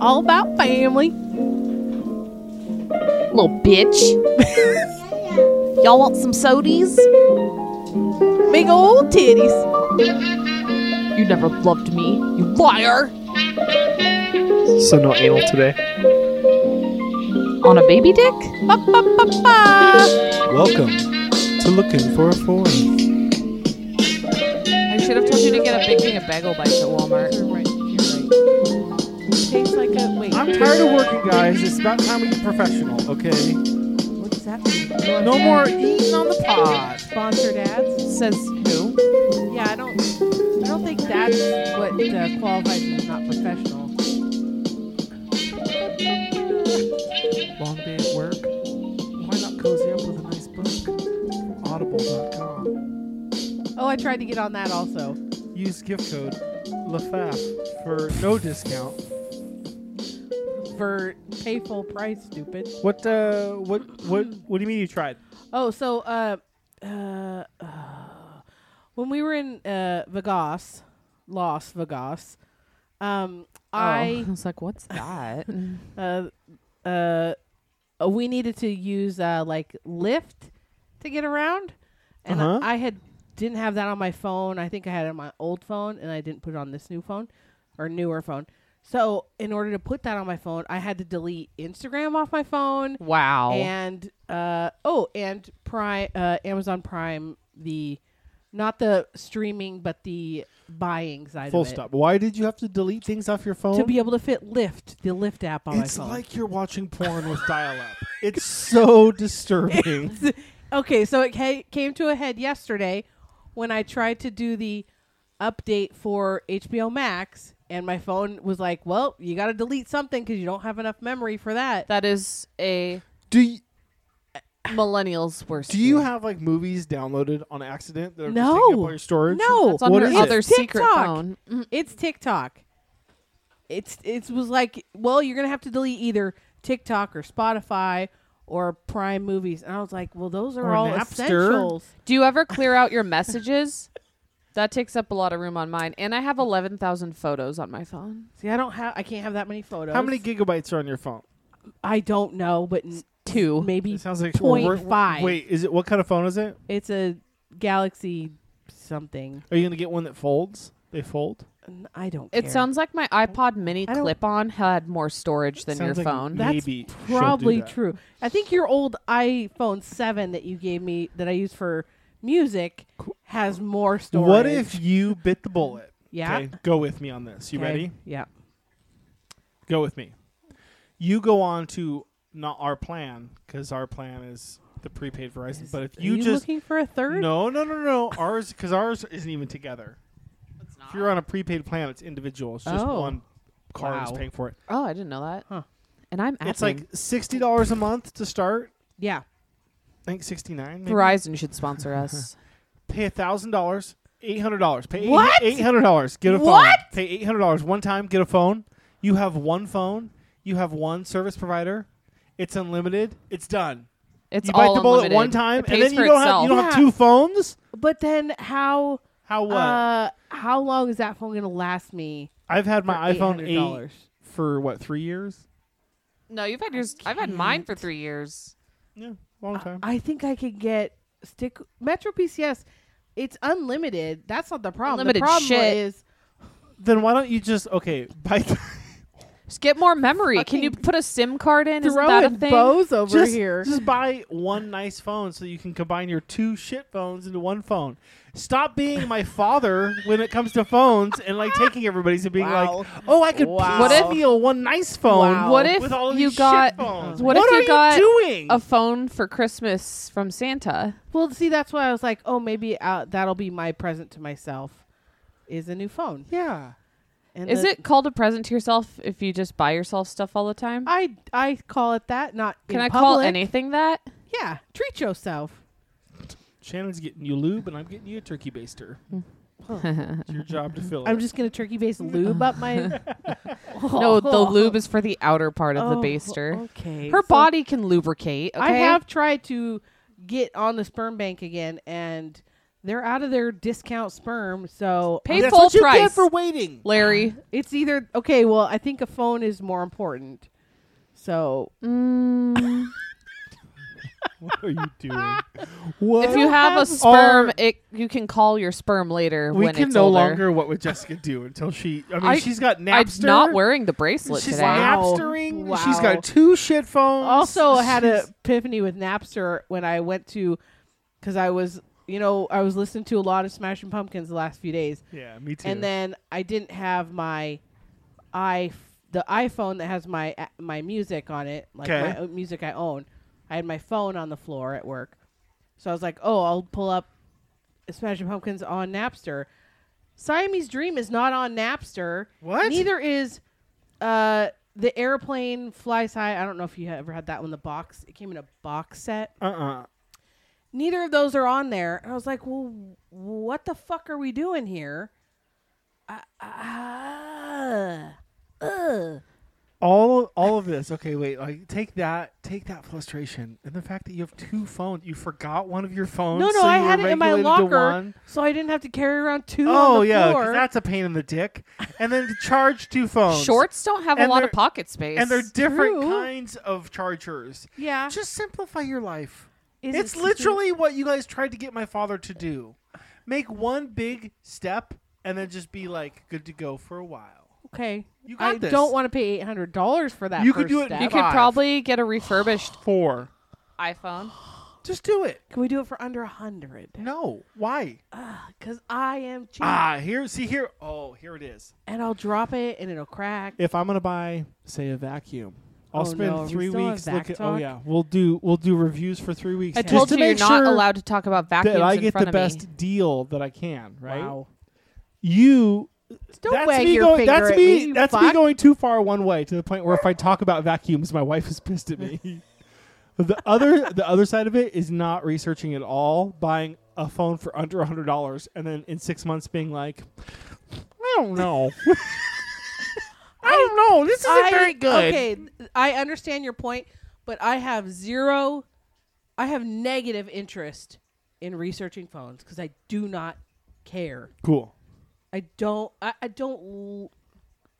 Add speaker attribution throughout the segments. Speaker 1: All about family.
Speaker 2: Little bitch. Y'all want some sodies?
Speaker 1: Big old titties.
Speaker 2: You never loved me, you liar!
Speaker 3: So no anal today.
Speaker 2: On a baby dick?
Speaker 1: Ba, ba, ba, ba.
Speaker 4: Welcome to Looking for a Foreign.
Speaker 5: I should have told you to get a big thing of bagel bites at Walmart.
Speaker 1: Tastes like a wait.
Speaker 4: I'm tired of working, guys. It's about time we get professional, okay?
Speaker 5: What does that mean?
Speaker 4: No more eating on the pod.
Speaker 1: Sponsored ads.
Speaker 5: Says who?
Speaker 1: Yeah, I don't. I don't think that's what uh, qualifies as not professional.
Speaker 4: Long day at work. Why not cozy up with a nice book? Audible.com.
Speaker 1: Oh, I tried to get on that also.
Speaker 4: Use gift code LaFaf for no discount.
Speaker 1: For pay full price, stupid.
Speaker 4: What? Uh, what? What? What do you mean you tried?
Speaker 1: Oh, so uh, uh, uh, when we were in uh, Vegas, Las Vegas, um,
Speaker 5: Oh.
Speaker 1: I
Speaker 5: was like, what's that?
Speaker 1: uh, uh, we needed to use uh, like Lyft to get around, and
Speaker 4: Uh-huh.
Speaker 1: I, I had didn't have that on my phone. I think I had it on my old phone, and I didn't put it on this new phone or newer phone. So in order to put that on my phone, I had to delete Instagram off my phone
Speaker 5: wow.
Speaker 1: and uh, oh, and Prime, uh, Amazon Prime, the not the streaming but the buying side.
Speaker 4: Full
Speaker 1: of it,
Speaker 4: stop. Why did you have to delete things off your phone?
Speaker 1: To be able to fit Lyft, the Lyft app on
Speaker 4: it's
Speaker 1: my phone.
Speaker 4: like you're watching porn with dial-up. It's so disturbing.
Speaker 1: okay, so it ca- came to a head yesterday when I tried to do the update for HBO Max, and my phone was like, "Well, you got to delete something because you don't have enough memory for that."
Speaker 5: that is a
Speaker 4: do you,
Speaker 5: millennial's worst.
Speaker 4: do you
Speaker 5: fear.
Speaker 4: have like movies downloaded on accident that are
Speaker 1: No.
Speaker 4: just taking up all your storage?
Speaker 1: No.
Speaker 5: It's on
Speaker 4: What
Speaker 5: her
Speaker 4: is it?
Speaker 5: other
Speaker 1: It's
Speaker 5: secret
Speaker 1: TikTok.
Speaker 5: phone. Mm,
Speaker 1: It's TikTok. It's it was like, well, you're gonna have to delete either TikTok or Spotify or Prime Movies, and I was like, well, those are
Speaker 4: Or
Speaker 1: all
Speaker 4: Napster.
Speaker 1: essentials.
Speaker 5: Do you ever clear out your messages? That takes up a lot of room on mine, and I have eleven thousand photos on my phone.
Speaker 1: See, I don't have, I can't have that many photos.
Speaker 4: How many gigabytes are on your phone?
Speaker 1: I don't know, but n-
Speaker 5: Two.
Speaker 1: maybe
Speaker 4: It sounds like
Speaker 1: point
Speaker 4: we're- we're-
Speaker 1: five.
Speaker 4: Wait, is it what kind of phone is it?
Speaker 1: it's a Galaxy something.
Speaker 4: Are you gonna get one that folds? They fold.
Speaker 1: N- I don't.
Speaker 5: It
Speaker 1: care.
Speaker 5: sounds like my iPod Mini
Speaker 1: I don't-
Speaker 5: clip-on had more storage than your
Speaker 4: Sounds like
Speaker 5: phone.
Speaker 1: That's
Speaker 4: Maybe she'll do
Speaker 1: probably
Speaker 4: that.
Speaker 1: true. I think your old iPhone seven that you gave me that I use for music has more storage.
Speaker 4: What if you bit the bullet?
Speaker 1: Yeah.
Speaker 4: Okay, go with me on this. You
Speaker 1: Okay,
Speaker 4: ready?
Speaker 1: Yeah.
Speaker 4: Go with me. You go on to not our plan because our plan is the prepaid Verizon. but if you,
Speaker 1: Are you
Speaker 4: just
Speaker 1: looking for a third?
Speaker 4: no, no, no, no, ours because ours isn't even together. If you're on a prepaid plan, it's individual. It's just
Speaker 1: Oh.
Speaker 4: one card is
Speaker 1: Wow.
Speaker 4: paying for it.
Speaker 5: oh, I didn't know that.
Speaker 1: Huh.
Speaker 5: And I'm
Speaker 4: It's like sixty dollars a month to start.
Speaker 1: Yeah.
Speaker 4: I think sixty nine.
Speaker 5: Verizon should sponsor us.
Speaker 4: pay a thousand dollars, eight hundred dollars. Pay
Speaker 1: What?
Speaker 4: eight hundred dollars. Get a
Speaker 1: What?
Speaker 4: phone. Pay eight hundred dollars one time. Get a phone. You have one phone. You have one service provider. It's unlimited. It's done.
Speaker 5: It's
Speaker 4: you
Speaker 5: all
Speaker 4: bite the bullet
Speaker 5: unlimited.
Speaker 4: one time,
Speaker 5: It
Speaker 4: and
Speaker 5: pays
Speaker 4: then you
Speaker 5: for
Speaker 4: don't
Speaker 5: itself.
Speaker 4: have you don't have
Speaker 1: Yeah.
Speaker 4: two phones.
Speaker 1: But then how
Speaker 4: How what?
Speaker 1: uh how long is that phone gonna last me?
Speaker 4: I've had
Speaker 1: for
Speaker 4: my iPhone eight
Speaker 1: $800?
Speaker 4: for what three years?
Speaker 5: No, you've had yours. I've had mine for three years.
Speaker 4: Yeah, long time.
Speaker 1: I think I could get stick Metro PCS. It's unlimited. That's not the problem.
Speaker 5: Unlimited
Speaker 1: the problem
Speaker 5: shit.
Speaker 1: is
Speaker 4: then why don't you just okay bite? the-
Speaker 5: Just get more memory. Can you
Speaker 1: Fucking
Speaker 5: put a SIM card in? Isn't that a
Speaker 1: throwing
Speaker 5: thing?
Speaker 1: bows over
Speaker 4: just,
Speaker 1: here.
Speaker 4: just buy one nice phone so you can combine your two shit phones into one phone. Stop being my father when it comes to phones and like taking everybody's and being
Speaker 1: Wow.
Speaker 4: like, "Oh, I could
Speaker 1: Wow.
Speaker 5: What if-
Speaker 4: feel one nice phone."
Speaker 1: Wow.
Speaker 5: What if
Speaker 4: with all of
Speaker 5: you
Speaker 4: these
Speaker 5: got?
Speaker 4: shit phones?
Speaker 5: What,
Speaker 4: What
Speaker 5: if
Speaker 4: are
Speaker 5: you
Speaker 4: you
Speaker 5: got
Speaker 4: doing?
Speaker 5: a phone for Christmas from Santa?
Speaker 1: well see that's why I was like, oh maybe uh, that'll be my present to myself is a new phone.
Speaker 4: Yeah,
Speaker 1: And
Speaker 5: Is
Speaker 1: the-
Speaker 5: it called a present to yourself if you just buy yourself stuff all the time?
Speaker 1: I I call it that, not
Speaker 5: Can
Speaker 1: in
Speaker 5: I call
Speaker 1: public.
Speaker 5: anything that?
Speaker 1: Yeah. Treat yourself.
Speaker 4: Shannon's getting you lube, and I'm getting you a turkey baster. it's your job to fill it.
Speaker 1: I'm just gonna turkey base lube up my
Speaker 5: No, the lube is for the outer part of the
Speaker 1: Oh,
Speaker 5: baster.
Speaker 1: Okay.
Speaker 5: Her
Speaker 1: so-
Speaker 5: body can lubricate.
Speaker 1: I
Speaker 5: okay?
Speaker 1: have tried to get on the sperm bank again, and They're out of their discount sperm, so uh,
Speaker 5: Pay
Speaker 4: That's
Speaker 5: full
Speaker 4: what you
Speaker 5: price,
Speaker 4: get for waiting.
Speaker 5: Larry.
Speaker 1: it's either okay. Well, I think a phone is more important. So
Speaker 4: What are you doing? What?
Speaker 5: if you have a
Speaker 4: our-
Speaker 5: sperm, it you can call your sperm later
Speaker 4: we
Speaker 5: when
Speaker 4: can
Speaker 5: it's
Speaker 4: no
Speaker 5: older.
Speaker 4: longer what would Jessica do until she. I mean,
Speaker 5: I-
Speaker 4: she's got
Speaker 5: I'm
Speaker 4: Napster.
Speaker 5: not wearing the bracelet
Speaker 4: She's
Speaker 5: today.
Speaker 1: Wow.
Speaker 4: Napstering.
Speaker 1: Wow.
Speaker 4: She's got two shit phones.
Speaker 1: also had an
Speaker 4: She's-
Speaker 1: epiphany with Napster when I went to, because I was you know I was listening to a lot of Smashing Pumpkins the last few days,
Speaker 4: Yeah, me too.
Speaker 1: and then I didn't have my i the iPhone that has my a- my music on it, like
Speaker 4: Okay.
Speaker 1: my own music I own. I had my phone on the floor at work, so I was like, "Oh, I'll pull up Smashing Pumpkins on Napster." Siamese Dream is not on Napster.
Speaker 4: What?
Speaker 1: Neither is uh, the airplane flies high. I don't know if you ha- ever had that one. The box it came in a box set.
Speaker 4: uh uh
Speaker 1: Neither of those are on there. And I was like, well, what the fuck are we doing here? Uh, uh, uh.
Speaker 4: All all of this. Okay, wait. Like, take that. Take that frustration and the fact that you have two phones. You forgot one of your phones.
Speaker 1: No, no,
Speaker 4: so
Speaker 1: I
Speaker 4: you were
Speaker 1: had it in my
Speaker 4: regulated to
Speaker 1: locker,
Speaker 4: one.
Speaker 1: so I didn't have to carry around two
Speaker 4: Oh
Speaker 1: on the
Speaker 4: yeah, 'cause
Speaker 1: floor.
Speaker 4: that's a pain in the dick. And then to charge two phones.
Speaker 5: Shorts don't have a
Speaker 4: And
Speaker 5: lot
Speaker 4: they're-
Speaker 5: of pocket space.
Speaker 4: And they're different
Speaker 1: True.
Speaker 4: kinds of chargers.
Speaker 1: yeah.
Speaker 4: Just simplify your life.
Speaker 1: Is
Speaker 4: it's
Speaker 1: it-
Speaker 4: literally what you guys tried to get my father to do. Make one big step and then just be like good to go for a while.
Speaker 1: okay.
Speaker 4: You got
Speaker 1: I
Speaker 4: this.
Speaker 1: don't want to pay eight hundred dollars for that.
Speaker 4: You could
Speaker 1: first
Speaker 4: do it-
Speaker 1: step.
Speaker 5: you could
Speaker 4: Five.
Speaker 5: probably get a refurbished
Speaker 4: Four.
Speaker 5: iPhone.
Speaker 4: Just do it.
Speaker 1: Can we do it for under a hundred?
Speaker 4: No. Why?
Speaker 1: Because I am cheap,
Speaker 4: Ah, here see here. Oh, here it is.
Speaker 1: and I'll drop it, and it'll crack.
Speaker 4: If I'm gonna buy, say, a vacuum. I'll
Speaker 1: Oh,
Speaker 4: spend
Speaker 1: no. Are we
Speaker 4: three
Speaker 1: still on
Speaker 4: weeks
Speaker 1: vac
Speaker 4: looking. Oh
Speaker 1: talk?
Speaker 4: yeah, we'll do we'll do reviews for three weeks.
Speaker 5: I
Speaker 4: just
Speaker 5: told
Speaker 4: to
Speaker 5: you you're
Speaker 4: make
Speaker 5: not
Speaker 4: sure
Speaker 5: allowed to talk about vacuums
Speaker 4: that I
Speaker 5: in
Speaker 4: get
Speaker 5: front
Speaker 4: the
Speaker 5: of
Speaker 4: best
Speaker 5: me.
Speaker 4: deal that I can. Right?
Speaker 1: Wow.
Speaker 4: You
Speaker 1: Don't
Speaker 4: that's
Speaker 1: wag
Speaker 4: me
Speaker 1: your
Speaker 4: going,
Speaker 1: finger
Speaker 4: That's
Speaker 1: at
Speaker 4: me.
Speaker 1: you
Speaker 4: that's me
Speaker 1: fuck.
Speaker 4: going too far one way to the point where if I talk about vacuums, my wife is pissed at me. the other the other side of it is not researching at all, buying a phone for under hundred dollars, and then in six months being like, I don't know. I don't know. This isn't
Speaker 1: I-
Speaker 4: very good.
Speaker 1: Okay, th- I understand your point, but I have zero, I have negative interest in researching phones because I do not care.
Speaker 4: Cool.
Speaker 1: I don't. I, I don't. l-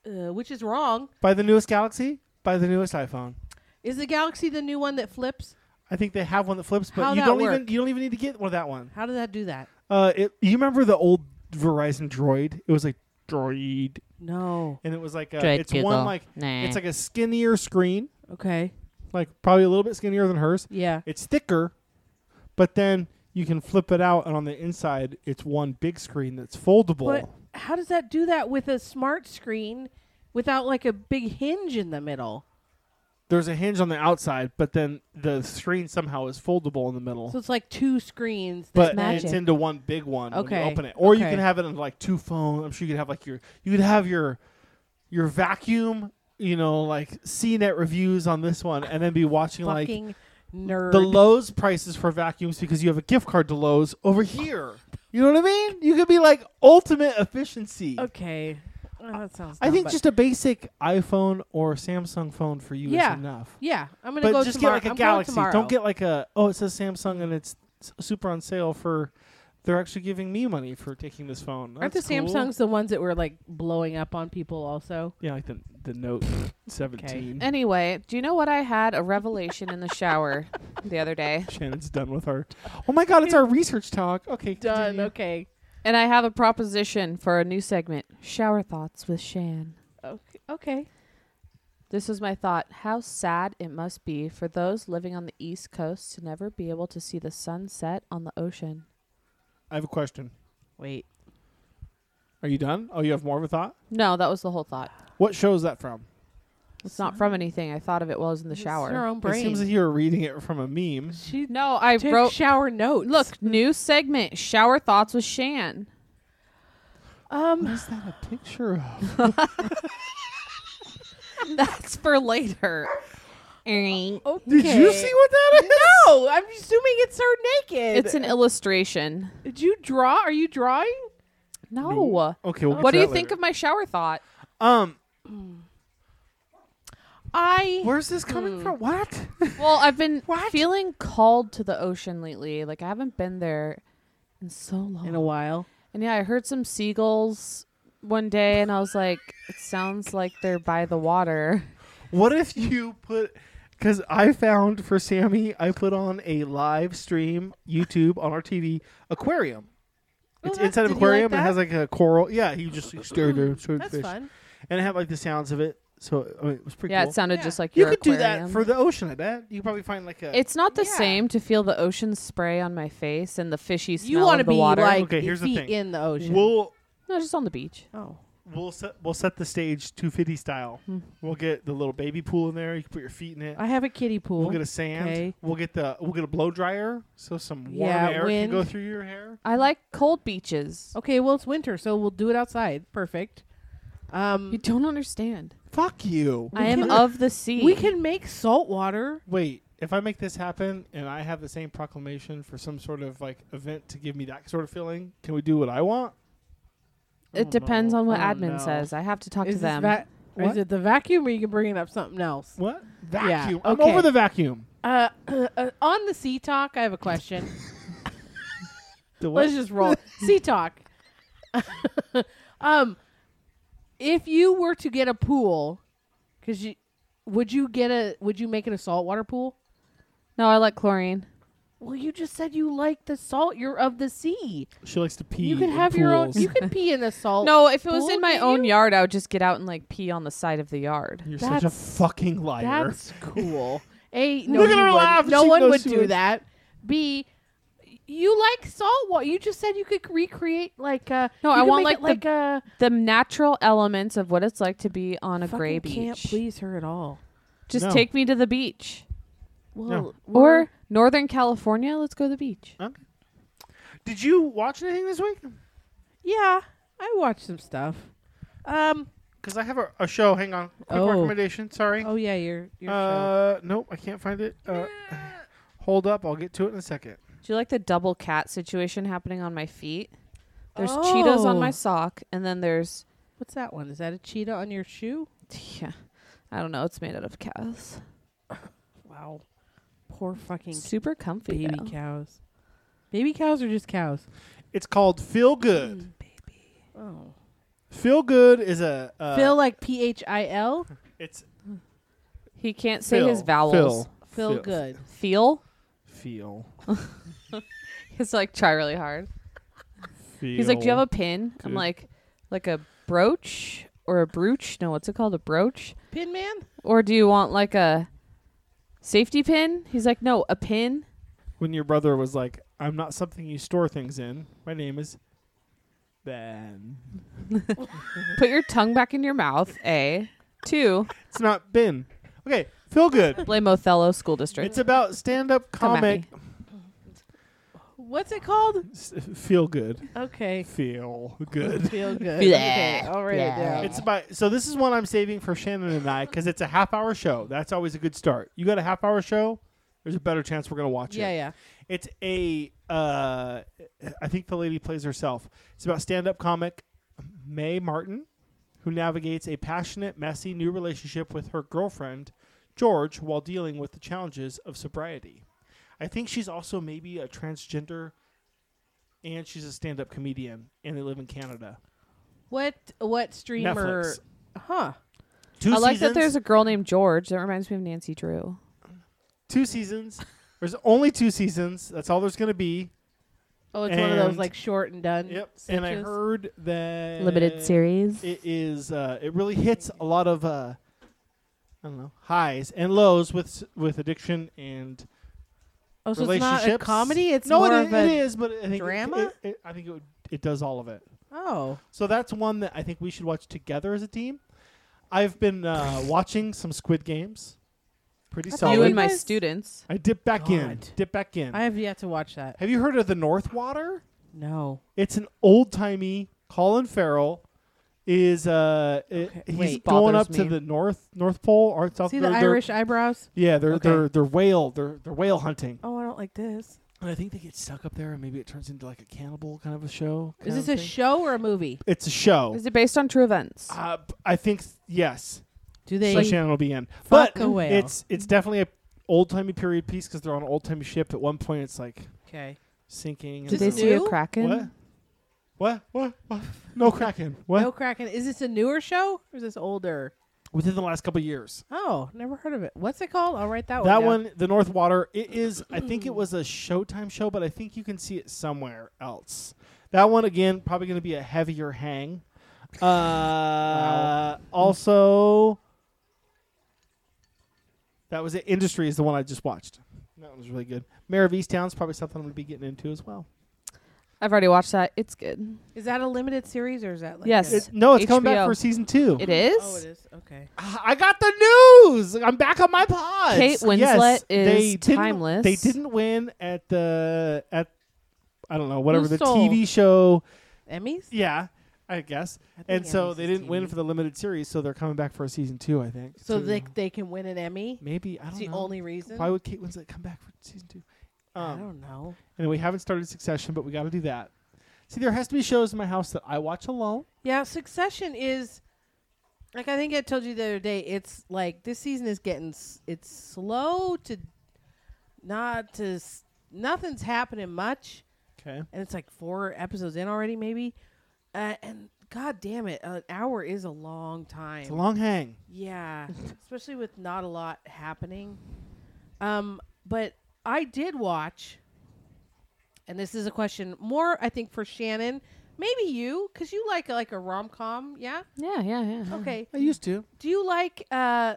Speaker 1: Uh, which is wrong.
Speaker 4: Buy the newest Galaxy. Buy the newest iPhone.
Speaker 1: Is the Galaxy the new one that flips?
Speaker 4: I think they have one that flips, but
Speaker 1: How'd
Speaker 4: you
Speaker 1: that
Speaker 4: don't
Speaker 1: work?
Speaker 4: even you don't even need to get one of that one.
Speaker 1: How did that do that?
Speaker 4: Uh, it, you remember the old Verizon Droid? It was like Droid.
Speaker 1: No.
Speaker 4: and it was like a,
Speaker 5: Dread
Speaker 4: it's
Speaker 5: Google.
Speaker 4: one like
Speaker 5: Nah.
Speaker 4: it's like a skinnier screen,
Speaker 1: Okay.
Speaker 4: like probably a little bit skinnier than hers.
Speaker 1: Yeah.
Speaker 4: It's thicker, but then you can flip it out, and on the inside, it's one big screen that's foldable.
Speaker 1: But how does that do that with a smart screen, without like a big hinge in the middle?
Speaker 4: There's a hinge on the outside, but then the screen somehow is foldable in the middle.
Speaker 1: So it's like two screens.
Speaker 4: but
Speaker 2: magic.
Speaker 4: it's into one big one when
Speaker 1: Okay,
Speaker 4: you open it, or you
Speaker 1: okay.
Speaker 4: can have it in like two phones. I'm sure you could have like your you could have your your vacuum, you know, like CNET reviews on this one, and then be watching like
Speaker 1: fucking nerd.
Speaker 4: the Lowe's prices for vacuums because you have a gift card to Lowe's over here. You know what I mean? You could be like ultimate efficiency.
Speaker 1: okay. Well, that sounds.
Speaker 4: I
Speaker 1: dumb,
Speaker 4: think
Speaker 1: but-
Speaker 4: just a basic iPhone or Samsung phone for you
Speaker 1: Yeah.
Speaker 4: is enough.
Speaker 1: Yeah, I'm gonna
Speaker 4: But
Speaker 1: go
Speaker 4: just
Speaker 1: tomorrow.
Speaker 4: get like a
Speaker 1: I'm going
Speaker 4: Galaxy.
Speaker 1: tomorrow.
Speaker 4: Don't get like a oh it says Samsung and it's s- super on sale for. They're actually giving me money for taking this phone.
Speaker 1: Aren't the
Speaker 4: That's cool.
Speaker 1: Samsungs the ones that were like blowing up on people? Also,
Speaker 4: Yeah, like the the Note 17.
Speaker 5: Anyway, do you know what I had a revelation in the shower the other day?
Speaker 4: Shannon's done with our. Oh my God! It's our research talk. Okay,
Speaker 1: done.
Speaker 4: continue.
Speaker 1: Okay.
Speaker 5: And I have a proposition for a new segment, Shower Thoughts with Shan.
Speaker 1: Okay. Okay.
Speaker 5: This was my thought. How sad it must be for those living on the East Coast to never be able to see the sunset on the ocean.
Speaker 4: I have a question.
Speaker 1: Wait.
Speaker 4: Are you done? Oh, you have more of a thought.
Speaker 5: No, that was the whole thought.
Speaker 4: What show is that from?
Speaker 5: It's not from anything. I thought of it while I was in the
Speaker 1: It's her
Speaker 5: shower.
Speaker 1: own
Speaker 4: It
Speaker 1: brain.
Speaker 4: seems like you were reading it from a meme.
Speaker 1: she
Speaker 5: No, I
Speaker 1: took
Speaker 5: wrote.
Speaker 1: shower notes.
Speaker 5: Look, new segment, Shower Thoughts with Shan.
Speaker 1: Um.
Speaker 4: Is that a picture of?
Speaker 5: That's for later. it's
Speaker 1: Okay.
Speaker 4: Did you see what that is?
Speaker 1: No, I'm assuming it's her naked.
Speaker 5: an illustration.
Speaker 1: Did you draw? Are you drawing?
Speaker 5: No.
Speaker 4: Okay. We'll
Speaker 5: What do you think of my shower thought?
Speaker 4: Um,
Speaker 1: I.
Speaker 4: where's this coming
Speaker 1: Hmm.
Speaker 4: from? What?
Speaker 5: Well, I've been feeling called to the ocean lately. Like I haven't been there in so long.
Speaker 1: in a while.
Speaker 5: and yeah, I heard some seagulls one day, and I was like, it sounds like they're by the water.
Speaker 4: What if you put? Because I found for Sammy, I put on a live stream YouTube on our TV aquarium. It's
Speaker 1: that's-
Speaker 4: inside of
Speaker 1: did you
Speaker 4: aquarium.
Speaker 1: like
Speaker 4: it has
Speaker 1: Oh, that?
Speaker 4: like a coral. Yeah, he just stared at it, stared at
Speaker 1: That's
Speaker 4: fish.
Speaker 1: fun.
Speaker 4: and it had like the sounds of it. So I mean, it was pretty.
Speaker 5: yeah,
Speaker 4: cool.
Speaker 5: it sounded
Speaker 1: Yeah.
Speaker 5: just like
Speaker 4: you
Speaker 5: your
Speaker 4: could do that
Speaker 5: aquarium.
Speaker 4: for the ocean. I bet you could probably find like a.
Speaker 5: It's not the
Speaker 1: Yeah.
Speaker 5: same to feel the ocean spray on my face and the fishy smell
Speaker 1: You
Speaker 5: want
Speaker 1: want
Speaker 5: of
Speaker 1: to
Speaker 5: the
Speaker 1: be
Speaker 5: water.
Speaker 1: like
Speaker 4: Okay, here's the
Speaker 1: feet
Speaker 4: thing.
Speaker 1: in the ocean.
Speaker 4: we'll
Speaker 5: no, just on the beach.
Speaker 1: oh,
Speaker 4: we'll set we'll set the stage two fifty style.
Speaker 1: Hmm.
Speaker 4: We'll get the little baby pool in there. You can put your feet in it.
Speaker 1: I have a kiddie pool.
Speaker 4: We'll get a sand.
Speaker 1: Ah, Okay.
Speaker 4: We'll get the we'll get a blow dryer so some warm
Speaker 1: Yeah,
Speaker 4: air
Speaker 1: wind.
Speaker 4: can go through your hair.
Speaker 5: I like cold beaches.
Speaker 1: okay, well it's winter, so we'll do it outside. Perfect. Um,
Speaker 5: You don't understand.
Speaker 4: Fuck you.
Speaker 5: I am of the sea.
Speaker 1: we can make salt water.
Speaker 4: Wait, if I make this happen and I have the same proclamation for some sort of like event to give me that sort of feeling, can we do what I want?
Speaker 5: It depends on what
Speaker 4: I don't
Speaker 5: admin
Speaker 4: know.
Speaker 5: says. I have to talk
Speaker 1: Oh, Is
Speaker 5: to
Speaker 1: this
Speaker 5: them.
Speaker 1: va- or
Speaker 4: What?
Speaker 1: is it the vacuum, or you can bring it up something else?
Speaker 4: What
Speaker 1: Yeah,
Speaker 4: vacuum? I'm
Speaker 1: okay.
Speaker 4: over the vacuum.
Speaker 1: Uh, uh, on the sea talk, I have a question.
Speaker 4: The what?
Speaker 1: Let's just roll sea talk. um, if you were to get a pool, because you would you get a would you make it a saltwater pool?
Speaker 5: no, I like chlorine.
Speaker 1: Well, you just said you like the salt. You're of the sea.
Speaker 4: she likes to pee.
Speaker 1: you can
Speaker 4: in
Speaker 1: have your own.
Speaker 4: pools.
Speaker 1: You can pee in the salt.
Speaker 5: No, if it was
Speaker 1: pool,
Speaker 5: in my
Speaker 1: can't
Speaker 5: own
Speaker 1: you?
Speaker 5: yard, I would just get out and like pee on the side of the yard.
Speaker 4: You're such a
Speaker 1: That's-
Speaker 4: fucking liar.
Speaker 1: That's cool. A, no,
Speaker 4: Look at
Speaker 1: you
Speaker 4: her
Speaker 1: wouldn't.
Speaker 4: laugh.
Speaker 1: No
Speaker 4: She
Speaker 1: one
Speaker 4: knows
Speaker 1: would
Speaker 4: she
Speaker 1: do
Speaker 4: would.
Speaker 1: that. B, you like salt water. You just said you could recreate like uh
Speaker 5: No,
Speaker 1: you
Speaker 5: I
Speaker 1: could
Speaker 5: want,
Speaker 1: make it
Speaker 5: like,
Speaker 1: like a
Speaker 5: The natural elements of what it's like to be on a
Speaker 1: fucking
Speaker 5: gray
Speaker 1: Can't
Speaker 5: beach.
Speaker 1: please her at all.
Speaker 5: Just
Speaker 4: No.
Speaker 5: take me to the beach
Speaker 1: Well,
Speaker 5: or Northern California. Let's go to the beach.
Speaker 4: Did you watch anything this week?
Speaker 1: yeah, I watched some stuff. Um.
Speaker 4: Because I have a, a show. Hang on. Quick
Speaker 1: Oh.
Speaker 4: recommendation. Sorry.
Speaker 1: Oh yeah, you're. you're
Speaker 4: uh, nope. I can't find it. Uh, hold up. I'll get to it in a second.
Speaker 5: Do you like the double cat situation happening on my feet? There's Cheetos on my
Speaker 1: Oh.
Speaker 5: sock, and then there's
Speaker 1: What's that one? Is that a cheetah on your shoe?
Speaker 5: yeah, I don't know. It's made out of cows.
Speaker 1: Wow. Poor fucking
Speaker 5: Super comfy.
Speaker 1: baby
Speaker 5: though.
Speaker 1: cows. Baby cows are just cows.
Speaker 4: It's called Feel
Speaker 1: Hmm.
Speaker 4: Good. Uh,
Speaker 1: Oh.
Speaker 4: Feel Good is a uh,
Speaker 1: Phil like P H I L.
Speaker 4: It's
Speaker 5: He can't say
Speaker 4: Phil.
Speaker 5: his vowels.
Speaker 1: Phil good.
Speaker 5: Feel.
Speaker 4: Feel.
Speaker 5: He's like try really hard.
Speaker 4: Feel.
Speaker 5: He's like, "Do you have a pin?" I'm
Speaker 4: Good.
Speaker 5: like, "Like a brooch or a brooch? No, what's it called? A brooch?
Speaker 1: Pin man.
Speaker 5: Or do you want like a safety pin?" He's like, "No, a pin."
Speaker 4: when your brother was like, "I'm not something you store things in. My name is Ben.
Speaker 5: Put your tongue back in your mouth. A two.
Speaker 4: It's not Ben. Okay. Feel Good.
Speaker 5: Blame Othello School District.
Speaker 4: it's about stand-up
Speaker 5: Come at
Speaker 4: comic.
Speaker 1: What's it called?
Speaker 4: S- Feel Good.
Speaker 1: Okay.
Speaker 4: Feel Good.
Speaker 1: Feel good.
Speaker 5: Blah.
Speaker 1: okay. All right.
Speaker 5: Blah.
Speaker 1: now.
Speaker 4: It's about so this is one I'm saving for Shannon and I because it's a half hour show. That's always a good start. You got a half hour show, there's a better chance we're gonna watch
Speaker 1: yeah,
Speaker 4: it.
Speaker 1: yeah.
Speaker 4: It's a uh, I think the lady plays herself. It's about stand up comic Mae Martin, who navigates a passionate, messy new relationship with her girlfriend George while dealing with the challenges of sobriety. I think she's also maybe a transgender, and she's a stand up comedian, and they live in Canada.
Speaker 1: What what streamer?
Speaker 4: Netflix.
Speaker 1: Huh.
Speaker 4: Two
Speaker 5: I like
Speaker 4: seasons.
Speaker 5: that there's a girl named George. That reminds me of Nancy Drew.
Speaker 4: two seasons. There's only two seasons. That's all there's going to be.
Speaker 1: Oh, it's one of those
Speaker 4: And-
Speaker 1: like short and done.
Speaker 4: And I
Speaker 1: stitches.
Speaker 4: heard that
Speaker 5: Limited series.
Speaker 4: It is. Uh, it really hits a lot of. Uh, I don't know highs and lows with s- with addiction and
Speaker 1: Oh, so it's
Speaker 4: relationships.
Speaker 1: not a comedy. It's
Speaker 4: no,
Speaker 1: more
Speaker 4: it,
Speaker 1: of
Speaker 4: it
Speaker 1: a.
Speaker 4: is, but I think it-
Speaker 1: drama?
Speaker 4: It, it- I think it would, it does all of it.
Speaker 1: Oh.
Speaker 4: So that's one that I think we should watch together as a team. I've been uh, watching some Squid Games. Pretty
Speaker 1: I thought
Speaker 4: solid.
Speaker 5: you and my
Speaker 1: guys-
Speaker 5: students.
Speaker 4: I dip back in.
Speaker 1: God.
Speaker 4: Dip back in.
Speaker 1: I have yet to watch that.
Speaker 4: Have you heard of the North Water?
Speaker 1: No.
Speaker 4: It's an old timey Colin Farrell is uh i- he's
Speaker 1: wait.
Speaker 4: going
Speaker 5: Bothers
Speaker 4: up to
Speaker 5: me.
Speaker 4: the north North Pole or South
Speaker 1: See the
Speaker 4: they're- they're-
Speaker 1: Irish eyebrows?
Speaker 4: Yeah, they're
Speaker 1: Okay.
Speaker 4: they're they're whale they're they're whale hunting.
Speaker 1: Oh, I don't like this.
Speaker 4: And I think they get stuck up there and maybe it turns into like a cannibal kind of a show.
Speaker 1: Is
Speaker 4: kind
Speaker 1: this
Speaker 4: of
Speaker 1: a
Speaker 4: thing.
Speaker 1: show or a movie?
Speaker 4: It's a show.
Speaker 5: Is it based on true events?
Speaker 4: Uh, b- I think s- yes.
Speaker 1: Do they?
Speaker 4: so Shannon will be in.
Speaker 1: fuck
Speaker 4: but
Speaker 1: a whale. Mm-hmm.
Speaker 4: it's it's definitely a old timey period piece because they're on an old timey ship. At one point, it's like
Speaker 1: okay.
Speaker 4: sinking.
Speaker 5: Did
Speaker 1: This
Speaker 5: they
Speaker 1: is
Speaker 4: and
Speaker 5: see a
Speaker 1: new?
Speaker 5: kraken?
Speaker 4: what? what? What? What? No Kraken. What?
Speaker 1: No Oh, Kraken. Is this a newer show or is this older?
Speaker 4: Within the last couple of years.
Speaker 1: Oh, never heard of it. What's it called? I'll write that,
Speaker 4: That
Speaker 1: one. down.
Speaker 4: one, the North Water, it is, I think it was a Showtime show, but I think you can see it somewhere else. That one, again, probably going to be a heavier hang. Uh, Also, that was it. Industry is the one I just watched. That one was really good. Mayor of Easttown is probably something I'm going to be getting into as well.
Speaker 5: I've already watched that. It's good.
Speaker 1: Is that a limited series or is that like
Speaker 5: Yes.
Speaker 1: a-
Speaker 4: It, no, it's coming back
Speaker 5: HBO.
Speaker 4: for season two.
Speaker 5: It is.
Speaker 1: Oh, it is. Okay.
Speaker 4: I got the news. I'm back on my pod.
Speaker 5: Kate Winslet
Speaker 4: yes,
Speaker 5: is
Speaker 4: they didn't-
Speaker 5: timeless.
Speaker 4: They didn't win at the at I don't know whatever
Speaker 1: Who
Speaker 4: the
Speaker 1: stole?
Speaker 4: TV show.
Speaker 1: Emmys?
Speaker 4: Yeah, I guess.
Speaker 1: I think
Speaker 4: and so
Speaker 1: Emmys
Speaker 4: they
Speaker 1: is
Speaker 4: didn't win
Speaker 1: TV.
Speaker 4: for the limited series, so they're coming back for a season two. I think.
Speaker 1: So they they can win an Emmy.
Speaker 4: maybe I don't
Speaker 1: It's the
Speaker 4: know.
Speaker 1: only reason.
Speaker 4: Why would Kate Winslet come back for season two?
Speaker 1: I
Speaker 4: Um,
Speaker 1: don't know.
Speaker 4: and we haven't started Succession, but we got to do that. See, there has to be shows in my house that I watch alone.
Speaker 1: Yeah, Succession is like I think I told you the other day. It's like this season is getting s- it's slow to not to s- nothing's happening much,
Speaker 4: Okay.
Speaker 1: and it's like four episodes in already, maybe. Uh, and god damn it, an hour is a long time.
Speaker 4: It's a long hang.
Speaker 1: Yeah, especially with not a lot happening. Um, but I did watch, and this is a question more, I think, for Shannon, maybe you, because you like like a rom com, yeah.
Speaker 5: Yeah, yeah, yeah.
Speaker 1: Okay,
Speaker 4: I used to.
Speaker 1: do you like uh,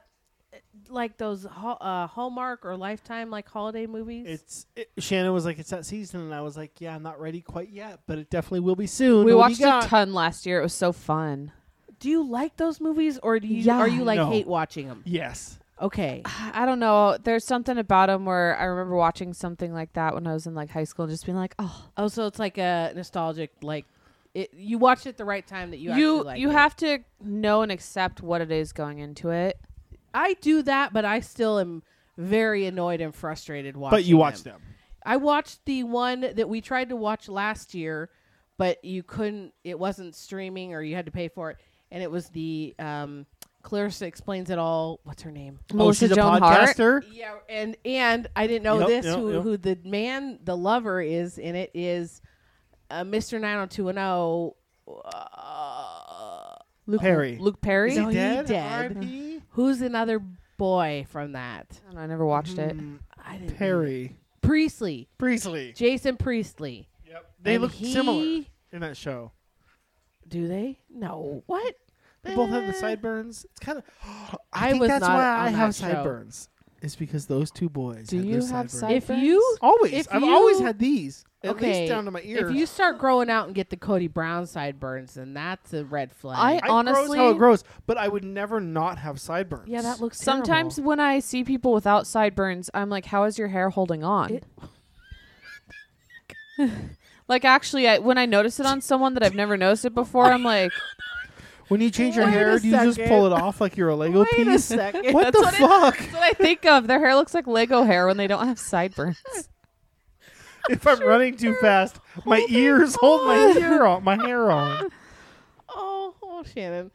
Speaker 1: like those hall uh, Hallmark or Lifetime like holiday movies?
Speaker 4: It's it, Shannon was like, "It's that season," and I was like, "Yeah, I'm not ready quite yet, but it definitely will be soon."
Speaker 5: We
Speaker 4: What do
Speaker 5: watched
Speaker 4: you
Speaker 5: a
Speaker 4: got?"
Speaker 5: ton last year. It was so fun.
Speaker 1: do you like those movies, or do you
Speaker 5: Yeah.
Speaker 1: are you like
Speaker 4: No.
Speaker 1: hate watching them?
Speaker 4: yes,
Speaker 1: Okay,
Speaker 5: I don't know. There's something about him where I remember watching something like that when I was in like high school and just being like, oh,
Speaker 1: oh, so it's like a nostalgic like. It, you watched it at the right time that you
Speaker 5: you
Speaker 1: actually
Speaker 5: you,
Speaker 1: like it.
Speaker 5: have to know and accept what it is going into it.
Speaker 1: I do that, but I still am very annoyed and frustrated watching.
Speaker 4: but you watched
Speaker 1: them.
Speaker 4: them.
Speaker 1: I watched the one that we tried to watch last year, but you couldn't. It wasn't streaming, or you had to pay for it. And it was the um, Clarissa explains it all. What's her name?
Speaker 5: Melissa
Speaker 4: oh, she's
Speaker 5: Joan
Speaker 4: a
Speaker 5: Hart.
Speaker 4: podcaster.
Speaker 1: Yeah, and and I didn't know
Speaker 4: Yep,
Speaker 1: this
Speaker 4: yep,
Speaker 1: who
Speaker 4: yep.
Speaker 1: who the man the lover is in it is uh, Mr. 90210 oh, uh,
Speaker 5: Luke
Speaker 4: Perry.
Speaker 5: Luke Perry.
Speaker 1: Is he
Speaker 5: I
Speaker 1: dead? who's another boy from that?
Speaker 5: don't know, I never watched
Speaker 1: Mm,
Speaker 5: it.
Speaker 1: I didn't
Speaker 4: Perry
Speaker 1: Priestley.
Speaker 4: Priestley.
Speaker 1: Jason Priestley.
Speaker 4: Yep, they
Speaker 1: And
Speaker 4: look
Speaker 1: he-
Speaker 4: similar in that show.
Speaker 1: Do they? No. What?
Speaker 4: They both have the
Speaker 1: Eh.
Speaker 4: sideburns. It's kind of. I,
Speaker 1: I
Speaker 4: think
Speaker 1: was
Speaker 4: that's
Speaker 1: not
Speaker 4: why
Speaker 1: on
Speaker 4: I have
Speaker 1: that show.
Speaker 4: sideburns. It's because those two boys.
Speaker 5: Do
Speaker 4: had
Speaker 5: you
Speaker 4: those
Speaker 5: have
Speaker 4: sideburns.
Speaker 1: If you
Speaker 4: Always,
Speaker 1: if
Speaker 4: I've always
Speaker 1: you-
Speaker 4: had these. At
Speaker 1: okay,
Speaker 4: least down to my ear.
Speaker 1: if you start growing out and get the Cody Brown sideburns, then that's a red
Speaker 5: I
Speaker 1: flag.
Speaker 4: I grows
Speaker 5: honestly.
Speaker 4: how it grows, but I would never not have sideburns.
Speaker 1: yeah, that looks
Speaker 5: Sometimes when I see people without sideburns, I'm like, how is your hair holding on?
Speaker 1: It-
Speaker 5: like, actually, I, when I notice it on someone that I've never noticed it before, I'm like,
Speaker 4: When you change your
Speaker 1: Wait
Speaker 4: hair,
Speaker 1: a
Speaker 4: do you just
Speaker 1: second.
Speaker 4: pull it off like you're a Lego
Speaker 1: Wait a
Speaker 4: piece?
Speaker 1: second.
Speaker 4: What the
Speaker 5: That's
Speaker 4: fuck?
Speaker 5: that's what I think of. Their hair looks like Lego hair when they don't have sideburns.
Speaker 4: if I'm running too fast, my ears hold my hair on. My hair on.
Speaker 1: oh, oh, Shannon.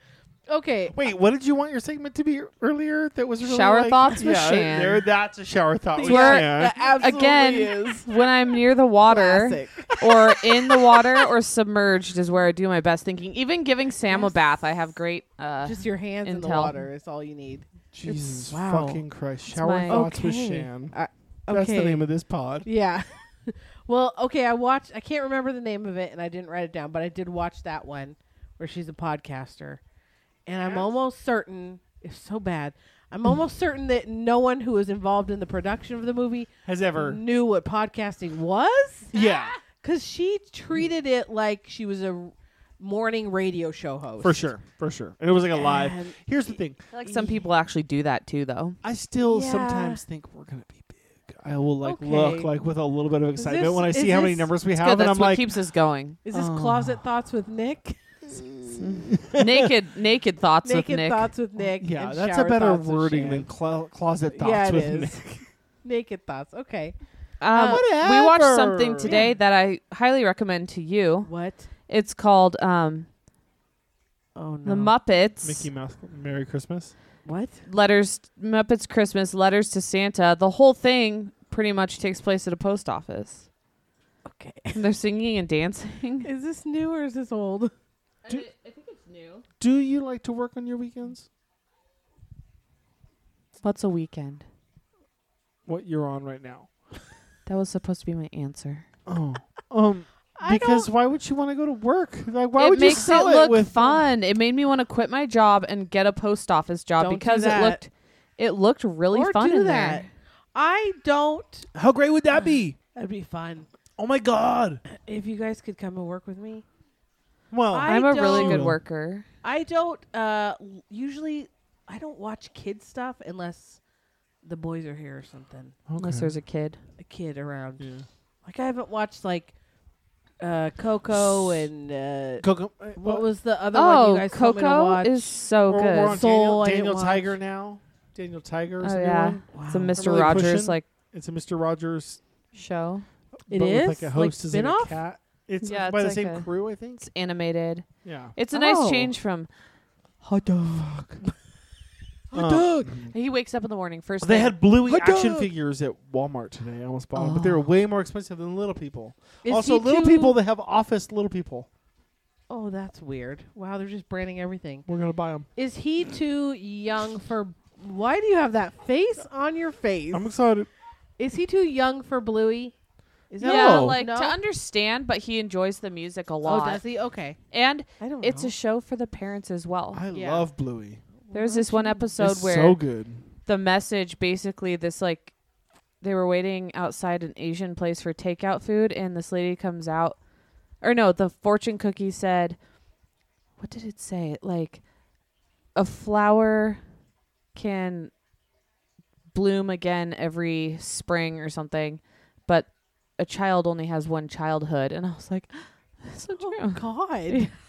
Speaker 1: Okay.
Speaker 4: Wait, what did you want your segment to be earlier? That was really
Speaker 5: Shower
Speaker 4: like-
Speaker 5: thoughts with
Speaker 4: yeah,
Speaker 5: Shan.
Speaker 4: There, that's a shower thought with
Speaker 5: where-
Speaker 4: Shan.
Speaker 5: Again, when I'm near the water or in the water or submerged is where I do my best thinking. Even giving Sam a bath, I have great. Uh,
Speaker 1: Just your hands in the
Speaker 5: Intel.
Speaker 1: water is all you need.
Speaker 4: Jesus
Speaker 1: wow.
Speaker 4: fucking Christ! Shower
Speaker 5: my-
Speaker 4: thoughts with
Speaker 1: Okay.
Speaker 4: Shan.
Speaker 1: Uh,
Speaker 4: That's the
Speaker 1: okay.
Speaker 4: name of this pod.
Speaker 1: Yeah. well, okay, I watched I can't remember the name of it and I didn't write it down, but I did watch that one where she's a podcaster. And I'm almost certain it's so bad. I'm almost certain that no one who was involved in the production of the movie
Speaker 4: Has ever?
Speaker 1: knew what podcasting was
Speaker 4: Yeah,
Speaker 1: cuz she treated it like she was a morning radio show host.
Speaker 4: for sure, for sure. And it was like a live.
Speaker 1: And-
Speaker 4: Here's the thing:
Speaker 5: I feel like some people actually do that too, though.
Speaker 4: I still
Speaker 1: Yeah.
Speaker 4: sometimes think we're gonna be big. I will like
Speaker 1: Okay.
Speaker 4: look like with a little bit of excitement
Speaker 1: this-
Speaker 4: when I
Speaker 1: is
Speaker 4: see how many
Speaker 1: this-
Speaker 4: numbers we
Speaker 5: It's
Speaker 4: have,
Speaker 5: good.
Speaker 4: and
Speaker 5: That's
Speaker 4: I'm
Speaker 5: what
Speaker 4: like,
Speaker 5: keeps us going.
Speaker 1: Is this
Speaker 4: Oh.
Speaker 1: closet thoughts with Nick?
Speaker 5: naked, naked thoughts
Speaker 1: Naked
Speaker 5: with Nick.
Speaker 1: thoughts with Nick.
Speaker 4: yeah,
Speaker 1: and
Speaker 4: that's a
Speaker 1: shower
Speaker 4: better
Speaker 1: thoughts with
Speaker 4: wording
Speaker 1: Shan.
Speaker 4: than clo- closet thoughts
Speaker 1: Yeah, it
Speaker 4: with
Speaker 1: is.
Speaker 4: Nick.
Speaker 1: naked thoughts. Okay.
Speaker 5: Um,
Speaker 1: Uh,
Speaker 5: we watched something
Speaker 4: Whatever.
Speaker 5: today that I highly recommend to you.
Speaker 1: What?
Speaker 5: It's called um,
Speaker 1: Oh no.
Speaker 5: The Muppets.
Speaker 4: Mickey Mouse, Merry Christmas.
Speaker 1: What?
Speaker 5: letters Muppets Christmas letters to Santa. The whole thing pretty much takes place at a post office.
Speaker 1: Okay.
Speaker 5: And they're singing and dancing.
Speaker 1: Is this new or is this old?
Speaker 5: I,
Speaker 4: Do-
Speaker 5: think it's new.
Speaker 4: Do you like to work on your weekends?
Speaker 5: What's a weekend?
Speaker 4: What you're on right now?
Speaker 5: That was supposed to be my answer.
Speaker 4: Oh, um,
Speaker 1: I
Speaker 4: because
Speaker 1: don't-
Speaker 4: why would she want to go to work? Like, why would
Speaker 5: it makes
Speaker 4: you sell
Speaker 5: it look
Speaker 1: um,
Speaker 4: with
Speaker 5: fun. It made me want to quit my job and get a post office job
Speaker 1: Don't do
Speaker 5: because it
Speaker 1: that.
Speaker 5: looked it looked really
Speaker 1: or
Speaker 5: fun
Speaker 1: do
Speaker 5: in
Speaker 1: that.
Speaker 5: there.
Speaker 1: I don't.
Speaker 4: How great would that be?
Speaker 1: That'd be fun
Speaker 4: Oh my god!
Speaker 1: if you guys could come and work with me.
Speaker 4: Well,
Speaker 1: I-
Speaker 5: I'm a really
Speaker 1: don't-
Speaker 5: good worker.
Speaker 1: I don't uh, l- usually. I don't watch kid stuff unless the boys are here or something.
Speaker 5: Unless there's a kid.
Speaker 1: A kid around.
Speaker 4: yeah.
Speaker 1: Like I haven't watched like uh, Coco and uh,
Speaker 4: Coco,
Speaker 1: what
Speaker 4: well,
Speaker 1: was the other one you
Speaker 5: Oh,
Speaker 1: guys told me to
Speaker 5: Coco
Speaker 1: watch?
Speaker 5: is so
Speaker 4: we're, we're on
Speaker 5: good.
Speaker 1: Soul,
Speaker 4: Daniel,
Speaker 1: I didn't
Speaker 4: Daniel
Speaker 1: watch.
Speaker 4: Tiger now. Daniel Tiger is
Speaker 5: Oh
Speaker 4: a new
Speaker 5: yeah,
Speaker 4: one.
Speaker 1: wow.
Speaker 5: it's a Mr.
Speaker 4: really
Speaker 5: Rogers
Speaker 4: pushing.
Speaker 5: like
Speaker 4: It's a Mister Rogers.
Speaker 5: show.
Speaker 1: It
Speaker 4: but with,
Speaker 1: is?
Speaker 4: like a
Speaker 1: Like
Speaker 4: host is a
Speaker 1: spin-off?
Speaker 4: cat. It's
Speaker 5: Yeah,
Speaker 4: by
Speaker 5: it's
Speaker 4: the
Speaker 5: like
Speaker 4: same
Speaker 5: a-
Speaker 4: crew, I think.
Speaker 5: It's animated.
Speaker 4: Yeah.
Speaker 5: It's a nice
Speaker 1: Oh.
Speaker 5: change from.
Speaker 4: Hot dog.
Speaker 3: Hot dog.
Speaker 5: He wakes up in the morning first.
Speaker 4: Uh, They
Speaker 5: thing.
Speaker 4: had bluey
Speaker 3: Hot
Speaker 4: action
Speaker 3: dog.
Speaker 4: figures at Walmart today. I almost bought them, but they were
Speaker 5: Oh.
Speaker 4: way more expensive than Little People.
Speaker 1: Is
Speaker 4: also,
Speaker 1: he
Speaker 4: Little
Speaker 1: too-
Speaker 4: People they have office Little People.
Speaker 1: Oh, that's weird. Wow, they're just branding everything.
Speaker 4: We're gonna buy them.
Speaker 1: Is he too young for? Why do you have that face on your face?
Speaker 4: I'm excited.
Speaker 1: Is he too young for Bluey? Is
Speaker 5: yeah,
Speaker 4: No.
Speaker 5: like
Speaker 1: No?
Speaker 5: to understand, but he enjoys the music a
Speaker 1: Oh,
Speaker 5: lot,
Speaker 1: does he? Okay.
Speaker 5: and
Speaker 1: I don't
Speaker 5: it's
Speaker 1: know.
Speaker 5: a show for the parents as well.
Speaker 4: I
Speaker 1: Yeah.
Speaker 4: love Bluey.
Speaker 5: There's this one episode
Speaker 4: it's
Speaker 5: where
Speaker 4: so good.
Speaker 5: the message basically this like they were waiting outside an Asian place for takeout food and this lady comes out or no, the fortune cookie said what did it say? Like a flower can bloom again every spring or something, but a child only has one childhood and I was like that's so
Speaker 1: Oh
Speaker 5: true.
Speaker 1: God.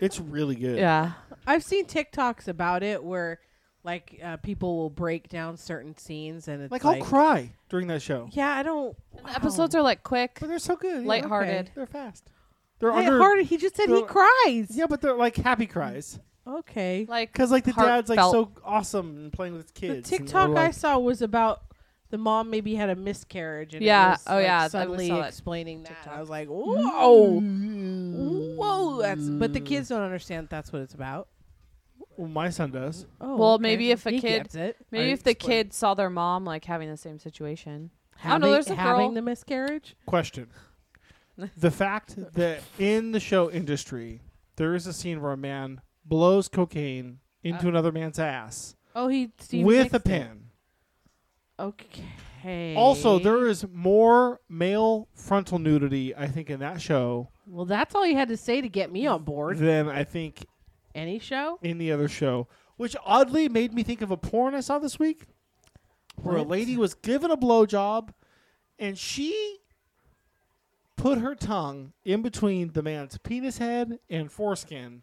Speaker 4: It's really good.
Speaker 5: Yeah.
Speaker 1: I've seen TikToks about it where, like, uh, people will break down certain scenes and it's
Speaker 4: Like,
Speaker 1: like,
Speaker 4: I'll cry during that show.
Speaker 1: Yeah, I don't.
Speaker 5: The episodes are like quick.
Speaker 4: But they're so good. Yeah,
Speaker 5: Lighthearted.
Speaker 4: okay. They're fast. They're under.
Speaker 1: hard. He just said he
Speaker 4: they're-
Speaker 1: cries.
Speaker 4: Yeah, but they're like happy cries.
Speaker 1: Okay.
Speaker 5: Like
Speaker 4: Because like the dad's like
Speaker 5: heartfelt.
Speaker 4: so awesome and playing with his
Speaker 1: The
Speaker 4: kids. and
Speaker 1: TikTok
Speaker 4: we're
Speaker 1: I
Speaker 4: like,
Speaker 1: saw was about the mom maybe had a miscarriage and it
Speaker 5: Yeah,
Speaker 1: was,
Speaker 5: oh
Speaker 1: like,
Speaker 5: yeah, I
Speaker 1: suddenly
Speaker 5: saw that
Speaker 1: explaining that.
Speaker 5: TikTok.
Speaker 1: I was like, whoa, whoa, that's. But
Speaker 4: Mm.
Speaker 1: the kids don't understand that's what it's about.
Speaker 4: Well, my son does.
Speaker 1: Oh,
Speaker 5: Well,
Speaker 1: okay.
Speaker 5: maybe if a
Speaker 1: He
Speaker 5: kid-
Speaker 1: gets it.
Speaker 5: Maybe
Speaker 4: I
Speaker 5: if the
Speaker 4: explain.
Speaker 5: kid saw their mom like having the same situation. I don't
Speaker 1: having,
Speaker 5: know, there's a
Speaker 1: having
Speaker 5: girl-
Speaker 1: the miscarriage.
Speaker 4: Question: The fact that in the show industry there is a scene where a man blows cocaine into another man's ass
Speaker 1: Oh, he Steve
Speaker 4: with a
Speaker 1: Nixon.
Speaker 4: pen.
Speaker 1: Okay.
Speaker 4: Also, there is more male frontal nudity, I think, in that show
Speaker 1: Well, that's all you had to say to get me on board.
Speaker 4: than I think
Speaker 1: Any show?
Speaker 4: in the other show, which oddly made me think of a porn I saw this week where a
Speaker 1: What?
Speaker 4: lady was given a blowjob and she put her tongue in between the man's penis head and foreskin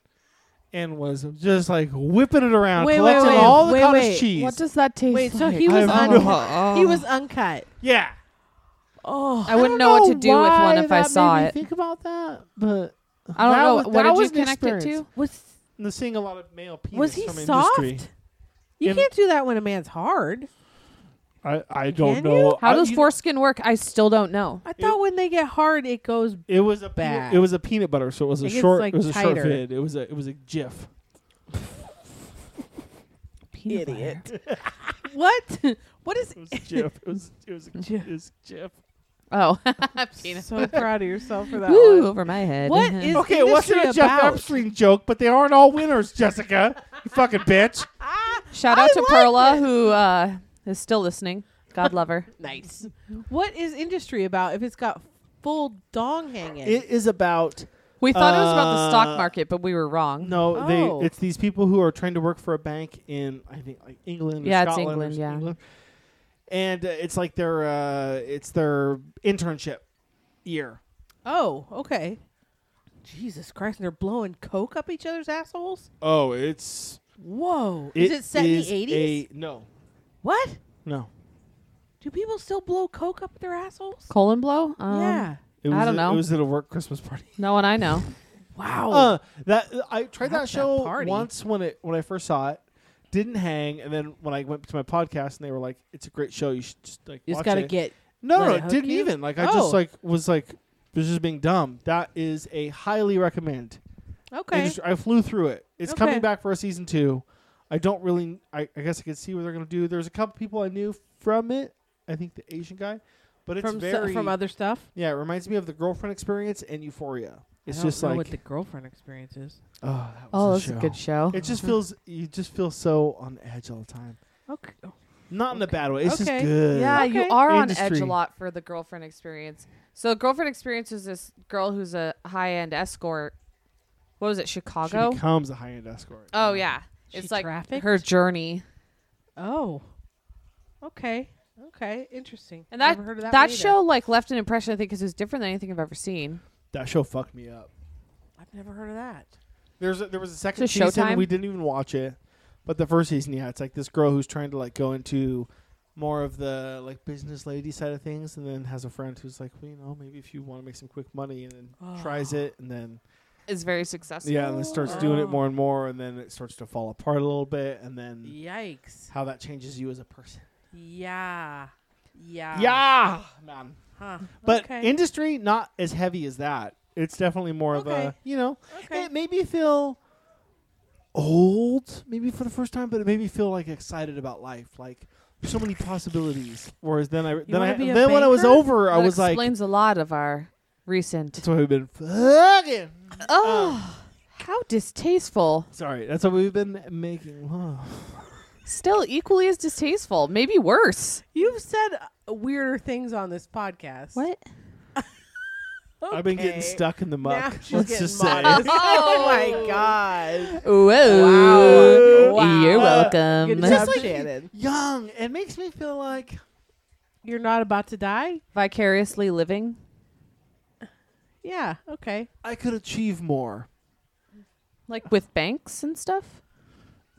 Speaker 4: and was just like whipping it around,
Speaker 1: Wait, wait,
Speaker 4: collecting
Speaker 1: wait,
Speaker 4: all the
Speaker 1: wait,
Speaker 4: cottage
Speaker 1: wait.
Speaker 4: cheese.
Speaker 5: What does that taste
Speaker 1: Wait,
Speaker 5: like?
Speaker 1: so he was
Speaker 4: I Oh.
Speaker 1: un-
Speaker 4: don't
Speaker 1: he was uncut.
Speaker 4: yeah.
Speaker 1: Oh,
Speaker 5: I wouldn't know what to do with one if I saw it.
Speaker 4: Think about that, but
Speaker 5: I don't
Speaker 4: That
Speaker 5: know.
Speaker 4: was-
Speaker 5: what
Speaker 4: that
Speaker 5: did
Speaker 4: was
Speaker 5: you
Speaker 4: an
Speaker 5: connect it to?
Speaker 4: experience.
Speaker 1: was
Speaker 4: and seeing a lot of male penis
Speaker 1: was he
Speaker 4: from
Speaker 1: soft?
Speaker 4: industry.
Speaker 1: You
Speaker 4: In-
Speaker 1: can't do that when a man's hard.
Speaker 4: I, I don't
Speaker 1: Can
Speaker 4: know.
Speaker 1: you?
Speaker 5: How
Speaker 4: I-
Speaker 5: does
Speaker 4: you-
Speaker 5: foreskin work? I still don't know.
Speaker 1: I thought when they get hard, it goes.
Speaker 4: It was a
Speaker 1: Bad.
Speaker 4: peanut, it was a peanut butter, so it was a
Speaker 1: It gets,
Speaker 4: short
Speaker 1: like,
Speaker 4: it was a short
Speaker 1: tighter.
Speaker 4: vid. It was a it was a GIF.
Speaker 5: Peanut
Speaker 1: Idiot.
Speaker 5: butter.
Speaker 1: What? what is?
Speaker 4: It was a GIF. It was it was a,
Speaker 1: GIF.
Speaker 4: it was GIF.
Speaker 5: Oh, peanut.
Speaker 1: So proud of yourself for that.
Speaker 5: Woo,
Speaker 1: one.
Speaker 5: over my head.
Speaker 1: What is
Speaker 4: Okay, it wasn't a
Speaker 1: industry
Speaker 4: Jeff
Speaker 1: about?
Speaker 4: Epstein joke, but they aren't all winners, Jessica. you fucking bitch.
Speaker 5: Shout
Speaker 1: I
Speaker 5: out to
Speaker 1: like
Speaker 5: Perla who uh, is still listening. God love her.
Speaker 1: Nice. What is industry about if it's got full dong hanging?
Speaker 4: is about
Speaker 5: We thought it was about the
Speaker 4: Uh,
Speaker 5: stock market, but we were wrong.
Speaker 4: no,
Speaker 1: Oh.
Speaker 4: they it's these people who are trying to work for a bank in I think like England or
Speaker 5: Yeah, it's
Speaker 4: Scotland or
Speaker 5: England,
Speaker 4: s-
Speaker 5: yeah.
Speaker 4: And uh, it's like their uh, it's their internship year.
Speaker 1: oh, okay. Jesus Christ! And they're blowing coke up each other's assholes.
Speaker 4: Oh, it's
Speaker 1: Whoa! Is it set in
Speaker 4: is
Speaker 1: the eighties?
Speaker 4: a- No,
Speaker 1: What?
Speaker 4: no.
Speaker 1: Do people still blow coke up their assholes?
Speaker 5: Colon blow? Um,
Speaker 1: yeah.
Speaker 4: It
Speaker 5: I
Speaker 4: was
Speaker 5: don't
Speaker 4: a-
Speaker 5: know.
Speaker 4: It was at a work Christmas party.
Speaker 5: No one I know.
Speaker 1: Wow.
Speaker 4: Uh, that I tried that
Speaker 1: Not Oh. that
Speaker 4: show
Speaker 1: party.
Speaker 4: once when it when I first saw it. Didn't hang, and then when I went to my podcast, and they were like, "It's a great show. You should just like
Speaker 1: you
Speaker 4: watch
Speaker 1: just gotta
Speaker 4: it."
Speaker 1: get
Speaker 4: no,
Speaker 1: let
Speaker 4: no,
Speaker 1: it
Speaker 4: it
Speaker 1: hook
Speaker 4: didn't
Speaker 1: you?
Speaker 4: even like. I
Speaker 1: Oh.
Speaker 4: just like was like This is being dumb. That is a highly recommend. It
Speaker 1: Okay.
Speaker 4: just- I flew through it. It's
Speaker 1: Okay.
Speaker 4: coming back for a season two. I don't really. I, I guess I could see what they're gonna do. There's a couple people I knew from it. I think the Asian guy, but it's
Speaker 1: from so-
Speaker 4: very
Speaker 1: from other stuff.
Speaker 4: yeah. It reminds me of the girlfriend experience and Euphoria. It's
Speaker 1: I don't
Speaker 4: just
Speaker 1: know
Speaker 4: like
Speaker 1: what the girlfriend experience is.
Speaker 4: oh, that was
Speaker 5: Oh,
Speaker 4: a
Speaker 5: that's
Speaker 4: show.
Speaker 5: a good show.
Speaker 4: It just feels you just feel so on edge all the time.
Speaker 1: Okay.
Speaker 4: Not in a bad way. It's
Speaker 1: Okay.
Speaker 4: just good.
Speaker 5: Yeah, you
Speaker 1: Okay.
Speaker 5: are on edge
Speaker 4: Industry.
Speaker 5: a lot for the girlfriend experience. So, girlfriend experience is this girl who's a high end escort. What was it, Chicago?
Speaker 4: She becomes a high end escort.
Speaker 5: oh yeah,
Speaker 1: She
Speaker 5: it's like
Speaker 1: trafficked?
Speaker 5: her journey,
Speaker 1: Oh. Okay. Okay. Interesting.
Speaker 5: and that
Speaker 1: Never heard of
Speaker 5: that,
Speaker 1: that, one either.
Speaker 5: show like left an impression. I think because it was different than anything I've ever seen.
Speaker 4: That show fucked me up.
Speaker 1: I've never heard of that.
Speaker 4: There's a, there was a second
Speaker 5: Is it
Speaker 4: season
Speaker 5: Showtime?
Speaker 4: we didn't even watch it, but the first season, yeah, it's like this girl who's trying to like go into more of the like business lady side of things, and then has a friend who's like, well, you know, maybe if you want to make some quick money, and then tries
Speaker 1: Oh.
Speaker 4: it, and then
Speaker 5: It's very successful.
Speaker 4: yeah, and then starts doing it
Speaker 1: Oh.
Speaker 4: more and more, and then it starts to fall apart a little bit, and then
Speaker 1: Yikes.
Speaker 4: how that changes you as a person.
Speaker 1: Yeah. Yeah.
Speaker 4: yeah, man.
Speaker 1: Huh.
Speaker 4: But
Speaker 1: okay.
Speaker 4: industry not as heavy as that. It's definitely more of a
Speaker 1: Okay.
Speaker 4: you know
Speaker 1: okay.
Speaker 4: It made me feel old, maybe for the first time, but it made me feel like excited about life, like so many possibilities. Whereas then I then
Speaker 1: wanna
Speaker 4: I
Speaker 1: be a
Speaker 4: then when I was
Speaker 1: banker?
Speaker 4: over, I
Speaker 5: That
Speaker 4: was like,
Speaker 5: explains a lot of our recent.
Speaker 4: that's what we've been fucking.
Speaker 5: Oh, how distasteful!
Speaker 4: Sorry, that's what we've been making love.
Speaker 5: Still equally as distasteful, maybe worse.
Speaker 1: You've said uh, weirder things on this podcast.
Speaker 4: I've been
Speaker 1: Okay.
Speaker 4: getting stuck in the
Speaker 1: Now
Speaker 4: muck.
Speaker 1: she's
Speaker 4: Let's
Speaker 1: getting
Speaker 4: just
Speaker 1: modest.
Speaker 4: say.
Speaker 1: oh my god.
Speaker 5: Whoa!
Speaker 1: Wow.
Speaker 5: You're
Speaker 1: Wow.
Speaker 5: welcome.
Speaker 1: Good
Speaker 4: It's
Speaker 1: job,
Speaker 4: just like
Speaker 1: Shannon.
Speaker 4: young. It makes me feel like
Speaker 1: You're not about to die?
Speaker 5: Vicariously living.
Speaker 1: Yeah. Okay.
Speaker 4: I could achieve more
Speaker 5: like with banks and stuff.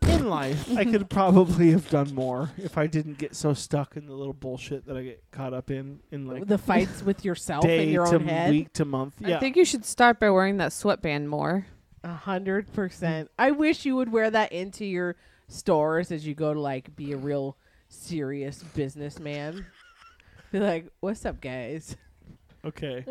Speaker 4: in life. I could probably have done more if I didn't get so stuck in the little bullshit that I get caught up in. In like
Speaker 1: the fights with yourself
Speaker 4: day
Speaker 1: in your
Speaker 4: to
Speaker 1: own head.
Speaker 4: week to month. Yeah.
Speaker 5: I think you should start by wearing that sweatband more.
Speaker 1: A hundred percent. I wish you would wear that into your stores as you go to like be a real serious businessman. Be like, "What's up, guys?"
Speaker 4: okay.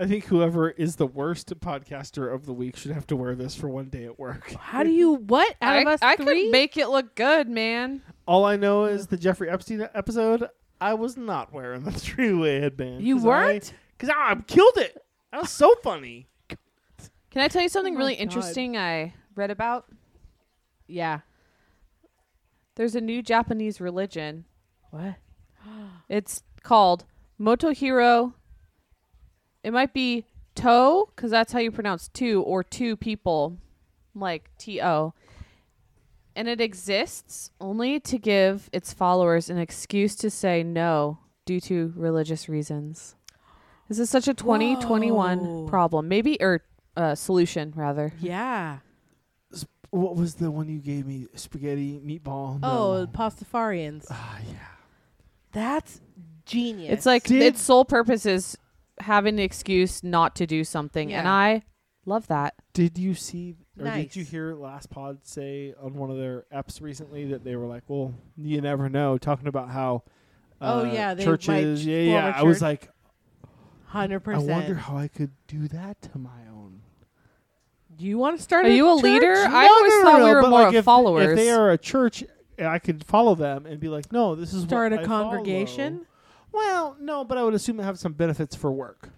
Speaker 4: I think whoever is the worst podcaster of the week should have to wear this for one day at work.
Speaker 1: How do you what out
Speaker 5: I,
Speaker 1: of us
Speaker 5: I
Speaker 1: three?
Speaker 5: could make it look good, man.
Speaker 4: All I know is the Jeffrey Epstein episode. I was not wearing the three-way headband.
Speaker 1: you weren't.
Speaker 4: Because I, killed it. That was so funny.
Speaker 5: Can I tell you something
Speaker 1: my
Speaker 5: really
Speaker 1: God.
Speaker 5: interesting I read about?
Speaker 1: Yeah.
Speaker 5: There's a new Japanese religion.
Speaker 1: What?
Speaker 5: It's called Motohiro. It might be To, because that's how you pronounce two, or two people, like T O. And it exists only to give its followers an excuse to say no due to religious reasons. This is such a 2021
Speaker 1: Whoa.
Speaker 5: problem. Maybe, or uh, solution, rather.
Speaker 1: Yeah.
Speaker 4: What was the one you gave me? Spaghetti meatball.
Speaker 1: Oh,
Speaker 4: No.
Speaker 1: pastafarians.
Speaker 4: Ah, yeah.
Speaker 1: That's genius.
Speaker 5: It's like
Speaker 4: Did-
Speaker 5: its sole purpose is having an excuse not to do something. And
Speaker 1: Yeah.
Speaker 5: I love that.
Speaker 4: Did you see or did
Speaker 1: Nice.
Speaker 4: you hear Last Pod say on one of their apps recently that they were like, "Well, you never know," talking about how
Speaker 1: Oh,
Speaker 4: uh,
Speaker 1: yeah, they might
Speaker 4: churches, yeah,
Speaker 1: form a
Speaker 4: yeah. I was
Speaker 1: church.
Speaker 4: like,
Speaker 1: hundred
Speaker 4: I wonder
Speaker 1: percent.
Speaker 4: how I could do that to my own.
Speaker 1: Do you want to start?
Speaker 5: Are
Speaker 1: a
Speaker 5: you a
Speaker 1: church?
Speaker 5: leader? I always thought we were
Speaker 4: but,
Speaker 5: more
Speaker 4: like,
Speaker 5: of
Speaker 4: if,
Speaker 5: followers.
Speaker 4: If they are a church, eh, I could follow them and be like, "No, this is
Speaker 1: Start
Speaker 4: what
Speaker 1: a
Speaker 4: I
Speaker 1: congregation.
Speaker 4: follow." Well, no, but I would assume it have some benefits for work.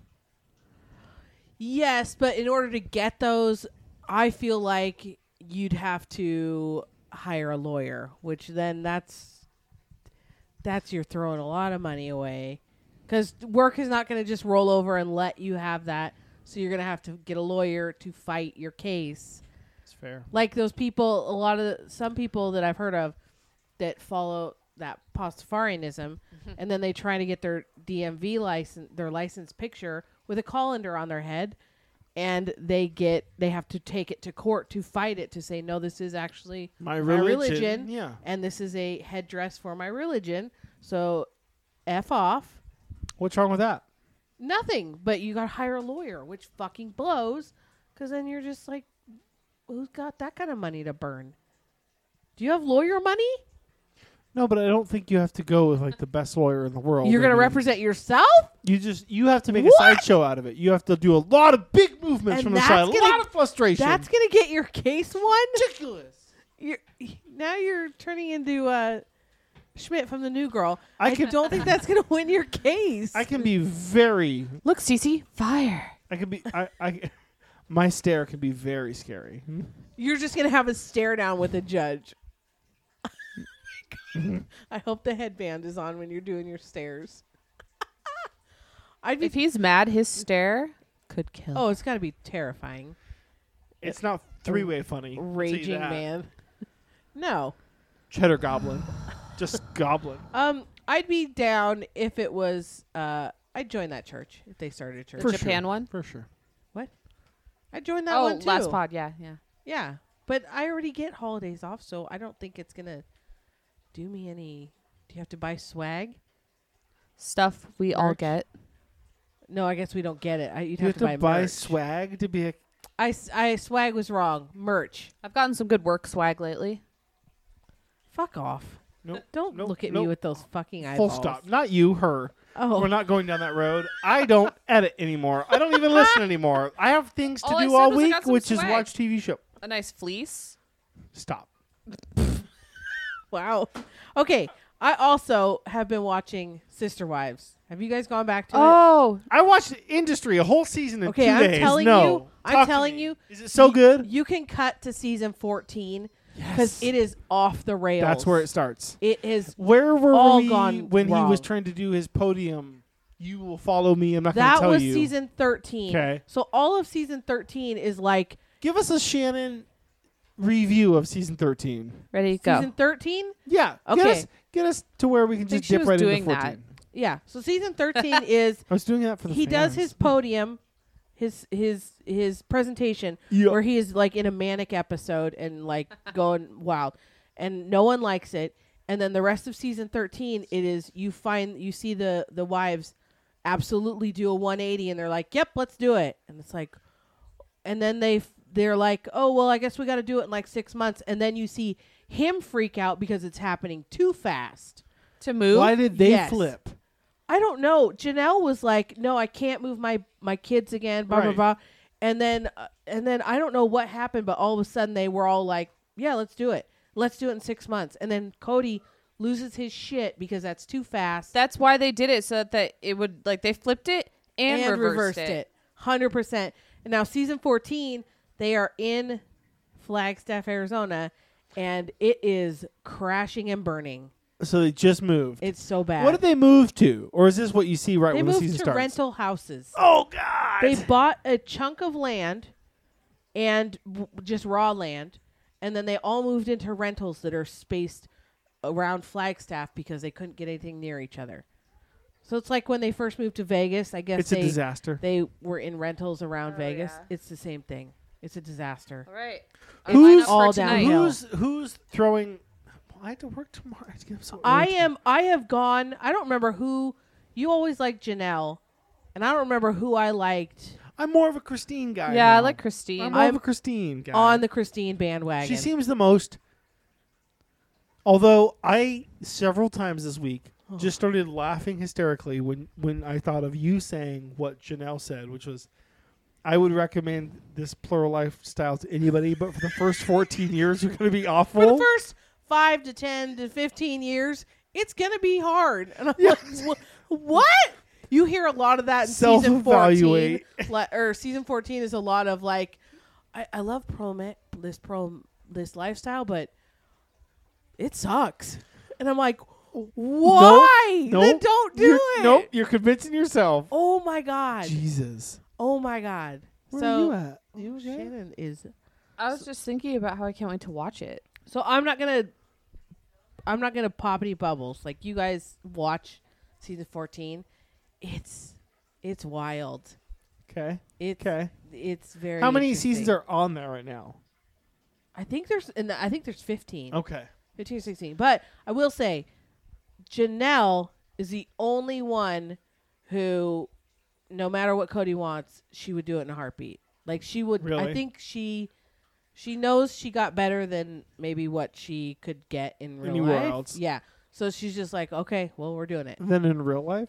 Speaker 1: Yes, but in order to get those, I feel like you'd have to hire a lawyer, which then that's that's you're throwing a lot of money away because work is not going to just roll over and let you have that. So you're going to have to get a lawyer to fight your case.
Speaker 4: It's fair.
Speaker 1: Like those people, a lot of the, some people that I've heard of that follow that Pastafarianism, and then they try to get their DMV license, their license picture with a colander on their head, and they get they have to take it to court to fight it to say no, this is actually
Speaker 4: My
Speaker 1: religion,
Speaker 4: religion, yeah.
Speaker 1: and this is a headdress for my religion, so f off.
Speaker 4: What's wrong with that?
Speaker 1: Nothing, but you got to hire a lawyer, which fucking blows, because then you're just like, who's got that kind of money to burn? Do you have lawyer money?
Speaker 4: No, but I don't think you have to go with like the best lawyer in the world.
Speaker 1: You're
Speaker 4: I
Speaker 1: gonna
Speaker 4: mean,
Speaker 1: represent yourself,
Speaker 4: You just you have to make
Speaker 1: What?
Speaker 4: a sideshow out of it. You have to do a lot of big movements
Speaker 1: And
Speaker 4: from the
Speaker 1: that's
Speaker 4: side, a
Speaker 1: gonna-
Speaker 4: lot of frustration.
Speaker 1: that's gonna get your case won. Ridiculous. You're, now you're turning into uh, Schmidt from the New Girl. I,
Speaker 4: I can-
Speaker 1: don't think that's gonna win your case.
Speaker 4: I can be very.
Speaker 5: Look, Cece, fire.
Speaker 4: I can be. I. I my stare can be very scary.
Speaker 1: You're just gonna have a stare down with a judge.
Speaker 4: Mm-hmm.
Speaker 1: I hope the headband is on when you're doing your stares. I'd be.
Speaker 5: If he's mad, his stare could kill.
Speaker 1: oh, it's gotta be terrifying.
Speaker 4: It's not three way funny. I'll tell you
Speaker 1: Raging
Speaker 4: that.
Speaker 1: man. No.
Speaker 4: cheddar goblin, just goblin.
Speaker 1: Um, I'd be down if it was. Uh, I'd join that church if they started a church.
Speaker 5: For Japan one?
Speaker 4: for sure.
Speaker 1: I'd join that
Speaker 5: Oh,
Speaker 1: one too.
Speaker 5: last pod, yeah, yeah.
Speaker 1: Yeah, but I already get holidays off, so I don't think it's gonna do me any. Do you have to buy swag?
Speaker 5: Stuff we all
Speaker 1: Merch.
Speaker 5: get.
Speaker 1: No, I guess we don't get it. I, you'd
Speaker 4: You
Speaker 1: have, to, buy, merch.
Speaker 4: swag to be a.
Speaker 1: I, s- I swag was wrong. Merch.
Speaker 5: I've gotten some good work swag lately.
Speaker 1: Fuck off.
Speaker 4: Nope,
Speaker 1: Don't
Speaker 4: nope,
Speaker 1: look at me
Speaker 4: nope.
Speaker 1: with those fucking
Speaker 4: Full
Speaker 1: eyeballs.
Speaker 4: stop. Not you, her.
Speaker 1: Oh,
Speaker 4: We're not going down that road. I don't edit anymore. I don't even listen anymore. I have things to
Speaker 5: All I
Speaker 4: do
Speaker 5: said
Speaker 4: all
Speaker 5: was I
Speaker 4: week,
Speaker 5: got some
Speaker 4: which is
Speaker 5: swag.
Speaker 4: watch TV show.
Speaker 5: A nice fleece.
Speaker 4: Stop.
Speaker 1: wow. Okay. I also have been watching Sister Wives. Have you guys gone back to it?
Speaker 5: Oh,
Speaker 4: I watched Industry a whole season in
Speaker 1: Okay,
Speaker 4: two
Speaker 1: I'm
Speaker 4: days.
Speaker 1: telling
Speaker 4: no.
Speaker 1: you- I'm
Speaker 4: Talk to
Speaker 1: telling
Speaker 4: me.
Speaker 1: you,
Speaker 4: Is it so good?
Speaker 1: You can cut to season 14 because it is off the rails.
Speaker 4: That's where it starts.
Speaker 1: It is.
Speaker 4: Where were
Speaker 1: All
Speaker 4: we
Speaker 1: gone
Speaker 4: when he was
Speaker 1: wrong.
Speaker 4: trying to do his podium? You will follow me. I'm not going to
Speaker 1: That
Speaker 4: tell
Speaker 1: was
Speaker 4: you.
Speaker 1: season 13.
Speaker 4: 'Kay.
Speaker 1: So all of season 13 is like
Speaker 4: Give us a Shannon review of season 13.
Speaker 5: ready go.
Speaker 1: season 13?
Speaker 4: Yeah. Get
Speaker 1: Okay.
Speaker 4: us, get us to where we can
Speaker 5: think
Speaker 4: just
Speaker 5: she
Speaker 4: dip
Speaker 5: was
Speaker 4: right
Speaker 5: doing
Speaker 4: into 14.
Speaker 5: that.
Speaker 1: Yeah. So season 13 is
Speaker 4: I was doing that for the
Speaker 1: he
Speaker 4: fans.
Speaker 1: does his podium his his his presentation
Speaker 4: Yeah.
Speaker 1: where he is like in a manic episode and like going wild and no one likes it and then the rest of season 13 it is you find you see the the wives absolutely do a 180 and they're like yep let's do it and it's like and then they f- they're like oh well i guess we got to do it in like 6 months and then you see him freak out because it's happening too fast
Speaker 5: to move.
Speaker 4: Why did they
Speaker 1: Yes.
Speaker 4: flip?
Speaker 1: I don't know. Janelle was like, "No, I can't move my my kids again." Blah
Speaker 4: Right.
Speaker 1: blah blah. And then uh, and then I don't know what happened, but all of a sudden they were all like, "Yeah, let's do it. Let's do it in six months." And then Cody loses his shit because that's too fast.
Speaker 5: That's why they did it so that they, it would like they flipped it and, reversed, it.
Speaker 1: Hundred percent. And now season fourteen, they are in Flagstaff, Arizona, and it is crashing and burning.
Speaker 4: So they just moved.
Speaker 1: It's so bad.
Speaker 4: what did they move to? Or is this what you see right
Speaker 1: They
Speaker 4: when the
Speaker 1: moved
Speaker 4: season
Speaker 1: to
Speaker 4: starts?
Speaker 1: rental houses.
Speaker 4: Oh god.
Speaker 1: they bought a chunk of land and w- just raw land and then they all moved into rentals that are spaced around flagstaff because they couldn't get anything near each other so it's like when they first moved to vegas i guess
Speaker 4: it's a
Speaker 1: they,
Speaker 4: disaster.
Speaker 1: they were in rentals around
Speaker 5: Oh,
Speaker 1: vegas
Speaker 5: yeah. Oh.
Speaker 1: it's the same thing it's a disaster
Speaker 5: All right.
Speaker 4: Who's-
Speaker 1: all downhill.
Speaker 5: down?
Speaker 4: who's who's throwing well, I have to work tomorrow. I, am so
Speaker 1: i
Speaker 4: early.
Speaker 1: am i have gone i don't remember who you always liked janelle and i don't remember who i liked
Speaker 4: I'm more of a Christine guy.
Speaker 5: Yeah, I
Speaker 4: now.
Speaker 5: like
Speaker 4: I'm
Speaker 5: Christine.
Speaker 4: more
Speaker 1: I'm
Speaker 4: of a Christine guy.
Speaker 1: on the christine bandwagon
Speaker 4: She seems the most. Although I several times this week
Speaker 1: Oh.
Speaker 4: just started laughing hysterically when when I thought of you saying what Janelle said, which was, "I would recommend this plural lifestyle to anybody, but for the first fourteen years, you're going to be awful."
Speaker 1: for the first five to ten to fifteen years, it's gonna be hard. And I'm like, "Wha- what? You hear a lot of that in season fourteen,
Speaker 4: Self-evaluate.
Speaker 1: le- or season fourteen is a lot of like, I, I love promet this pro this lifestyle, but it sucks. And I'm like, why?
Speaker 4: Nope,
Speaker 1: Then
Speaker 4: nope,
Speaker 1: don't do
Speaker 4: you're-
Speaker 1: it.
Speaker 4: Nope, you're convincing yourself.
Speaker 1: Oh my god.
Speaker 4: Jesus,
Speaker 1: Oh my god.
Speaker 4: where
Speaker 1: so
Speaker 4: are you at? You okay?
Speaker 1: Shannon is
Speaker 5: I was just thinking about how I can't wait to watch it.
Speaker 1: So I'm not gonna I'm not gonna pop any bubbles. Like you guys watch season fourteen. It's it's wild.
Speaker 4: Okay.
Speaker 1: It's
Speaker 4: Okay.
Speaker 1: it's very
Speaker 4: How many
Speaker 1: interesting.
Speaker 4: seasons are on there right now?
Speaker 1: I think there's and I think there's fifteen.
Speaker 4: Okay.
Speaker 1: Fifteen or sixteen. But I will say Janelle is the only one who no matter what Cody wants, she would do it in a heartbeat. Like she would I
Speaker 4: Really?
Speaker 1: think she she knows she got better than maybe what she could get in real
Speaker 4: Anywhere
Speaker 1: life.
Speaker 4: else.
Speaker 1: Yeah. So she's just like, okay, well, we're doing it.
Speaker 4: Then in real life,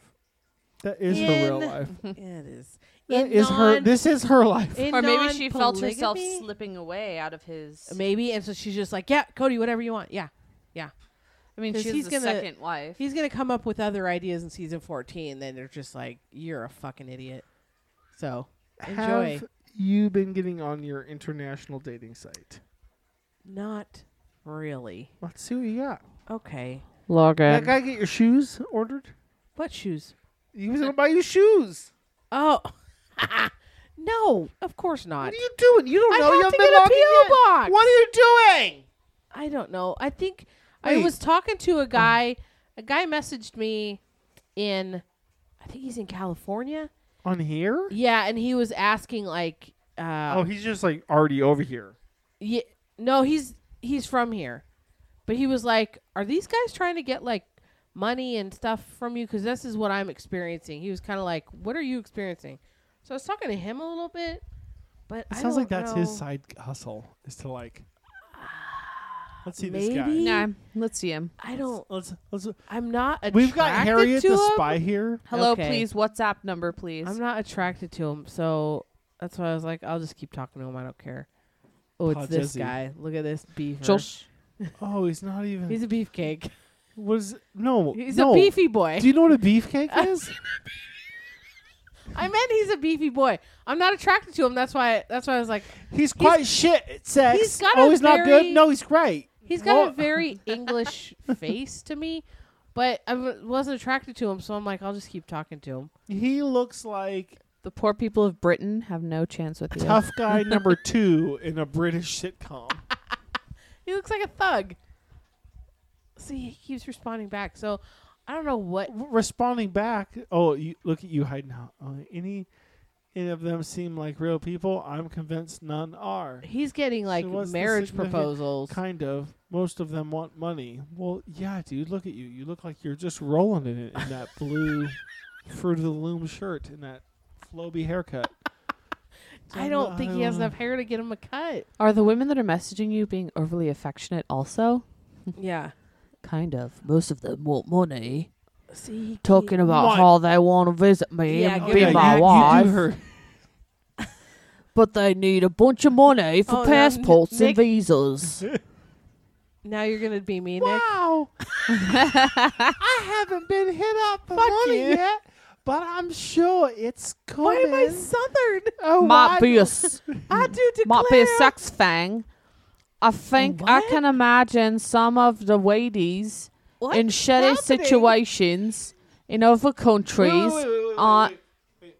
Speaker 4: that is her real
Speaker 1: In-
Speaker 4: life.
Speaker 1: it is.
Speaker 4: That
Speaker 1: In
Speaker 4: is her.
Speaker 1: non-
Speaker 4: This is her life.
Speaker 1: in
Speaker 5: or maybe she felt herself
Speaker 1: non-polygamy?
Speaker 5: slipping away out of his.
Speaker 1: Maybe, and so she's just like, yeah, Cody, whatever you want. Yeah, yeah.
Speaker 5: I mean,
Speaker 1: 'Cause
Speaker 5: she's
Speaker 1: he's
Speaker 5: the
Speaker 1: gonna-
Speaker 5: second wife.
Speaker 1: He's gonna come up with other ideas in season fourteen. Then they're just like, you're a fucking idiot. So enjoy.
Speaker 4: Have you been getting on your international dating site?
Speaker 1: Not really.
Speaker 4: Let's see what you got.
Speaker 1: Okay.
Speaker 5: Log
Speaker 4: That guy get your shoes ordered.
Speaker 1: What shoes?
Speaker 4: He was gonna buy you shoes.
Speaker 1: Oh, no. Of course not.
Speaker 4: What are you doing? You don't
Speaker 1: I'd
Speaker 4: know.
Speaker 1: have
Speaker 4: You
Speaker 1: to
Speaker 4: haven't
Speaker 1: get
Speaker 4: been
Speaker 1: a
Speaker 4: logging
Speaker 1: PO
Speaker 4: in.
Speaker 1: box.
Speaker 4: What are you doing?
Speaker 1: I don't know. I think I
Speaker 4: Wait.
Speaker 1: was talking to a guy. A guy messaged me in, I think he's in California.
Speaker 4: On here?
Speaker 1: Yeah, and he was asking like, uh,
Speaker 4: Oh, he's just like already over here.
Speaker 1: yeah, no, he's he's from here, but he was like, are these guys trying to get like money and stuff from you? Because this is what I'm experiencing. He was kind of like, what are you experiencing? So I was talking to him a little bit, but
Speaker 4: It
Speaker 1: I
Speaker 4: sounds like
Speaker 1: don't
Speaker 4: that's
Speaker 1: know.
Speaker 4: his side hustle is to like. Let's see this guy.
Speaker 1: Maybe.
Speaker 5: Nah, let's see him.
Speaker 1: I don't.
Speaker 4: Let's let's.
Speaker 1: I'm not. Attracted
Speaker 4: We've got Harriet
Speaker 1: to
Speaker 4: the
Speaker 1: him.
Speaker 4: spy here.
Speaker 5: Hello,
Speaker 1: Okay.
Speaker 5: please. WhatsApp number, please.
Speaker 1: I'm not attracted to him, so that's why I was like, I'll just keep talking to him. I don't care. Oh, it's
Speaker 4: Paul
Speaker 1: this
Speaker 4: Jesse.
Speaker 1: guy. Look at this beef.
Speaker 5: Josh.
Speaker 4: Oh, he's not even.
Speaker 1: He's a beefcake.
Speaker 4: was no.
Speaker 1: He's
Speaker 4: no.
Speaker 1: a beefy boy.
Speaker 4: Do you know what a beefcake is?
Speaker 1: I meant he's a beefy boy. I'm not attracted to him. That's why. That's why I was like,
Speaker 4: He's quite shit at sex.
Speaker 1: he's got
Speaker 4: oh,
Speaker 1: a
Speaker 4: he's not
Speaker 1: very-
Speaker 4: good. No, he's great.
Speaker 1: he's got a
Speaker 4: Well-
Speaker 1: very English face to me, but I w- wasn't attracted to him, so I'm like, I'll just keep talking to him.
Speaker 4: He looks like
Speaker 5: The poor people of Britain have no chance with you.
Speaker 4: tough guy number two in a British sitcom.
Speaker 1: He looks like a thug. See, he keeps responding back. So I don't know what.
Speaker 4: W- Responding back, oh, you, look at you hiding out. Uh, any, any of them seem like real people? I'm convinced none are.
Speaker 1: He's getting like
Speaker 4: what's the
Speaker 1: marriage
Speaker 4: significant-
Speaker 1: proposals.
Speaker 4: Kind of. Most of them want money. Well, yeah, dude. Look at you. You look like you're just rolling in it in that blue Fruit of the Loom shirt and that floby haircut.
Speaker 1: I don't think he has
Speaker 4: know.
Speaker 1: enough hair to get him a cut.
Speaker 5: Are the women that are messaging you being overly affectionate also?
Speaker 1: Yeah.
Speaker 5: Kind of. Most of them want money.
Speaker 1: See, he
Speaker 5: Talking about
Speaker 4: Why?
Speaker 5: how they want to visit me
Speaker 1: Yeah,
Speaker 5: and
Speaker 1: give
Speaker 5: be
Speaker 1: it
Speaker 5: my
Speaker 1: back.
Speaker 4: You
Speaker 5: wife,
Speaker 4: do her.
Speaker 5: but they need a bunch of money
Speaker 1: Oh,
Speaker 5: for
Speaker 1: no,
Speaker 5: passports
Speaker 1: Nick-
Speaker 5: and visas.
Speaker 1: now you're gonna be me, Nick.
Speaker 4: Wow. I haven't been hit up for money
Speaker 1: you.
Speaker 4: yet, but I'm sure it's coming.
Speaker 1: Why am I southern?
Speaker 4: oh,
Speaker 5: might
Speaker 4: I
Speaker 5: be a
Speaker 4: know.
Speaker 5: s-
Speaker 1: I do declare.
Speaker 5: might be a sex thing. I think I
Speaker 1: What?
Speaker 5: can imagine some of the ladies
Speaker 1: What?
Speaker 5: in shitty
Speaker 1: happening?
Speaker 5: situations in other countries.
Speaker 4: Wait, wait, wait, wait,
Speaker 5: aren't-
Speaker 4: wait,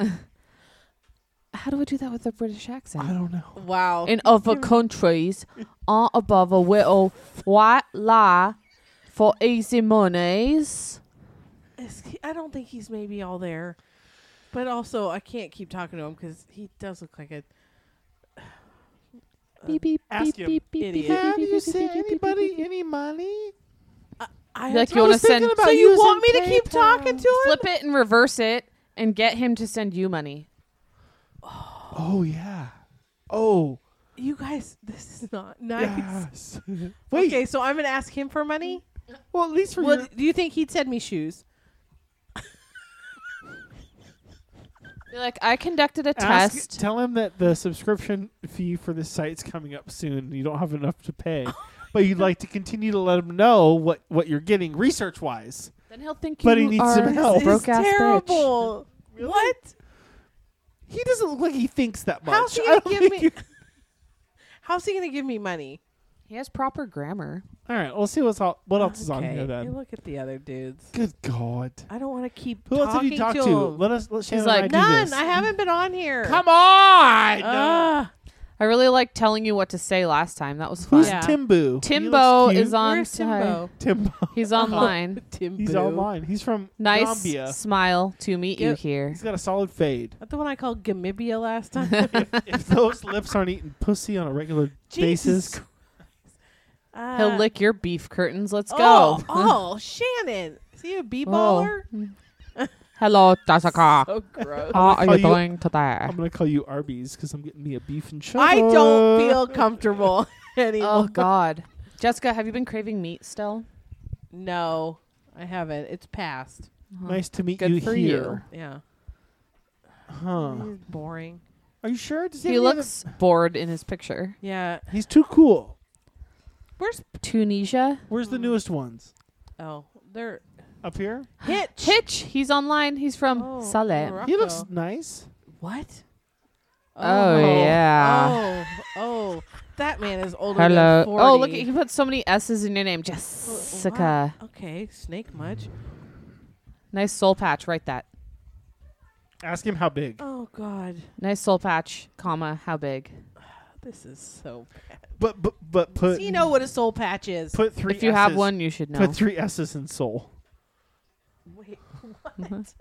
Speaker 4: wait.
Speaker 5: How do I do that with a British accent?
Speaker 4: I don't know.
Speaker 1: Wow.
Speaker 5: in other countries aren't above a little white lie for easy monies.
Speaker 1: Is he- I don't think he's maybe all there, but also I can't keep talking to him because he does look like a.
Speaker 5: Beep beep beep
Speaker 4: Ask him,
Speaker 5: beep beep beep
Speaker 1: idiot.
Speaker 5: beep
Speaker 4: Have
Speaker 5: beep
Speaker 4: you
Speaker 5: beep beep
Speaker 4: sent
Speaker 5: beep beep, beep.
Speaker 4: anybody any money?
Speaker 5: Like
Speaker 1: I don't
Speaker 5: you
Speaker 1: know.
Speaker 5: wanna
Speaker 4: was thinking
Speaker 5: send-
Speaker 4: about
Speaker 1: So you
Speaker 4: using
Speaker 1: want me to keep
Speaker 4: PayPal.
Speaker 1: talking to him?
Speaker 5: Flip it and reverse it and get him to send you money.
Speaker 4: Oh yeah. Oh
Speaker 1: You guys, this is not nice.
Speaker 4: yes. Wait.
Speaker 1: Okay, so I'm gonna ask him for money.
Speaker 4: Well, at least for
Speaker 1: Well,
Speaker 4: your-
Speaker 1: do you think he'd send me shoes?
Speaker 5: Be like, I conducted a
Speaker 4: ask-
Speaker 5: test.
Speaker 4: Tell him that the subscription fee for this site's coming up soon. and You don't have enough to pay, but you'd like to continue to let him know what what you're getting research wise.
Speaker 5: then he'll think
Speaker 4: But he
Speaker 5: you
Speaker 4: needs
Speaker 5: are
Speaker 4: some help.
Speaker 5: a
Speaker 1: This is
Speaker 5: broke ass bitch.
Speaker 1: terrible. What?
Speaker 4: He doesn't look like he thinks that much.
Speaker 1: How's he
Speaker 4: I
Speaker 1: gonna
Speaker 4: don't
Speaker 1: give
Speaker 4: think
Speaker 1: me?
Speaker 4: you-
Speaker 1: How's he gonna give me money?
Speaker 5: He has proper grammar.
Speaker 4: All right, we'll see what's all, what else is on
Speaker 1: Okay,
Speaker 4: here then.
Speaker 1: you look at the other dudes.
Speaker 4: Good God.
Speaker 1: I don't want to keep
Speaker 4: Who else have
Speaker 1: talking
Speaker 4: you talked to?
Speaker 1: him.
Speaker 4: Let us. Let Shannon
Speaker 5: like,
Speaker 4: and I do
Speaker 1: None.
Speaker 4: this.
Speaker 1: I Ah, haven't been on here.
Speaker 4: Come on.
Speaker 1: Ugh.
Speaker 5: I really like telling you what to say last time. That was fun.
Speaker 4: Who's
Speaker 1: Yeah.
Speaker 4: Timbu? He
Speaker 5: Timbo
Speaker 4: looks cute.
Speaker 5: is on.
Speaker 1: Where's
Speaker 5: side.
Speaker 1: Timbo?
Speaker 4: Timbo.
Speaker 5: He's online.
Speaker 1: Timbo.
Speaker 4: He's online. He's from
Speaker 5: nice
Speaker 4: Uh-huh. Gambia.
Speaker 5: smile to meet you
Speaker 1: Yep.
Speaker 5: here.
Speaker 4: He's got a solid fade.
Speaker 1: That's the one I called Gamibia last time.
Speaker 4: if those lips aren't eating pussy on a regular
Speaker 1: Jesus
Speaker 4: basis,
Speaker 1: Uh,
Speaker 5: He'll lick your beef curtains. Let's
Speaker 1: oh,
Speaker 5: go.
Speaker 1: Oh, Shannon. Is
Speaker 4: Oh.
Speaker 1: he a b-baller?
Speaker 5: Oh. Hello, Dasaka.
Speaker 1: So gross.
Speaker 5: How are
Speaker 4: Are
Speaker 5: you
Speaker 4: you- Oh,
Speaker 5: doing today?
Speaker 4: I'm gonna call you Arby's because I'm getting me a beef and cheddar.
Speaker 1: I don't feel comfortable anymore.
Speaker 5: Oh God. Jessica, have you been craving meat still?
Speaker 1: No, I haven't. It's past.
Speaker 4: Nice to meet
Speaker 5: Good
Speaker 4: you
Speaker 5: for you.
Speaker 4: here.
Speaker 1: Yeah.
Speaker 4: Huh?
Speaker 1: He's boring.
Speaker 4: Are you sure? Does he,
Speaker 5: He
Speaker 4: have any
Speaker 5: looks bored in his picture.
Speaker 1: Yeah.
Speaker 4: other- He's too cool.
Speaker 5: Where's Tunisia?
Speaker 4: Where's the newest ones?
Speaker 1: Oh, they're
Speaker 4: Up here.
Speaker 1: Hitch.
Speaker 5: Hitch. He's online. He's from
Speaker 1: Oh,
Speaker 5: Salem.
Speaker 1: Morocco.
Speaker 4: He looks nice.
Speaker 1: What?
Speaker 5: Oh, yeah.
Speaker 1: Oh, oh, that man is older
Speaker 5: Hello.
Speaker 1: than 40.
Speaker 5: Oh, look, he put so many S's in your name. Jessica.
Speaker 1: Okay, snake much.
Speaker 5: Nice soul patch. Write that.
Speaker 4: Ask him how big.
Speaker 1: Oh God,
Speaker 5: Nice soul patch, comma, how big?
Speaker 1: this is so. Bad.
Speaker 4: But but but
Speaker 1: Does
Speaker 4: put
Speaker 1: he know what a soul patch is?
Speaker 4: put three.
Speaker 5: if you have
Speaker 4: S's-
Speaker 5: one, you should know.
Speaker 4: put three S's in soul,
Speaker 1: Wait,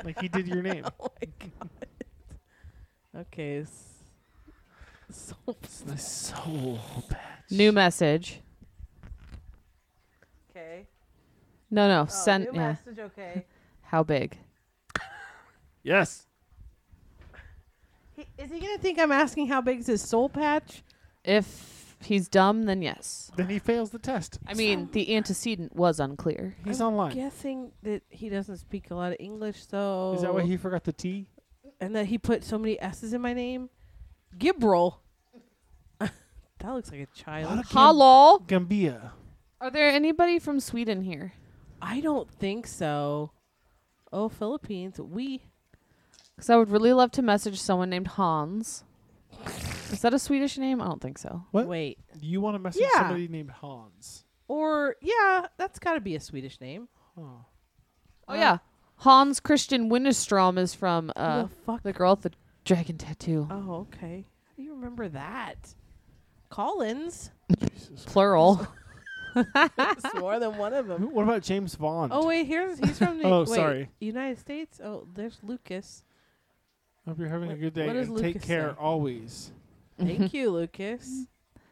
Speaker 4: like he did your name.
Speaker 1: oh my God. Okay. s- Soul. patch.
Speaker 4: The soul patch.
Speaker 5: New message.
Speaker 1: Okay.
Speaker 5: No, no.
Speaker 1: Oh,
Speaker 5: send
Speaker 1: new
Speaker 5: yeah.
Speaker 1: message. Okay.
Speaker 5: How big?
Speaker 4: Yes.
Speaker 1: He, is he gonna think I'm asking how big is his soul patch?
Speaker 5: If he's dumb, then yes.
Speaker 4: Then he fails the test.
Speaker 5: I mean, the antecedent was unclear.
Speaker 4: He's
Speaker 1: I'm
Speaker 4: online.
Speaker 1: Guessing that he doesn't speak a lot of English, so
Speaker 4: Is that why he forgot the T?
Speaker 1: and that he put so many S's in my name. Gibril. that looks like a child.
Speaker 5: Hello.
Speaker 4: Gambia.
Speaker 5: Are there anybody from Sweden here?
Speaker 1: I don't think so. Oh, Philippines. We.
Speaker 5: Because I would really love to message someone named Hans. Is that a Swedish name? I don't think so.
Speaker 4: What?
Speaker 1: Wait.
Speaker 4: You want to message
Speaker 1: Yeah.
Speaker 4: somebody named Hans?
Speaker 1: Or, yeah, that's got to be a Swedish name.
Speaker 4: Huh.
Speaker 5: Oh
Speaker 1: Uh,
Speaker 5: yeah, Hans Christian Winterstrom is from uh,
Speaker 1: Who the fuck?
Speaker 5: the girl with the dragon tattoo.
Speaker 1: oh, okay. How do you remember that? Collins.
Speaker 5: Plural.
Speaker 1: It's more than one of them.
Speaker 4: Wh- What about James Vaughn?
Speaker 1: Oh, wait. Here's He's from the
Speaker 4: Oh,
Speaker 1: wait,
Speaker 4: sorry.
Speaker 1: United States. Oh, there's Lucas.
Speaker 4: Hope you're having a
Speaker 1: What-
Speaker 4: good day
Speaker 1: what does
Speaker 4: and take
Speaker 1: Lucas
Speaker 4: care
Speaker 1: say?
Speaker 4: always.
Speaker 1: Thank you, Lucas.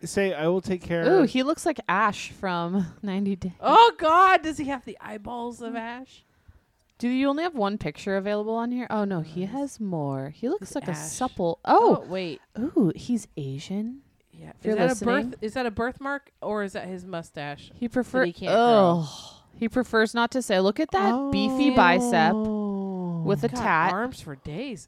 Speaker 4: Say, I will take care.
Speaker 5: Ooh, he looks like Ash from 90 Days.
Speaker 1: Oh, God. Does he have the eyeballs of Ash?
Speaker 5: Do you only have one picture available on here? Oh no, he has more. He looks
Speaker 1: It's
Speaker 5: like a
Speaker 1: Ash.
Speaker 5: supple. Oh,
Speaker 1: wait.
Speaker 5: ooh, he's Asian.
Speaker 1: Yeah. Is
Speaker 5: you're
Speaker 1: that a
Speaker 5: listening.
Speaker 1: birth? Is that a birthmark or is that his mustache?
Speaker 5: He prefers.
Speaker 1: he can't grow. Oh.
Speaker 5: Oh, he prefers not to say. Look at that beefy
Speaker 4: Oh.
Speaker 5: bicep with a
Speaker 1: God,
Speaker 5: tat.
Speaker 1: Arms for days.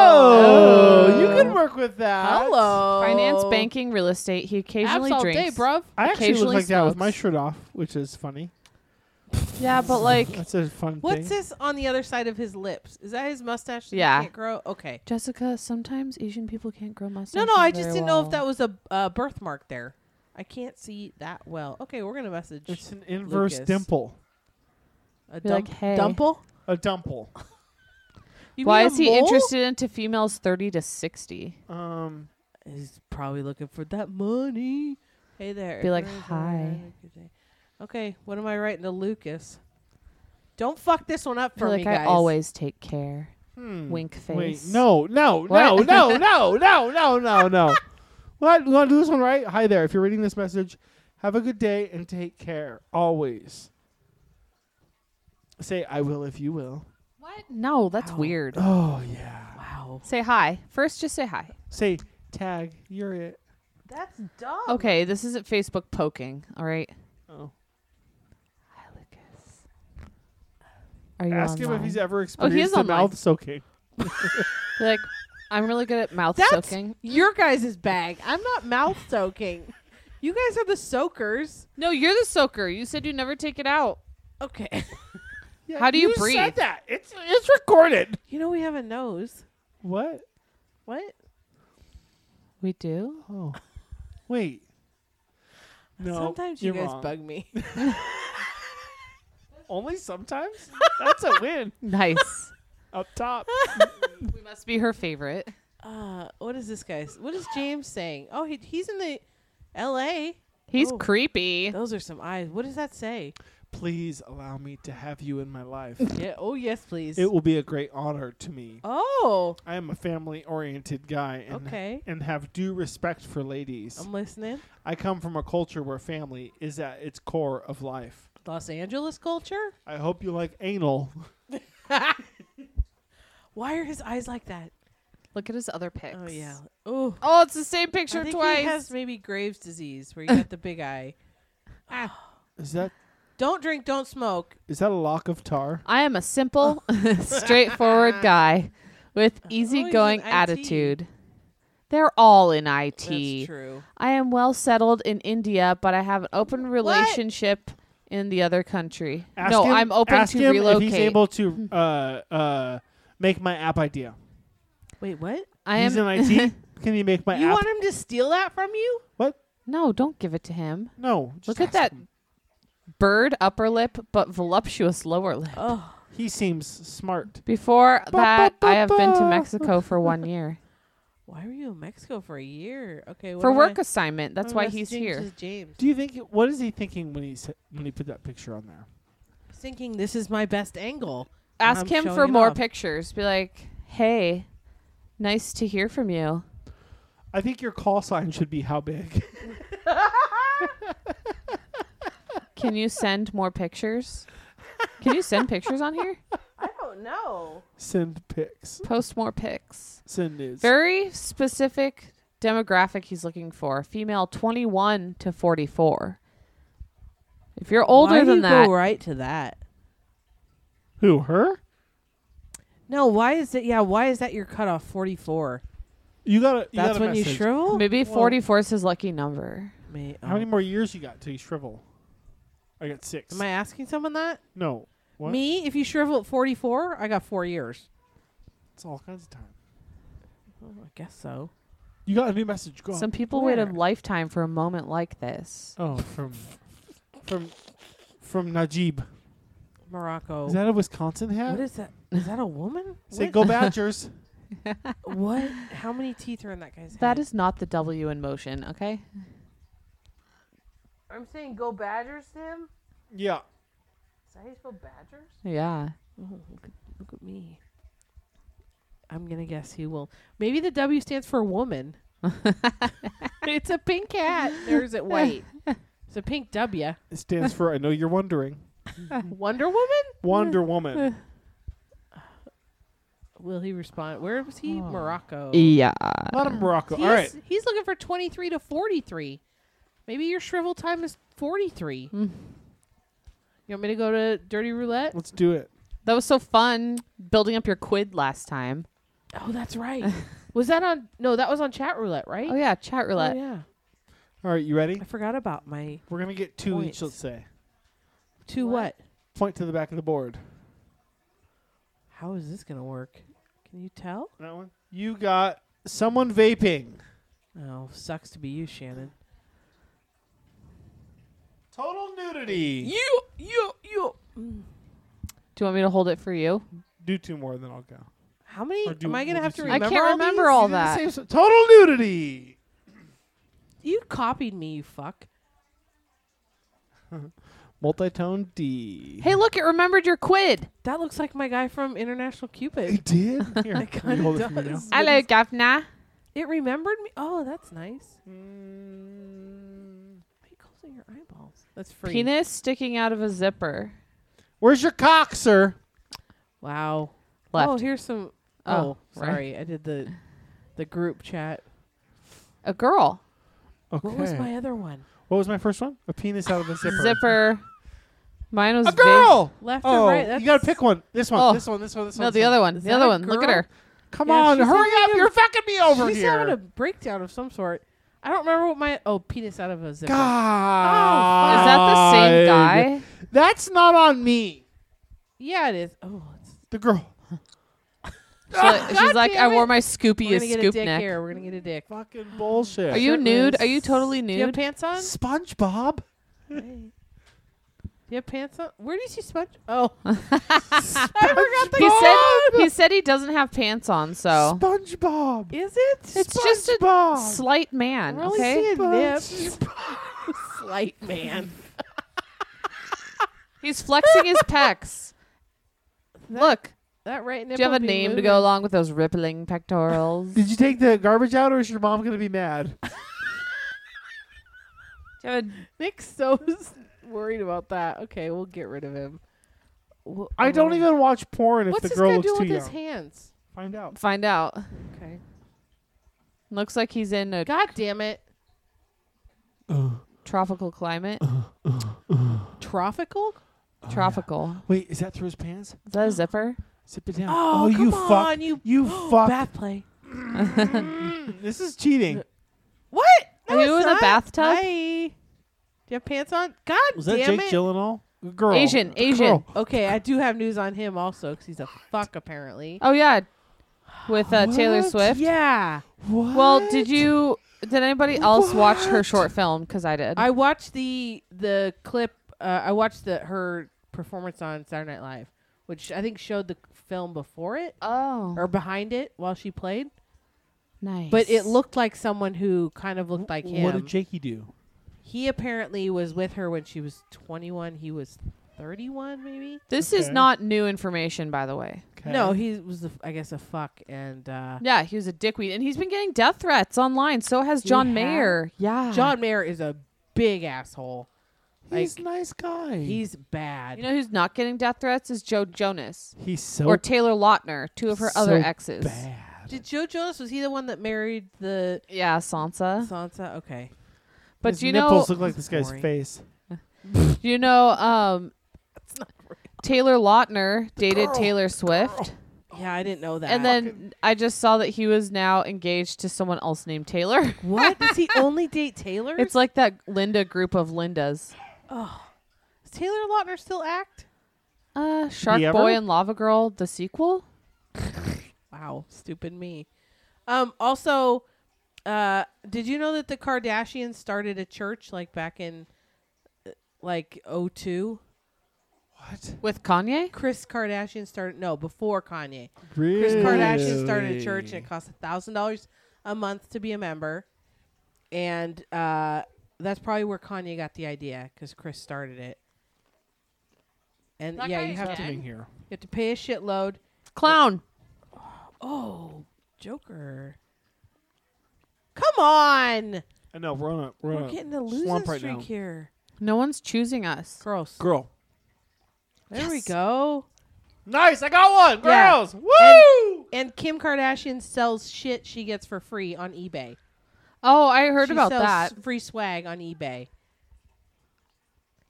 Speaker 4: Oh,
Speaker 5: Oh.
Speaker 4: you can work with that.
Speaker 1: hello.
Speaker 5: Finance, banking, real estate. He occasionally
Speaker 1: Apps all
Speaker 5: drinks.
Speaker 1: day, bruv.
Speaker 4: I actually look
Speaker 5: Occasionally
Speaker 4: like that with
Speaker 5: smokes.
Speaker 4: my shirt off, which is funny.
Speaker 5: Yeah, but like
Speaker 4: That's a fun
Speaker 1: What's
Speaker 4: thing.
Speaker 1: this on the other side of his lips? Is that his mustache? that he
Speaker 5: Yeah.
Speaker 1: can't grow. Okay.
Speaker 5: Jessica, sometimes Asian people can't grow
Speaker 1: No,
Speaker 5: mustaches.
Speaker 1: no. I
Speaker 5: very
Speaker 1: just didn't know if
Speaker 5: well.
Speaker 1: that was a uh, birthmark there. I can't see that well. Okay, we're gonna message
Speaker 4: It's an inverse
Speaker 1: Lucas.
Speaker 4: dimple.
Speaker 1: a
Speaker 5: Be like,
Speaker 1: dump-
Speaker 5: "Hey."
Speaker 1: dumple.
Speaker 4: A dimple.
Speaker 1: You
Speaker 5: Why
Speaker 1: mean a
Speaker 5: is he
Speaker 1: mole?
Speaker 5: interested into females thirty to sixty?
Speaker 4: Um,
Speaker 1: He's probably looking for that money. Hey there.
Speaker 5: Be like,
Speaker 1: Everybody's
Speaker 5: "Hi."
Speaker 1: having a good day. Okay, what am I writing to Lucas? Don't fuck this one up
Speaker 5: I
Speaker 1: for
Speaker 5: feel
Speaker 1: me,
Speaker 5: like I
Speaker 1: guys.
Speaker 5: always take care.
Speaker 4: hmm.
Speaker 5: Wink face.
Speaker 4: Wait, no, no, no,
Speaker 5: What?
Speaker 4: no, no, no, no, no, no. What? You want to do this one right? Hi there. If you're reading this message, have a good day and take care always. Say I will if you will.
Speaker 5: What? No, that's weird.
Speaker 4: Oh yeah.
Speaker 1: Wow.
Speaker 5: Say hi. First just say hi.
Speaker 4: Say tag. You're it.
Speaker 1: That's dumb.
Speaker 5: Okay, this isn't Facebook poking, all right?
Speaker 4: Oh.
Speaker 5: Hi Lucas. Are you
Speaker 4: Ask him if
Speaker 5: online?
Speaker 4: he's ever
Speaker 5: Oh, he is
Speaker 4: experienced a
Speaker 5: online.
Speaker 4: mouth soaking.
Speaker 5: Be like I'm really good at mouth
Speaker 1: That's
Speaker 5: soaking.
Speaker 1: your guys' bag. I'm not mouth soaking. You guys are the soakers.
Speaker 5: No, you're the soaker. You said you never take it out.
Speaker 1: Okay.
Speaker 4: Yeah,
Speaker 5: How do you
Speaker 4: Said
Speaker 5: breathe?
Speaker 4: that. It's it's recorded.
Speaker 1: You know we have a nose.
Speaker 4: What?
Speaker 1: What?
Speaker 5: We do?
Speaker 4: Oh. Wait. No.
Speaker 1: Sometimes you
Speaker 4: you're
Speaker 1: guys
Speaker 4: wrong.
Speaker 1: bug me.
Speaker 4: Only sometimes. That's a win
Speaker 5: Nice.
Speaker 4: up top.
Speaker 5: we must be her favorite.
Speaker 1: Uh, what is this guy? What is James saying? Oh, he, he's in the L.A.
Speaker 5: He's
Speaker 1: Oh.
Speaker 5: creepy.
Speaker 1: Those are some eyes. What does that say?
Speaker 4: Please allow me to have you in my life.
Speaker 1: Yeah. Oh yes, please.
Speaker 4: It will be a great honor to me.
Speaker 1: oh.
Speaker 4: I am a family oriented guy and,
Speaker 1: Okay.
Speaker 4: and have due respect for ladies.
Speaker 5: Um,
Speaker 1: I'm listening.
Speaker 4: I come from a culture where family is at its core of life.
Speaker 1: Los Angeles culture.
Speaker 4: I hope you like anal.
Speaker 1: Why are his eyes like that?
Speaker 5: Look at his other pics.
Speaker 1: Oh yeah. Oh.
Speaker 5: Oh, it's the same
Speaker 1: I
Speaker 5: picture
Speaker 1: think
Speaker 5: twice.
Speaker 1: he has maybe Graves' disease, where you got the big eye. Ah,
Speaker 4: Is that
Speaker 1: Don't drink, don't smoke.
Speaker 4: is that a lock of tar?
Speaker 5: I am a simple, straightforward guy with easygoing
Speaker 1: in IT.
Speaker 5: attitude. They're all in IT.
Speaker 1: That's true.
Speaker 5: I am well settled in India, but I have an open relationship in the other country.
Speaker 4: Ask
Speaker 5: no,
Speaker 4: him-
Speaker 5: I'm open
Speaker 4: ask
Speaker 5: to
Speaker 4: him
Speaker 5: relocate.
Speaker 4: If he's able to uh, uh, make my app idea.
Speaker 1: Wait, what?
Speaker 5: I
Speaker 4: he's
Speaker 5: am
Speaker 4: in IT. Can he make my
Speaker 1: You
Speaker 4: app?
Speaker 1: want him to steal that from you?
Speaker 4: what?
Speaker 5: No, don't give it to him.
Speaker 4: No. just
Speaker 5: Look at
Speaker 4: ask
Speaker 5: that
Speaker 4: him.
Speaker 5: bird upper lip, but voluptuous lower lip.
Speaker 1: Oh,
Speaker 4: He seems smart.
Speaker 5: Before
Speaker 4: Ba,
Speaker 5: that,
Speaker 4: ba,
Speaker 5: I have been to
Speaker 4: ba.
Speaker 5: Mexico for one year
Speaker 1: why were you in Mexico for a year? Okay, what
Speaker 5: for
Speaker 1: am I-
Speaker 5: work assignment. That's
Speaker 1: I'm
Speaker 5: why
Speaker 1: messaging
Speaker 5: he's
Speaker 1: to
Speaker 5: here.
Speaker 1: James,
Speaker 4: Do you think? What is he thinking when he s- when he put that picture on there?
Speaker 1: thinking this is my best angle.
Speaker 5: Ask
Speaker 1: I'm
Speaker 5: him
Speaker 1: showing
Speaker 5: for
Speaker 1: it
Speaker 5: more
Speaker 1: off.
Speaker 5: pictures. Be like, "Hey, nice to hear from you."
Speaker 4: I think your call sign should be how big.
Speaker 5: Can you send more pictures? Can you send pictures on here?
Speaker 1: I don't know.
Speaker 4: Send pics.
Speaker 5: Post more pics.
Speaker 4: Send is
Speaker 5: Very specific demographic he's looking for. Female 21 to 44. If you're older
Speaker 1: why do
Speaker 5: than
Speaker 1: you
Speaker 5: that,
Speaker 1: Go right to that.
Speaker 4: who her?
Speaker 1: No, why is it? Yeah, why is that your cutoff? Forty four.
Speaker 4: You gotta. You
Speaker 1: That's
Speaker 4: gotta
Speaker 1: when you
Speaker 4: message.
Speaker 1: shrivel.
Speaker 5: maybe 44 is his lucky number.
Speaker 1: Me-
Speaker 4: How many
Speaker 1: oh.
Speaker 4: more years you got till you shrivel? I got six.
Speaker 1: Am I asking someone that?
Speaker 4: no. What?
Speaker 1: Me, if you shrivel at forty four, I got four years.
Speaker 4: It's all kinds of time.
Speaker 1: Oh, I guess so.
Speaker 4: You got a new message. Go. on.
Speaker 5: Some people wait a
Speaker 1: where?
Speaker 5: lifetime for a moment like this.
Speaker 4: Oh, from from from Najib.
Speaker 1: Morocco.
Speaker 4: Is that a Wisconsin hat?
Speaker 1: Oh. what is that? Is that a woman?
Speaker 4: Say
Speaker 1: What-
Speaker 4: go Badgers.
Speaker 1: What? How many teeth are in that guy's head?
Speaker 5: That is not the W in motion, okay?
Speaker 1: I'm saying go Badgers to him.
Speaker 4: yeah.
Speaker 1: Is that how you spell Badgers?
Speaker 5: Yeah.
Speaker 1: Oh, look at, look at me. I'm gonna guess he will. Maybe the W stands for woman. it's a pink cat. Or is it white? It's a pink W.
Speaker 4: It stands for I know you're wondering.
Speaker 1: Wonder Woman.
Speaker 4: Wonder Woman.
Speaker 1: Will he respond? Where was he? Morocco.
Speaker 5: Yeah.
Speaker 4: A lot of Morocco.
Speaker 1: He's,
Speaker 4: All right.
Speaker 1: He's looking for 23 to 43. Maybe your shrivel time is 43.
Speaker 5: Mm.
Speaker 1: You want me to go to Dirty Roulette?
Speaker 4: Let's do it.
Speaker 5: That was so fun building up your quid last time.
Speaker 1: Oh, that's right. was that on? No, that was on Chat Roulette, right?
Speaker 5: Oh yeah, chat
Speaker 1: Oh,
Speaker 5: roulette.
Speaker 1: yeah.
Speaker 4: All right. You ready?
Speaker 1: I forgot about my
Speaker 4: We're gonna get two
Speaker 1: Points.
Speaker 4: each. Let's say.
Speaker 1: two what?
Speaker 5: What?
Speaker 4: Point to the back of the board.
Speaker 1: How is this gonna work? Can you tell?
Speaker 4: That one. You got someone vaping.
Speaker 1: Oh, sucks to be you, Shannon.
Speaker 4: Total nudity.
Speaker 1: You, you, you.
Speaker 5: Do you want me to hold it for you?
Speaker 4: Do two more, then I'll go.
Speaker 1: How many
Speaker 4: Or do-
Speaker 1: am I gonna
Speaker 4: we'll
Speaker 1: have
Speaker 4: just
Speaker 1: to
Speaker 4: do-
Speaker 1: remember?
Speaker 5: I can't
Speaker 1: all
Speaker 5: remember
Speaker 1: these?
Speaker 5: all
Speaker 4: You did the
Speaker 5: that.
Speaker 4: same s- total nudity.
Speaker 1: You copied me, you fuck.
Speaker 4: Multitone D.
Speaker 5: Hey, look, it remembered your quid.
Speaker 1: That looks like my guy from International Cupid.
Speaker 4: It did. Here,
Speaker 1: It
Speaker 4: can you hold
Speaker 1: kinda
Speaker 4: it for me now?
Speaker 1: does.
Speaker 5: Hello, governor.
Speaker 1: It remembered me. Oh, that's nice.
Speaker 4: Mm.
Speaker 1: Why are you closing your eyeballs? That's free.
Speaker 5: Penis sticking out of a zipper.
Speaker 4: Where's your cock, sir?
Speaker 1: Wow.
Speaker 5: Left.
Speaker 1: Oh, here's some. Oh,
Speaker 5: Oh,
Speaker 1: sorry, I did the the group chat.
Speaker 5: A girl.
Speaker 4: Okay.
Speaker 1: What was my other one?
Speaker 4: What was my first one? A penis out of a zipper.
Speaker 5: Zipper. Mine was
Speaker 4: A girl.
Speaker 1: Left
Speaker 4: oh,
Speaker 1: or right? That's
Speaker 4: you gotta pick one. This one.
Speaker 5: Oh.
Speaker 4: This one. This one. This
Speaker 5: No,
Speaker 4: one.
Speaker 5: the other one.
Speaker 1: Is
Speaker 5: the
Speaker 1: that
Speaker 5: other
Speaker 1: a
Speaker 5: one. Look at
Speaker 1: girl?
Speaker 5: her.
Speaker 4: Come
Speaker 1: Yeah,
Speaker 4: on,
Speaker 1: she's
Speaker 4: hurry
Speaker 1: having
Speaker 4: up!
Speaker 1: a-
Speaker 4: You're fucking me over
Speaker 1: She's having a
Speaker 4: here.
Speaker 1: breakdown of some sort. I don't remember what my oh penis out of a zipper.
Speaker 4: God.
Speaker 1: Oh,
Speaker 5: Is that the same guy?
Speaker 4: That's not on me.
Speaker 1: Yeah, it is. Oh, it's,
Speaker 4: The girl.
Speaker 5: She's
Speaker 4: Ah,
Speaker 5: like, she's like, I
Speaker 1: damn
Speaker 5: wore
Speaker 1: it.
Speaker 5: my
Speaker 1: we're
Speaker 5: scoopy
Speaker 1: gonna get a
Speaker 5: scoop
Speaker 1: dick
Speaker 5: neck.
Speaker 1: here. We're gonna get a dick.
Speaker 4: Fucking bullshit.
Speaker 5: Are you nude?
Speaker 1: Shirtless.
Speaker 5: Are you totally
Speaker 1: Do you have
Speaker 5: nude?
Speaker 1: pants on? Do
Speaker 4: SpongeBob?
Speaker 1: you have pants on? Where did you sponge? Oh,
Speaker 5: He said he said he doesn't have pants on, so
Speaker 4: SpongeBob.
Speaker 1: is it?
Speaker 5: it's just a
Speaker 4: SpongeBob.
Speaker 5: slight man.
Speaker 1: We're only
Speaker 5: Okay,
Speaker 1: seeing nips.
Speaker 4: SpongeBob.
Speaker 1: Slight man.
Speaker 5: he's flexing his pecs. Look,
Speaker 1: That right nipple.
Speaker 5: do you have a
Speaker 1: be
Speaker 5: name to
Speaker 1: moving.
Speaker 5: go along with those rippling pectorals?
Speaker 4: Did you take the garbage out, or is your mom gonna be mad?
Speaker 5: Do you have a
Speaker 1: Nick's so worried about that. Okay, we'll get rid of him. Wh-
Speaker 4: I don't
Speaker 1: oh.
Speaker 4: even watch porn if
Speaker 1: What's
Speaker 4: the
Speaker 1: this
Speaker 4: girl
Speaker 1: guy
Speaker 4: looks
Speaker 1: doing
Speaker 4: too
Speaker 1: with
Speaker 4: young.
Speaker 1: his hands?
Speaker 4: Find out.
Speaker 5: Find out.
Speaker 1: Okay.
Speaker 5: Looks like he's in a
Speaker 1: God damn it.
Speaker 5: tropical climate.
Speaker 4: Oh,
Speaker 1: Tropical?
Speaker 5: tropical.
Speaker 4: Wait, is that through his pants?
Speaker 5: Is that a zipper?
Speaker 4: Zip it down.
Speaker 1: Oh, come
Speaker 4: you
Speaker 1: on,
Speaker 4: fuck.
Speaker 1: you-
Speaker 4: fuck.
Speaker 1: Bath play.
Speaker 4: This is cheating.
Speaker 1: What?
Speaker 5: Are you
Speaker 1: it's
Speaker 5: in the
Speaker 1: not.
Speaker 5: bathtub?
Speaker 1: Hi. Do you have pants on? God
Speaker 4: Was that
Speaker 1: damn
Speaker 4: Jake
Speaker 1: it.
Speaker 4: Gyllenhaal? Girl.
Speaker 5: Asian, Asian.
Speaker 1: Okay, I do have news on him also because he's a fuck apparently.
Speaker 5: Oh yeah, with uh, Taylor
Speaker 4: What?
Speaker 5: Swift.
Speaker 1: Yeah,
Speaker 4: What?
Speaker 5: Well, did you? Did anybody else watch her
Speaker 4: What?
Speaker 5: short film? Because I did.
Speaker 1: I watched the the clip. Uh, I watched the her performance on Saturday Night Live, which I think showed the film before it
Speaker 5: oh,
Speaker 4: Er,
Speaker 1: or behind it while she played.
Speaker 5: nice.
Speaker 1: But it looked like someone who kind of looked like him.
Speaker 4: What did Jakey do?
Speaker 1: he apparently was with her when she was 21. He was 31, maybe.
Speaker 5: This is
Speaker 4: Okay.
Speaker 5: not new information, by the way.
Speaker 1: No, he was, a, I guess, a fuck. And uh,
Speaker 5: Yeah, he was a dickweed, and he's been getting death threats online. So has
Speaker 1: He
Speaker 5: John
Speaker 1: has?
Speaker 5: Mayer. Yeah,
Speaker 1: John Mayer is a big asshole.
Speaker 4: he's
Speaker 1: like-
Speaker 4: a nice guy.
Speaker 1: He's bad.
Speaker 5: You know who's not getting death threats is Joe Jonas
Speaker 4: he's so
Speaker 5: or Taylor Lautner, two of her
Speaker 4: so
Speaker 5: other exes.
Speaker 4: bad.
Speaker 1: Did Joe Jonas was he the one that married the
Speaker 5: Yeah, Sansa.
Speaker 1: Sansa? Okay.
Speaker 5: But
Speaker 4: His
Speaker 5: you know,
Speaker 4: nipples look like this guy's
Speaker 1: Boring.
Speaker 4: face.
Speaker 5: you know, um, Taylor Lautner dated Taylor Swift,
Speaker 1: Yeah, I didn't know that.
Speaker 5: and then I just saw that he was now engaged to someone else named Taylor.
Speaker 1: what does he only date Taylor?
Speaker 5: it's like that Linda group of Lindas.
Speaker 1: Does Taylor Lautner still act?
Speaker 5: Uh, Shark
Speaker 4: ever?
Speaker 5: Boy and Lava Girl, the sequel.
Speaker 1: Wow, stupid me. Um. Also, uh, did you know that the Kardashians started a church like back in, uh, like oh two?
Speaker 4: What?
Speaker 5: With Kanye?
Speaker 1: Chris Kardashian started no before Kanye.
Speaker 4: Really?
Speaker 1: Chris Kardashian started a church and it cost a thousand dollars a month to be a member, and uh, that's probably where Kanye got the idea because Chris started it. And
Speaker 5: That
Speaker 1: yeah,
Speaker 5: guy
Speaker 1: you
Speaker 5: is
Speaker 1: have to
Speaker 5: dead.
Speaker 4: Happening here.
Speaker 1: you have to pay a shitload.
Speaker 5: Clown.
Speaker 1: Oh, Joker! Come on,
Speaker 4: I know we're on a we're, on
Speaker 1: we're
Speaker 4: a
Speaker 1: getting a losing
Speaker 4: slump right
Speaker 1: streak
Speaker 4: now.
Speaker 1: here.
Speaker 5: No one's choosing us.
Speaker 1: Gross.
Speaker 4: Girl,
Speaker 1: There we go.
Speaker 4: nice. I got one.
Speaker 1: Yeah.
Speaker 4: Girls, woo!
Speaker 1: And Kim Kardashian sells shit she gets for free on eBay.
Speaker 5: Oh, I heard
Speaker 1: She
Speaker 5: about
Speaker 1: sells
Speaker 5: that.
Speaker 1: free swag on eBay.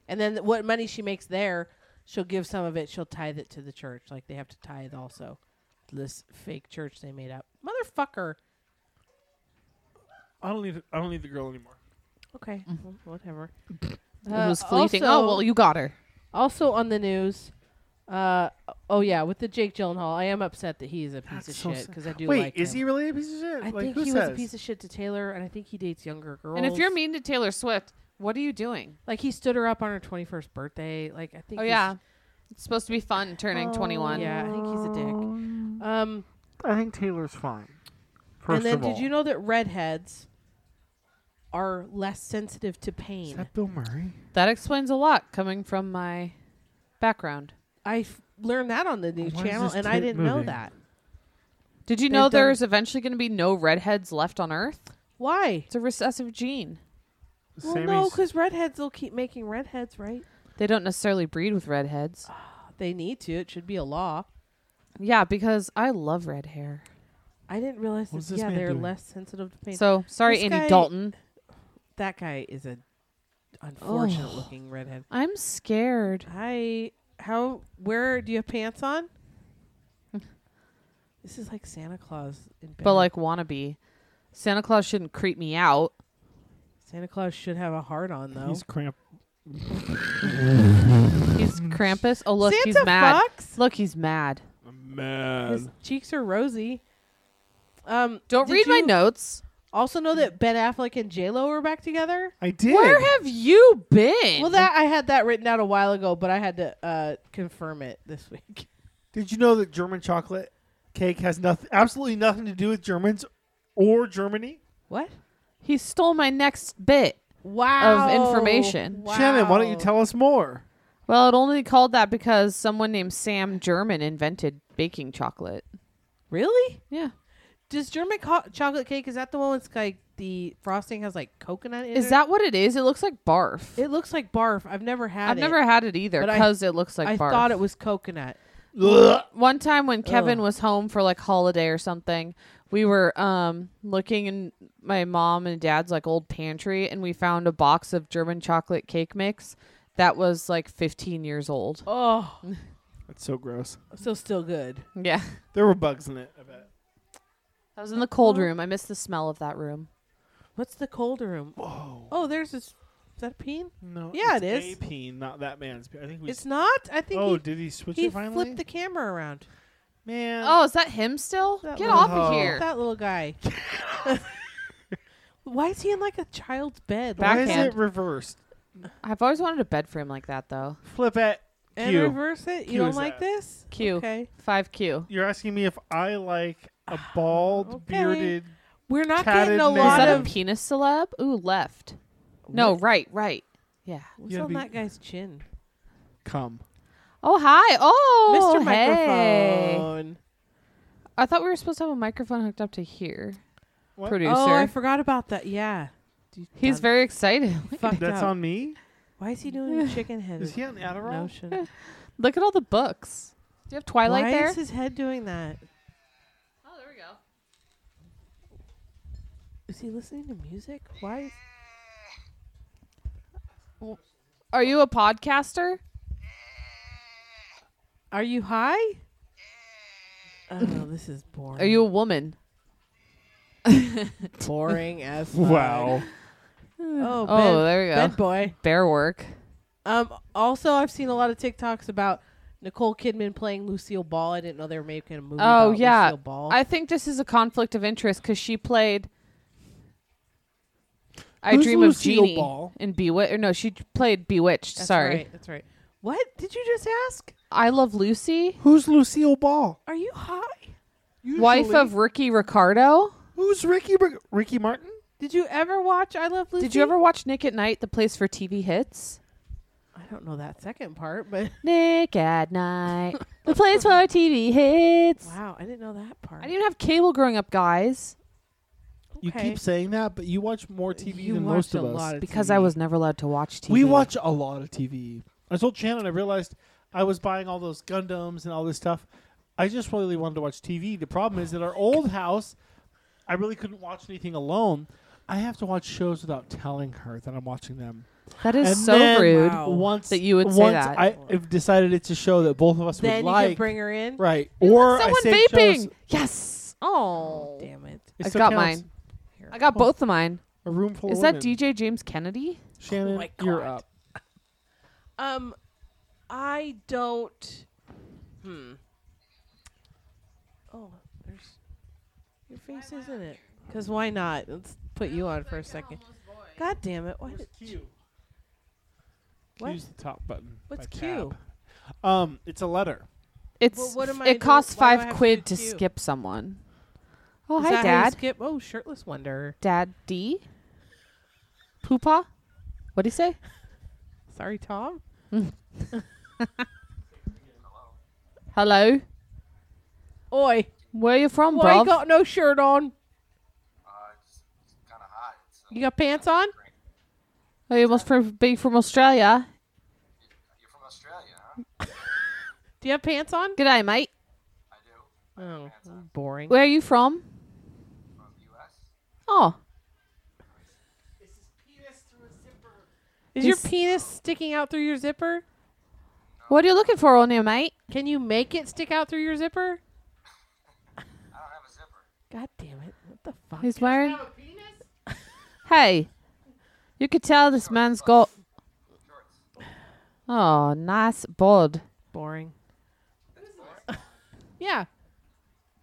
Speaker 1: And then what money she makes there, she'll give some of it. She'll tithe it to the church, like they have to tithe also. to This fake church they made up, motherfucker.
Speaker 4: I don't need I don't need the girl anymore.
Speaker 1: Okay, well,
Speaker 4: Mm-hmm.
Speaker 1: whatever.
Speaker 5: it
Speaker 1: Uh,
Speaker 5: was fleeting.
Speaker 1: also-
Speaker 5: oh well, you got her.
Speaker 1: Also on the news, uh, oh yeah, with the Jake Gyllenhaal, I am upset that he is a piece of shit because I do
Speaker 4: Wait,
Speaker 1: like
Speaker 4: is
Speaker 1: him.
Speaker 4: he really a piece of shit?
Speaker 1: I
Speaker 4: like,
Speaker 1: think
Speaker 4: who
Speaker 1: he
Speaker 4: says?
Speaker 1: was a piece of shit to Taylor, and I think he dates younger girls.
Speaker 5: And if you're mean to Taylor Swift, what are you doing?
Speaker 1: like he stood her up on her 21st birthday. Like I think.
Speaker 5: Oh
Speaker 1: he's-
Speaker 5: yeah, it's supposed to be fun turning 21.
Speaker 1: Yeah, I think he's a dick. Um,
Speaker 4: I think Taylor's fine.
Speaker 1: and then did you know that redheads are less sensitive to
Speaker 4: Is
Speaker 1: pain?
Speaker 4: that Bill Murray?
Speaker 5: That explains a lot coming from my background.
Speaker 1: I f- learned that on the news
Speaker 4: Oh, Why is
Speaker 1: channel,
Speaker 4: this
Speaker 1: and I
Speaker 4: tape
Speaker 1: didn't know
Speaker 4: moving?
Speaker 1: that.
Speaker 5: Did you
Speaker 1: They've
Speaker 5: know
Speaker 1: done-
Speaker 5: there's eventually going to be no redheads left on Earth?
Speaker 1: Why?
Speaker 5: It's a recessive gene.
Speaker 1: Well, no, because redheads will keep making redheads, right?
Speaker 5: They don't necessarily breed with redheads.
Speaker 1: They need to. It should be a law.
Speaker 5: Yeah, because I love red hair.
Speaker 1: I didn't realize
Speaker 4: What is
Speaker 1: that.
Speaker 4: this
Speaker 1: Yeah,
Speaker 4: man
Speaker 1: they're
Speaker 4: doing?
Speaker 1: less sensitive to pain.
Speaker 5: So sorry,
Speaker 1: This
Speaker 5: Andy
Speaker 1: guy-
Speaker 5: Dalton.
Speaker 1: that guy is a unfortunate looking redhead.
Speaker 5: I'm scared.
Speaker 1: Hi. How? Where do you have pants on? this is like Santa Claus in bed.
Speaker 5: But like wannabe, Santa Claus shouldn't creep me out.
Speaker 1: Santa Claus should have a heart on though.
Speaker 4: He's cramp.
Speaker 5: He's Krampus. Oh look, he's
Speaker 1: Santa
Speaker 5: mad.
Speaker 1: fucks?
Speaker 5: Look, he's mad.
Speaker 1: His
Speaker 4: Man.
Speaker 1: cheeks are rosy. Um,
Speaker 5: Don't
Speaker 1: did
Speaker 5: read my
Speaker 1: you
Speaker 5: notes.
Speaker 1: Also, know that Ben Affleck and J Lo are back together.
Speaker 4: I did.
Speaker 5: Where have you been?
Speaker 1: Well, that I had that written out a while ago, but I had to uh, confirm it this week.
Speaker 4: did you know that German chocolate cake has nothing, absolutely nothing to do with Germans or Germany?
Speaker 1: What?
Speaker 5: he stole my next bit.
Speaker 1: Wow.
Speaker 5: information.
Speaker 4: Shannon, why don't you
Speaker 1: Wow.
Speaker 4: tell us more?
Speaker 5: Well, it only called that because someone named Sam German invented baking chocolate.
Speaker 1: Really?
Speaker 5: Yeah.
Speaker 1: Does German co- chocolate cake is that the one that's like the frosting has like coconut in it?
Speaker 5: Is that what it is? It looks like barf.
Speaker 1: It looks like barf. I've never had
Speaker 5: I've
Speaker 1: it.
Speaker 5: never had it either
Speaker 1: But I-
Speaker 5: because it looks like
Speaker 1: I
Speaker 5: barf.
Speaker 1: thought it was coconut.
Speaker 4: Ugh.
Speaker 5: one time when Kevin was home for like holiday or something, we were um looking in my mom and dad's like old pantry and we found a box of German chocolate cake mix that was like 15 years old.
Speaker 1: Oh,
Speaker 4: That's so gross.
Speaker 1: so still good.
Speaker 5: Yeah.
Speaker 4: There were bugs in it. I bet.
Speaker 5: I was in the cold room. I missed the smell of that room.
Speaker 1: What's the cold room?
Speaker 4: Whoa.
Speaker 1: Oh, there's this. Is that a peen?
Speaker 4: No.
Speaker 1: Yeah,
Speaker 4: it's
Speaker 1: it is.
Speaker 4: A peen, not that man's. peen. I think we.
Speaker 1: It's not. I think
Speaker 4: oh,
Speaker 1: he-
Speaker 4: did he switch
Speaker 1: he,
Speaker 4: it finally?
Speaker 1: flipped the camera around.
Speaker 4: Man.
Speaker 5: Oh, is that him still?
Speaker 1: That
Speaker 5: Get
Speaker 1: little-
Speaker 5: off of
Speaker 4: Oh.
Speaker 5: here.
Speaker 1: That little guy. Why is he in like a child's bed?
Speaker 4: Why
Speaker 1: Like,
Speaker 4: is
Speaker 5: backhand.
Speaker 4: it reversed?
Speaker 5: I've always wanted a bed frame like that though.
Speaker 4: Flip it.
Speaker 1: and
Speaker 4: Q.
Speaker 1: reverse it. You
Speaker 4: Q
Speaker 1: don't
Speaker 4: is
Speaker 1: like
Speaker 4: that.
Speaker 1: this?
Speaker 5: Q.
Speaker 1: Okay.
Speaker 5: 5Q.
Speaker 4: You're asking me if I like a bald,
Speaker 1: Okay.
Speaker 4: bearded.
Speaker 1: We're not
Speaker 4: Tatted
Speaker 1: getting a
Speaker 4: man.
Speaker 5: Is
Speaker 1: lot
Speaker 5: that a
Speaker 1: of.
Speaker 5: penis celeb? Ooh, left. No, right, right. Yeah.
Speaker 1: What's
Speaker 4: You gotta
Speaker 1: on
Speaker 4: be-
Speaker 1: that guy's chin?
Speaker 4: Come.
Speaker 5: Oh, hi. Oh,
Speaker 1: Mr.
Speaker 5: hey.
Speaker 1: Microphone.
Speaker 5: I thought we were supposed to have a microphone hooked up to here.
Speaker 4: What?
Speaker 5: Producer.
Speaker 1: Oh, I forgot about that. Yeah. Dude,
Speaker 5: He's
Speaker 1: done-
Speaker 5: very excited.
Speaker 1: fucked
Speaker 4: That's
Speaker 1: up.
Speaker 4: on me.
Speaker 1: Why is he doing a chicken head?
Speaker 4: Is he on Adderall?
Speaker 1: Notion.
Speaker 5: Look at all the books. Do you have Twilight
Speaker 1: Why
Speaker 5: there?
Speaker 1: is his head doing that?
Speaker 5: oh, there we go.
Speaker 1: Is he listening to music? Why? Is-
Speaker 5: Are you a podcaster?
Speaker 1: Are you high? Oh, this is boring.
Speaker 5: Are you a woman?
Speaker 1: boring as fuck.
Speaker 4: Wow.
Speaker 1: Oh,
Speaker 5: Oh,
Speaker 1: bed,
Speaker 5: there we go.
Speaker 1: bed boy.
Speaker 5: Bear work.
Speaker 1: Um, also, I've seen a lot of TikToks about Nicole Kidman playing Lucille Ball. I didn't know they were making a movie.
Speaker 5: Oh,
Speaker 1: about
Speaker 5: yeah.
Speaker 1: Lucille Ball.
Speaker 5: I think this is a conflict of interest because she played. I
Speaker 4: Who's
Speaker 5: dream
Speaker 4: Lucille
Speaker 5: of Jeannie
Speaker 4: Ball?
Speaker 5: in Bewitched. Or no, she played Bewitched.
Speaker 1: That's
Speaker 5: Sorry,
Speaker 1: right, that's right. What did you just ask?
Speaker 5: I Love Lucy,
Speaker 4: Who's Lucille Ball?
Speaker 1: Are you high?
Speaker 5: wife
Speaker 4: Usually-
Speaker 5: of Ricky Ricardo.
Speaker 4: Who's Ricky Ri- Ricky Martin?
Speaker 1: Did you ever watch I Love Lucy?
Speaker 5: Did you ever watch Nick at Night, the place for TV hits?
Speaker 1: I don't know that second part, but
Speaker 5: Nick at Night, the place for TV hits.
Speaker 1: wow, I didn't know that part.
Speaker 5: I didn't have cable growing up, guys,
Speaker 4: You
Speaker 1: Okay.
Speaker 4: keep saying that, but you watch more TV
Speaker 1: You
Speaker 4: than
Speaker 1: watch
Speaker 4: most of
Speaker 1: a
Speaker 4: us.
Speaker 1: lot of
Speaker 5: because
Speaker 1: TV.
Speaker 5: I was never allowed to watch TV.
Speaker 4: We watch a lot of TV. I told Shannon I realized I was buying all those Gundams and all this stuff. I just really wanted to watch TV. The problem is that our old house, I really couldn't watch anything alone. I have to watch shows without telling her that I'm watching them.
Speaker 5: That is
Speaker 4: And
Speaker 5: so
Speaker 4: then-
Speaker 5: rude.
Speaker 1: Wow. Oh.
Speaker 4: Once
Speaker 5: That you would say
Speaker 4: once
Speaker 5: that.
Speaker 4: I have decided it's a show that both of us
Speaker 1: Then
Speaker 4: would
Speaker 1: you
Speaker 4: like.
Speaker 1: can bring her in.
Speaker 4: right.
Speaker 5: Look,
Speaker 4: Or I
Speaker 5: someone
Speaker 4: say
Speaker 5: vaping.
Speaker 4: shows-
Speaker 5: Yes. Oh,
Speaker 1: Damn it. Oh,
Speaker 4: It
Speaker 5: I
Speaker 4: still
Speaker 5: got
Speaker 4: counts.
Speaker 5: mine. I got both of mine.
Speaker 4: A room full
Speaker 5: Is
Speaker 4: of
Speaker 5: that
Speaker 4: women.
Speaker 5: DJ James Kennedy?
Speaker 4: Shannon,
Speaker 1: my
Speaker 4: you're
Speaker 1: God.
Speaker 4: up.
Speaker 1: Um, I don't. Hmm. Oh, there's your face, isn't it? Because why not? Let's put you on for a second. God damn it! Why did
Speaker 4: Q.
Speaker 1: What?
Speaker 4: Use the top button.
Speaker 1: What's
Speaker 4: by
Speaker 1: Q?
Speaker 4: tab. Um, it's a letter.
Speaker 5: It's
Speaker 1: Well, what am I
Speaker 5: it
Speaker 1: doing-
Speaker 5: costs
Speaker 1: why do I
Speaker 5: five
Speaker 1: have to
Speaker 5: quid
Speaker 1: do
Speaker 5: to
Speaker 1: Q?
Speaker 5: skip someone. Oh
Speaker 1: Is
Speaker 5: hi
Speaker 1: that how you
Speaker 5: dad.
Speaker 1: Skip. Oh, shirtless wonder.
Speaker 5: Dad D. Poopa. What do you say?
Speaker 1: Sorry, Tom.
Speaker 5: Hello.
Speaker 1: Oi,
Speaker 5: Where you from,
Speaker 1: why
Speaker 5: bro?
Speaker 1: you got no shirt on?
Speaker 6: Uh, it's, it's kind of hot. It's, uh,
Speaker 1: You got pants on?
Speaker 5: oh, you must fr- be from Australia.
Speaker 6: you're from Australia, huh?
Speaker 1: Do you have pants on?
Speaker 5: G'day, mate.
Speaker 6: I do.
Speaker 1: Oh, boring.
Speaker 5: Where are you from?
Speaker 6: From the U.S.
Speaker 5: Oh,
Speaker 1: Is your
Speaker 5: This-
Speaker 1: penis sticking out through your zipper?
Speaker 5: what are you looking for on you, mate?
Speaker 1: Can you make it stick out through your zipper?
Speaker 6: I don't have a zipper.
Speaker 1: God damn it! What the fuck?
Speaker 5: He's wearing. hey, you could tell this man's got.
Speaker 6: Shorts.
Speaker 5: Oh, nice bod.
Speaker 1: Boring. yeah.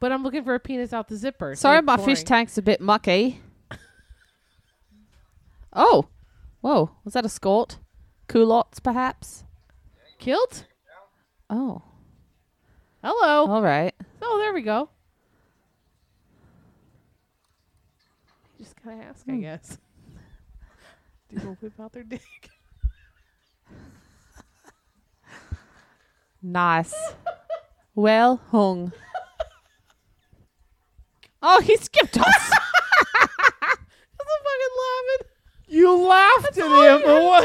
Speaker 1: But I'm looking for a penis out the zipper. so
Speaker 5: Sorry,
Speaker 1: it's
Speaker 5: my
Speaker 1: boring.
Speaker 5: fish tank's a bit mucky. oh, whoa! Was that a skort? Culottes, perhaps.
Speaker 1: Kilt?
Speaker 5: Oh,
Speaker 1: Hello.
Speaker 5: all right.
Speaker 1: Oh, there we go. You just gotta ask, I guess. Do people whip out their dick?
Speaker 5: Nice. well hung. Oh, he skipped us.
Speaker 1: I'm fucking laughing.
Speaker 4: You laughed at him. But what?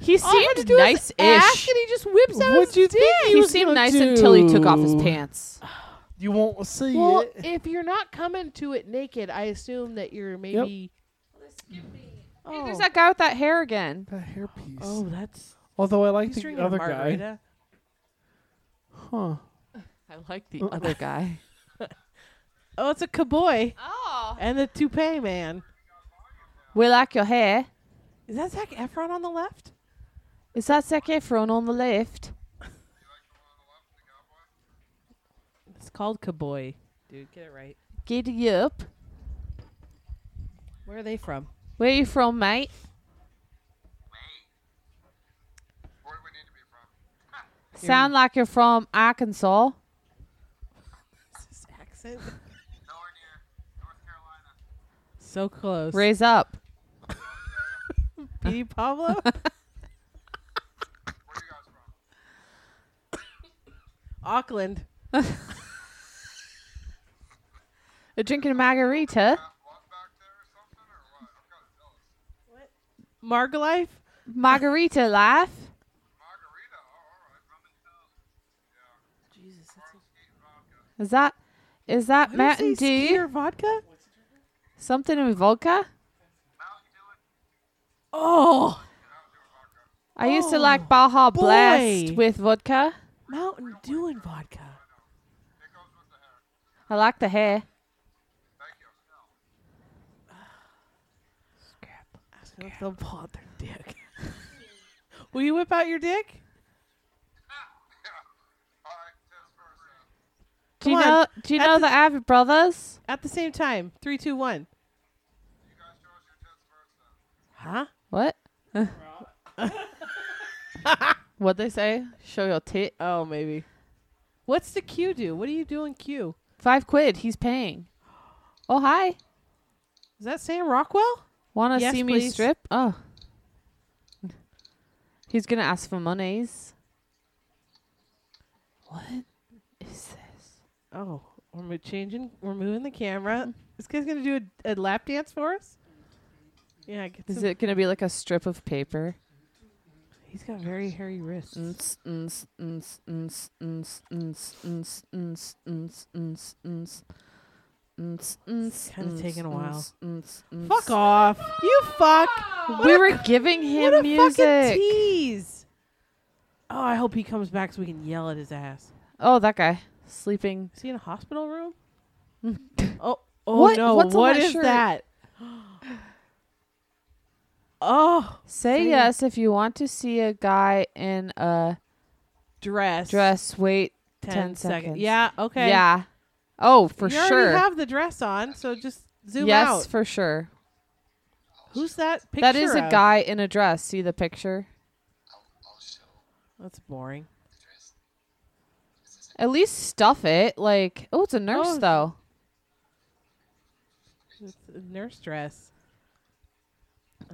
Speaker 5: He
Speaker 1: All I had to
Speaker 5: seemed
Speaker 1: do is
Speaker 5: nice-ish.
Speaker 1: ask, and he just whips out
Speaker 4: What'd
Speaker 1: his
Speaker 4: you
Speaker 1: dick.
Speaker 4: think he
Speaker 5: He
Speaker 4: was
Speaker 5: seemed
Speaker 4: gonna
Speaker 5: nice until he took off his
Speaker 4: do?
Speaker 5: pants.
Speaker 4: You won't see
Speaker 1: Well,
Speaker 4: it.
Speaker 1: if you're not coming to it naked, I assume that you're maybe.
Speaker 5: Hey,
Speaker 1: Oh.
Speaker 5: there's that guy with that hair again.
Speaker 4: That hairpiece.
Speaker 1: oh, that's
Speaker 4: Although I like
Speaker 1: he's
Speaker 4: the
Speaker 1: drinking a
Speaker 4: other guy.
Speaker 1: margarita.
Speaker 4: Huh.
Speaker 5: I like the other guy.
Speaker 1: Oh, it's a cowboy
Speaker 5: Oh.
Speaker 1: and the toupee man.
Speaker 5: We like your hair.
Speaker 1: Is that Zach Efron on the left?
Speaker 5: Is that Zac Efron on the left?
Speaker 1: It's called cowboy. Dude, get it right.
Speaker 5: Giddy up.
Speaker 1: Where are they from?
Speaker 5: Where you from, mate?
Speaker 6: Where do we need to be from?
Speaker 5: Sound like you're from Arkansas.
Speaker 1: This accent.
Speaker 6: Nowhere near North Carolina.
Speaker 1: So close.
Speaker 5: Raise up.
Speaker 1: Petey Pablo.
Speaker 6: Where are you guys from?
Speaker 1: Auckland.
Speaker 5: You're drinking a margarita.
Speaker 6: Walk Uh, back there or something or what? I'm kind of jealous.
Speaker 1: Margolife.
Speaker 5: Margarita life.
Speaker 6: Margarita? Oh, all right. Rum and coke.
Speaker 1: Jesus. That's
Speaker 5: Is that is that Mountain Dew?
Speaker 1: vodka?
Speaker 5: Something in vodka?
Speaker 1: Oh,
Speaker 5: I used to like Baja Blast
Speaker 1: boy.
Speaker 5: with vodka.
Speaker 1: Mountain Dew and vodka.
Speaker 5: I like the hair.
Speaker 1: Scrap. Ask them if they'll pull out their dick. Will you whip out your dick?
Speaker 6: All right. Test first. uh,
Speaker 5: Do you
Speaker 1: Come on.
Speaker 5: know do you
Speaker 1: At
Speaker 5: know
Speaker 1: the-
Speaker 5: the Avid brothers?
Speaker 1: At the same time. Three, two, one.
Speaker 6: You guys show us your tits first then.
Speaker 1: Huh?
Speaker 5: What? what they say? Show your tit.
Speaker 1: Oh, maybe. What's the Q do? What do you do in Q?
Speaker 5: Five quid. He's paying. Oh hi.
Speaker 1: Is that Sam Rockwell?
Speaker 5: Wanna
Speaker 1: Yes,
Speaker 5: see me
Speaker 1: please.
Speaker 5: strip? Oh. He's gonna ask for monies. What is this?
Speaker 1: Oh, we're mo- changing. We're moving the camera. This guy's gonna do a, a lap dance for us. Yeah, get
Speaker 5: Is
Speaker 1: some-
Speaker 5: it gonna be like a strip of paper?
Speaker 1: He's got very hairy wrists.
Speaker 5: Ns, ns, ns, ns, ns, ns, ns, ns, ns, ns, ns. Ns, ns,
Speaker 1: kinda
Speaker 5: ns,
Speaker 1: taking a while.
Speaker 5: ns, ns,
Speaker 1: Fuck
Speaker 5: ns.
Speaker 1: off! You fuck! What
Speaker 5: We
Speaker 1: a
Speaker 5: were
Speaker 1: c-
Speaker 5: giving
Speaker 1: what
Speaker 5: him
Speaker 1: a fucking
Speaker 5: music.
Speaker 1: tease. Oh, I hope he comes back so we can yell at his ass.
Speaker 5: Oh, that guy sleeping.
Speaker 1: Is he in a hospital room? oh, oh
Speaker 5: What-
Speaker 1: no!
Speaker 5: what's on
Speaker 1: What
Speaker 5: that
Speaker 1: is
Speaker 5: shirt?
Speaker 1: that? oh,
Speaker 5: Say
Speaker 1: Say
Speaker 5: yes if you want to see a guy in a
Speaker 1: dress,
Speaker 5: dress. Wait,
Speaker 1: Ten,
Speaker 5: 10
Speaker 1: seconds.
Speaker 5: seconds.
Speaker 1: Yeah. Okay.
Speaker 5: yeah. Oh, for
Speaker 1: you
Speaker 5: sure.
Speaker 1: already have the dress on, so just zoom
Speaker 5: yes,
Speaker 1: out.
Speaker 5: for sure.
Speaker 1: Who's that picture?
Speaker 5: That is a
Speaker 1: of?
Speaker 5: guy in a dress. See the picture.
Speaker 1: That's boring.
Speaker 5: At least stuff it. Like, oh, it's a nurse
Speaker 1: Oh,
Speaker 5: though.
Speaker 1: It's a nurse dress.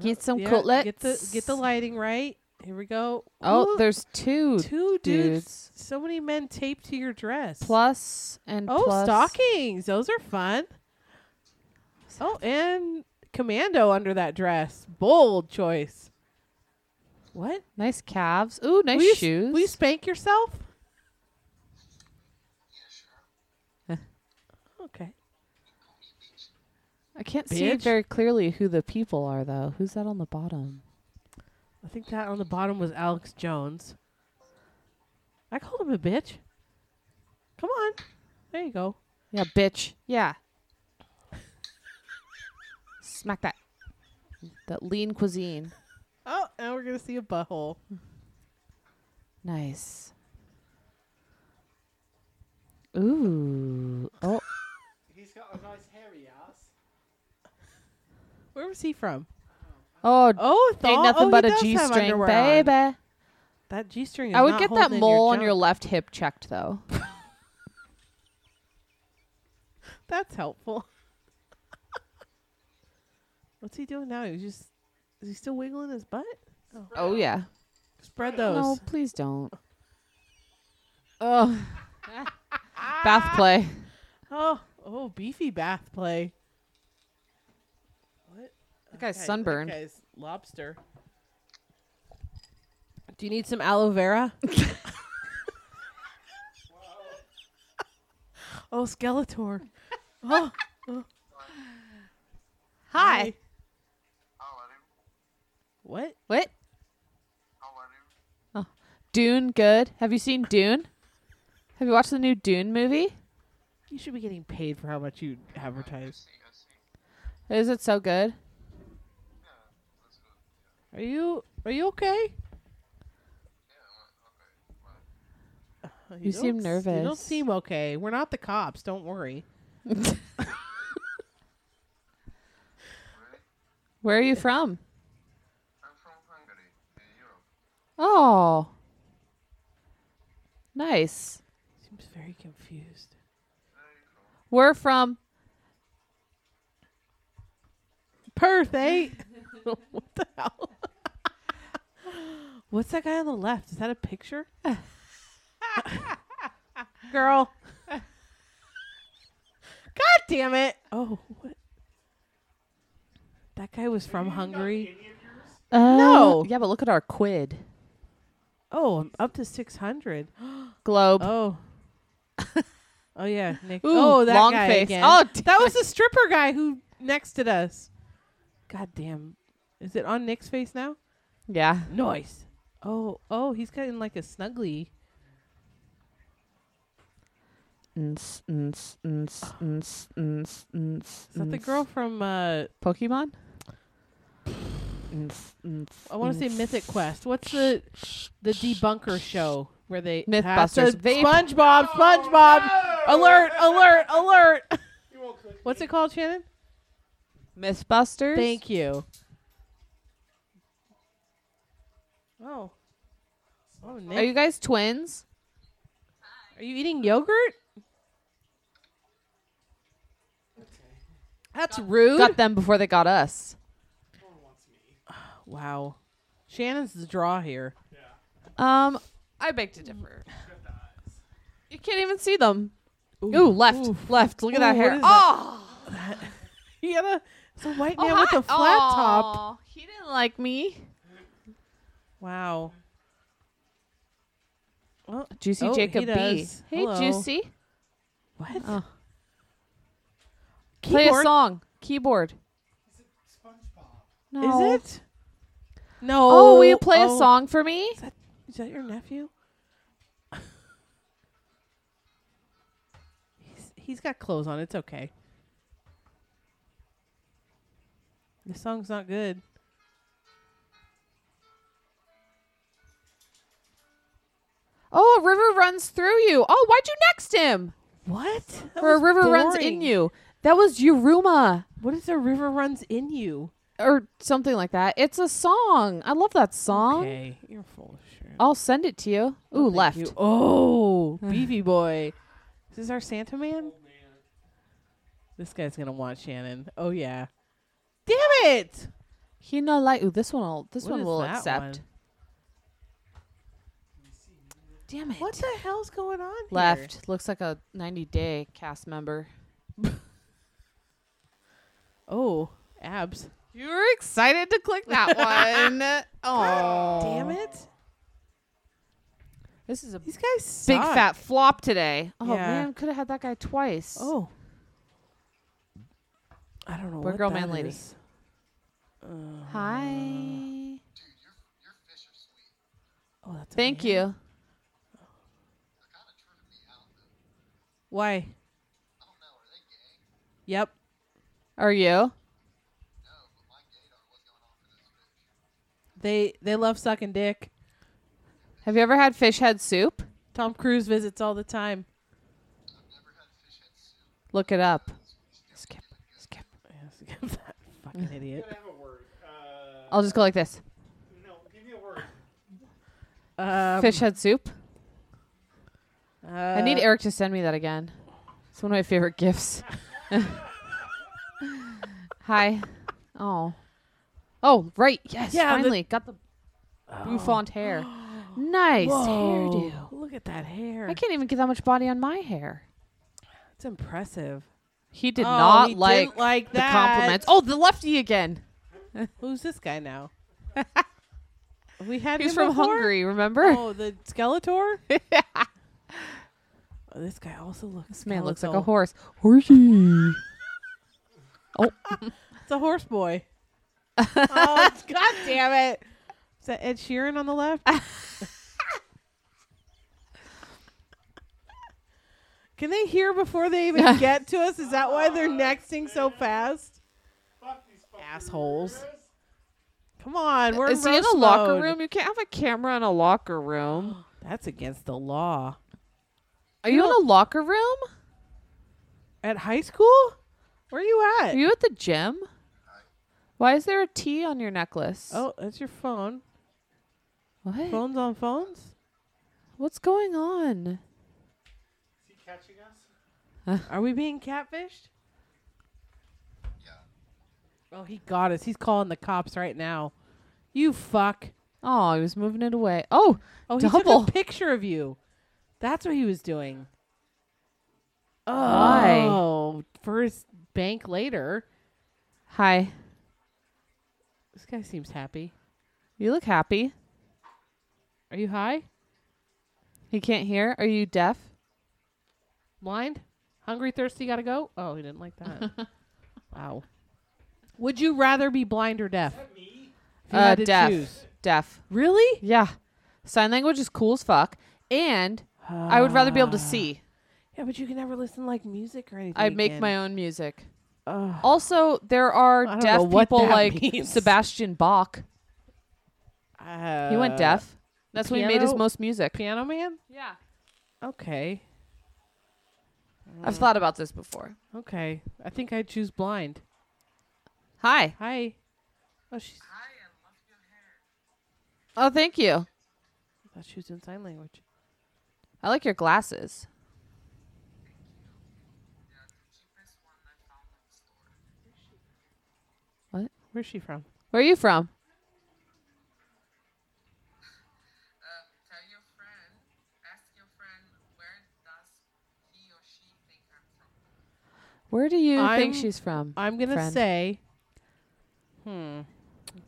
Speaker 5: Get some
Speaker 1: Yeah,
Speaker 5: cutlets.
Speaker 1: Get the get the lighting right. Here we go.
Speaker 5: Oh,
Speaker 1: Ooh,
Speaker 5: there's two
Speaker 1: two dudes.
Speaker 5: dudes.
Speaker 1: So many men taped to your dress.
Speaker 5: plus and
Speaker 1: oh,
Speaker 5: plus.
Speaker 1: stockings. Those are fun. Oh, and commando under that dress. Bold choice. What?
Speaker 5: Nice calves. Ooh, nice
Speaker 1: will you, s-
Speaker 5: shoes.
Speaker 1: Will you spank yourself? okay.
Speaker 5: I can't see
Speaker 1: bitch.
Speaker 5: very clearly who the people are though. Who's that on the bottom?
Speaker 1: I think that on the bottom was Alex Jones. I called him a bitch. Come on. There you go.
Speaker 5: Yeah, bitch. Yeah. Smack that. That lean cuisine.
Speaker 1: Oh, now we're going to see a butthole.
Speaker 5: Nice. Ooh. Oh,
Speaker 4: He's got a nice hairy ass.
Speaker 1: Where was he from?
Speaker 5: oh,
Speaker 1: Oh, thaw-
Speaker 5: ain't nothing
Speaker 1: oh,
Speaker 5: but
Speaker 1: he
Speaker 5: a
Speaker 1: does
Speaker 5: G
Speaker 1: have
Speaker 5: string,
Speaker 1: underwear on.
Speaker 5: baby.
Speaker 1: That G string.
Speaker 5: I would get that mole on your left hip checked though.
Speaker 1: That's helpful. What's he doing now? He's just. Is he still wiggling his butt?
Speaker 5: oh yeah.
Speaker 1: Spread those.
Speaker 5: No, please don't. Oh. Bath play.
Speaker 1: Oh, oh, beefy bath play. What?
Speaker 5: That guy's
Speaker 1: Okay,
Speaker 5: sunburned.
Speaker 1: That guy's lobster. Do you need some aloe vera? oh, Skeletor. Oh,
Speaker 2: Hi.
Speaker 6: I'll let him.
Speaker 1: what?
Speaker 2: What?
Speaker 6: I'll let him.
Speaker 5: Dune, good. Have you seen Dune? Have you watched the new Dune movie?
Speaker 1: You should be getting paid for how much you advertise.
Speaker 6: See, I see.
Speaker 5: Is it so good?
Speaker 1: Are you Are you okay? You,
Speaker 5: You seem
Speaker 1: don't s- You don't
Speaker 5: nervous.
Speaker 1: seem okay. We're not the cops. Don't worry.
Speaker 5: Where are you from?
Speaker 6: I'm from Hungary, in Europe.
Speaker 5: Oh, nice.
Speaker 1: Seems very confused.
Speaker 5: We're from
Speaker 1: Perth, eh? what the hell? What's that guy on the left? Is that a picture? Girl. God damn it. Oh, what? That guy was from Hungary.
Speaker 5: Oh.
Speaker 1: No.
Speaker 5: Yeah, but look at our quid
Speaker 1: Oh, I'm up to 600.
Speaker 5: globe.
Speaker 1: Oh. oh, yeah. Nick.
Speaker 5: Ooh,
Speaker 1: oh, that
Speaker 5: long
Speaker 1: guy
Speaker 5: face.
Speaker 1: again.
Speaker 5: Oh,
Speaker 1: that was the stripper guy who nexted us. God damn. Is it on Nick's face now?
Speaker 5: Yeah.
Speaker 1: Nice. Oh, oh, he's getting like a snuggly.
Speaker 5: Ns, ns, ns, ns, ns, ns,
Speaker 1: Is that the
Speaker 5: ns.
Speaker 1: girl from uh
Speaker 5: Pokemon? Ns, ns,
Speaker 1: I want to say
Speaker 5: ns.
Speaker 1: Mythic Quest. What's the the debunker show where they have
Speaker 5: Mythbusters.
Speaker 1: to-
Speaker 5: Vape.
Speaker 1: SpongeBob, SpongeBob. Alert, alert, alert. What's it called, Shannon?
Speaker 5: Mythbusters.
Speaker 1: Thank you. Oh. Oh, Nick.
Speaker 5: Are you guys twins?
Speaker 1: Are you eating yogurt? That's rude.
Speaker 5: Got them before they got us.
Speaker 1: Wow. Shannon's the draw here.
Speaker 5: Um, I beg to differ. You can't even see them. Ooh, left, left. Look at that
Speaker 1: Ooh, what
Speaker 5: hair.
Speaker 1: is that?
Speaker 5: Oh,
Speaker 1: He had a, it's a white
Speaker 5: oh,
Speaker 1: man with
Speaker 5: hi.
Speaker 1: a flat top.
Speaker 5: Aw, He didn't like me.
Speaker 1: Wow. Well,
Speaker 5: Juicy
Speaker 1: Oh, he
Speaker 5: Jacob B.
Speaker 1: does.
Speaker 5: Hey,
Speaker 1: Hello.
Speaker 5: Juicy.
Speaker 1: what?
Speaker 5: Oh. Play a
Speaker 1: Keyboard?
Speaker 5: song. Keyboard. No.
Speaker 1: Is it? No.
Speaker 5: Oh, will you play
Speaker 1: Oh.
Speaker 5: a song for me?
Speaker 1: Is that your nephew? he's, he's got clothes on. It's okay. The song's not good.
Speaker 5: Oh, a river runs through you. Oh, why'd you next him?
Speaker 1: What? That
Speaker 5: or a
Speaker 1: was
Speaker 5: river runs in
Speaker 1: boring.
Speaker 5: you. That was Yuruma
Speaker 1: What is a river runs in you?
Speaker 5: or something like that. It's a song. I love that song.
Speaker 1: Okay, you're full of shit.
Speaker 5: I'll send it to you. Ooh,
Speaker 1: Thank
Speaker 5: Um, left.
Speaker 1: you. Oh, beefy boy. Is this our Santa man? This guy's gonna want Shannon. Oh yeah. Damn it!
Speaker 5: He not like ooh, this one. I'll, this
Speaker 1: What
Speaker 5: one
Speaker 1: is
Speaker 5: will
Speaker 1: that
Speaker 5: accept.
Speaker 1: one?
Speaker 5: Damn it.
Speaker 1: What the hell's going on? here?
Speaker 5: left looks like a 90 day cast member.
Speaker 1: Oh, abs.
Speaker 5: You were excited to click that one. oh,
Speaker 1: Damn it!
Speaker 5: This is a
Speaker 1: These guys
Speaker 5: big
Speaker 1: suck.
Speaker 5: fat flop today. Oh
Speaker 1: Yeah.
Speaker 5: man, could have had that guy twice.
Speaker 1: Oh. I don't know.
Speaker 5: We're
Speaker 1: what
Speaker 5: girl,
Speaker 1: that
Speaker 5: man, lady.
Speaker 1: is.
Speaker 5: hi.
Speaker 6: Dude, your, your fish are sweet.
Speaker 1: Oh, that's a
Speaker 5: Thank
Speaker 1: man.
Speaker 5: you.
Speaker 6: They're kind of tripping me out, though.
Speaker 1: Why?
Speaker 6: I don't know, are they gay?
Speaker 1: Yep.
Speaker 5: Are you?
Speaker 6: No, but my gaydar was going on for this fish.
Speaker 1: They they love sucking dick.
Speaker 5: Have you ever had fish head soup?
Speaker 1: Tom Cruise visits all the time.
Speaker 6: I've never had fish head soup.
Speaker 5: Look it up. Skip. Skip.
Speaker 1: Yes, that fucking idiot.
Speaker 4: have a word. Uh,
Speaker 5: I'll just go like this.
Speaker 4: no, give me a word.
Speaker 1: Um,
Speaker 5: fish head soup.
Speaker 1: Uh,
Speaker 5: I need Eric to send me that again. It's one of my favorite gifts. Hi. Oh. Oh, right. Yes,
Speaker 1: Yeah, the- Oh.
Speaker 5: finally. Got the bouffant hair. Nice
Speaker 1: Whoa,
Speaker 5: hairdo.
Speaker 1: Look at that hair.
Speaker 5: I can't even get that much body on my hair.
Speaker 1: It's impressive.
Speaker 5: He did
Speaker 1: Oh,
Speaker 5: not
Speaker 1: he didn't
Speaker 5: like,
Speaker 1: like
Speaker 5: the
Speaker 1: that.
Speaker 5: compliments. Oh, the lefty again.
Speaker 1: Who's this guy now? We had
Speaker 5: He's
Speaker 1: him
Speaker 5: from
Speaker 1: before?
Speaker 5: Hungary, remember?
Speaker 1: Oh, the Skeletor. Oh, this guy also looks.
Speaker 5: this man looks like a
Speaker 1: skeletal.
Speaker 5: horse. Horsey.
Speaker 1: It's a horse boy. oh, God damn it! Is that Ed Sheeran on the left? Can they hear before they even get to us? Is that why they're nexting so fast? Assholes. Come on, we're
Speaker 5: Is
Speaker 1: in
Speaker 5: he in
Speaker 1: roast
Speaker 5: a locker
Speaker 1: mode.
Speaker 5: room? You can't have a camera in a locker room.
Speaker 1: That's against the law.
Speaker 5: Are you in a locker room?
Speaker 1: At high school? Where you at?
Speaker 5: Are you at the gym? Why is there a T on your necklace?
Speaker 1: oh, that's your phone.
Speaker 5: what?
Speaker 1: Phones on phones?
Speaker 5: What's going on?
Speaker 1: Are we being catfished?
Speaker 6: Yeah.
Speaker 1: Oh, he got us. He's calling the cops right now. You fuck.
Speaker 5: Oh, he was moving it away. Oh,
Speaker 1: Oh, he
Speaker 5: double.
Speaker 1: took a picture of you. That's what he was doing.
Speaker 5: Why?
Speaker 1: Oh, first bank later.
Speaker 5: Hi.
Speaker 1: This guy seems happy.
Speaker 5: You look happy.
Speaker 1: Are you high?
Speaker 5: He can't hear. Are you deaf?
Speaker 1: Blind? Hungry, thirsty, gotta go? Oh, he didn't like that. wow. Would you rather be blind or deaf? If you
Speaker 5: uh,
Speaker 1: had to
Speaker 5: deaf.
Speaker 1: choose.
Speaker 5: Deaf.
Speaker 1: Really?
Speaker 5: Yeah. Sign language is cool as fuck, and I would rather be able to
Speaker 1: Ah,
Speaker 5: see.
Speaker 1: Yeah, but you can never listen like music or anything.
Speaker 5: I'd make
Speaker 1: again.
Speaker 5: my own music.
Speaker 1: Ugh.
Speaker 5: Also, there are
Speaker 1: I don't know
Speaker 5: deaf
Speaker 1: what
Speaker 5: people
Speaker 1: that
Speaker 5: like
Speaker 1: means.
Speaker 5: Sebastian Bach.
Speaker 1: Uh,
Speaker 5: He went deaf. That's when he made his
Speaker 1: piano-
Speaker 5: most music.
Speaker 1: Piano Man?
Speaker 5: Yeah.
Speaker 1: Okay.
Speaker 5: I've thought about this before.
Speaker 1: Okay. I think I choose blind.
Speaker 5: Hi.
Speaker 1: Hi. Oh, she's,
Speaker 5: Oh, thank you.
Speaker 1: I thought she was in sign language.
Speaker 5: I like your glasses.
Speaker 1: Where's she from?
Speaker 5: Where are you from?
Speaker 7: Um, tell your friend, ask your friend, where does he or she think I'm from?
Speaker 5: Where do you think
Speaker 1: I'm-
Speaker 5: she's from?
Speaker 1: I'm going to
Speaker 5: Friend.
Speaker 1: say. Hmm.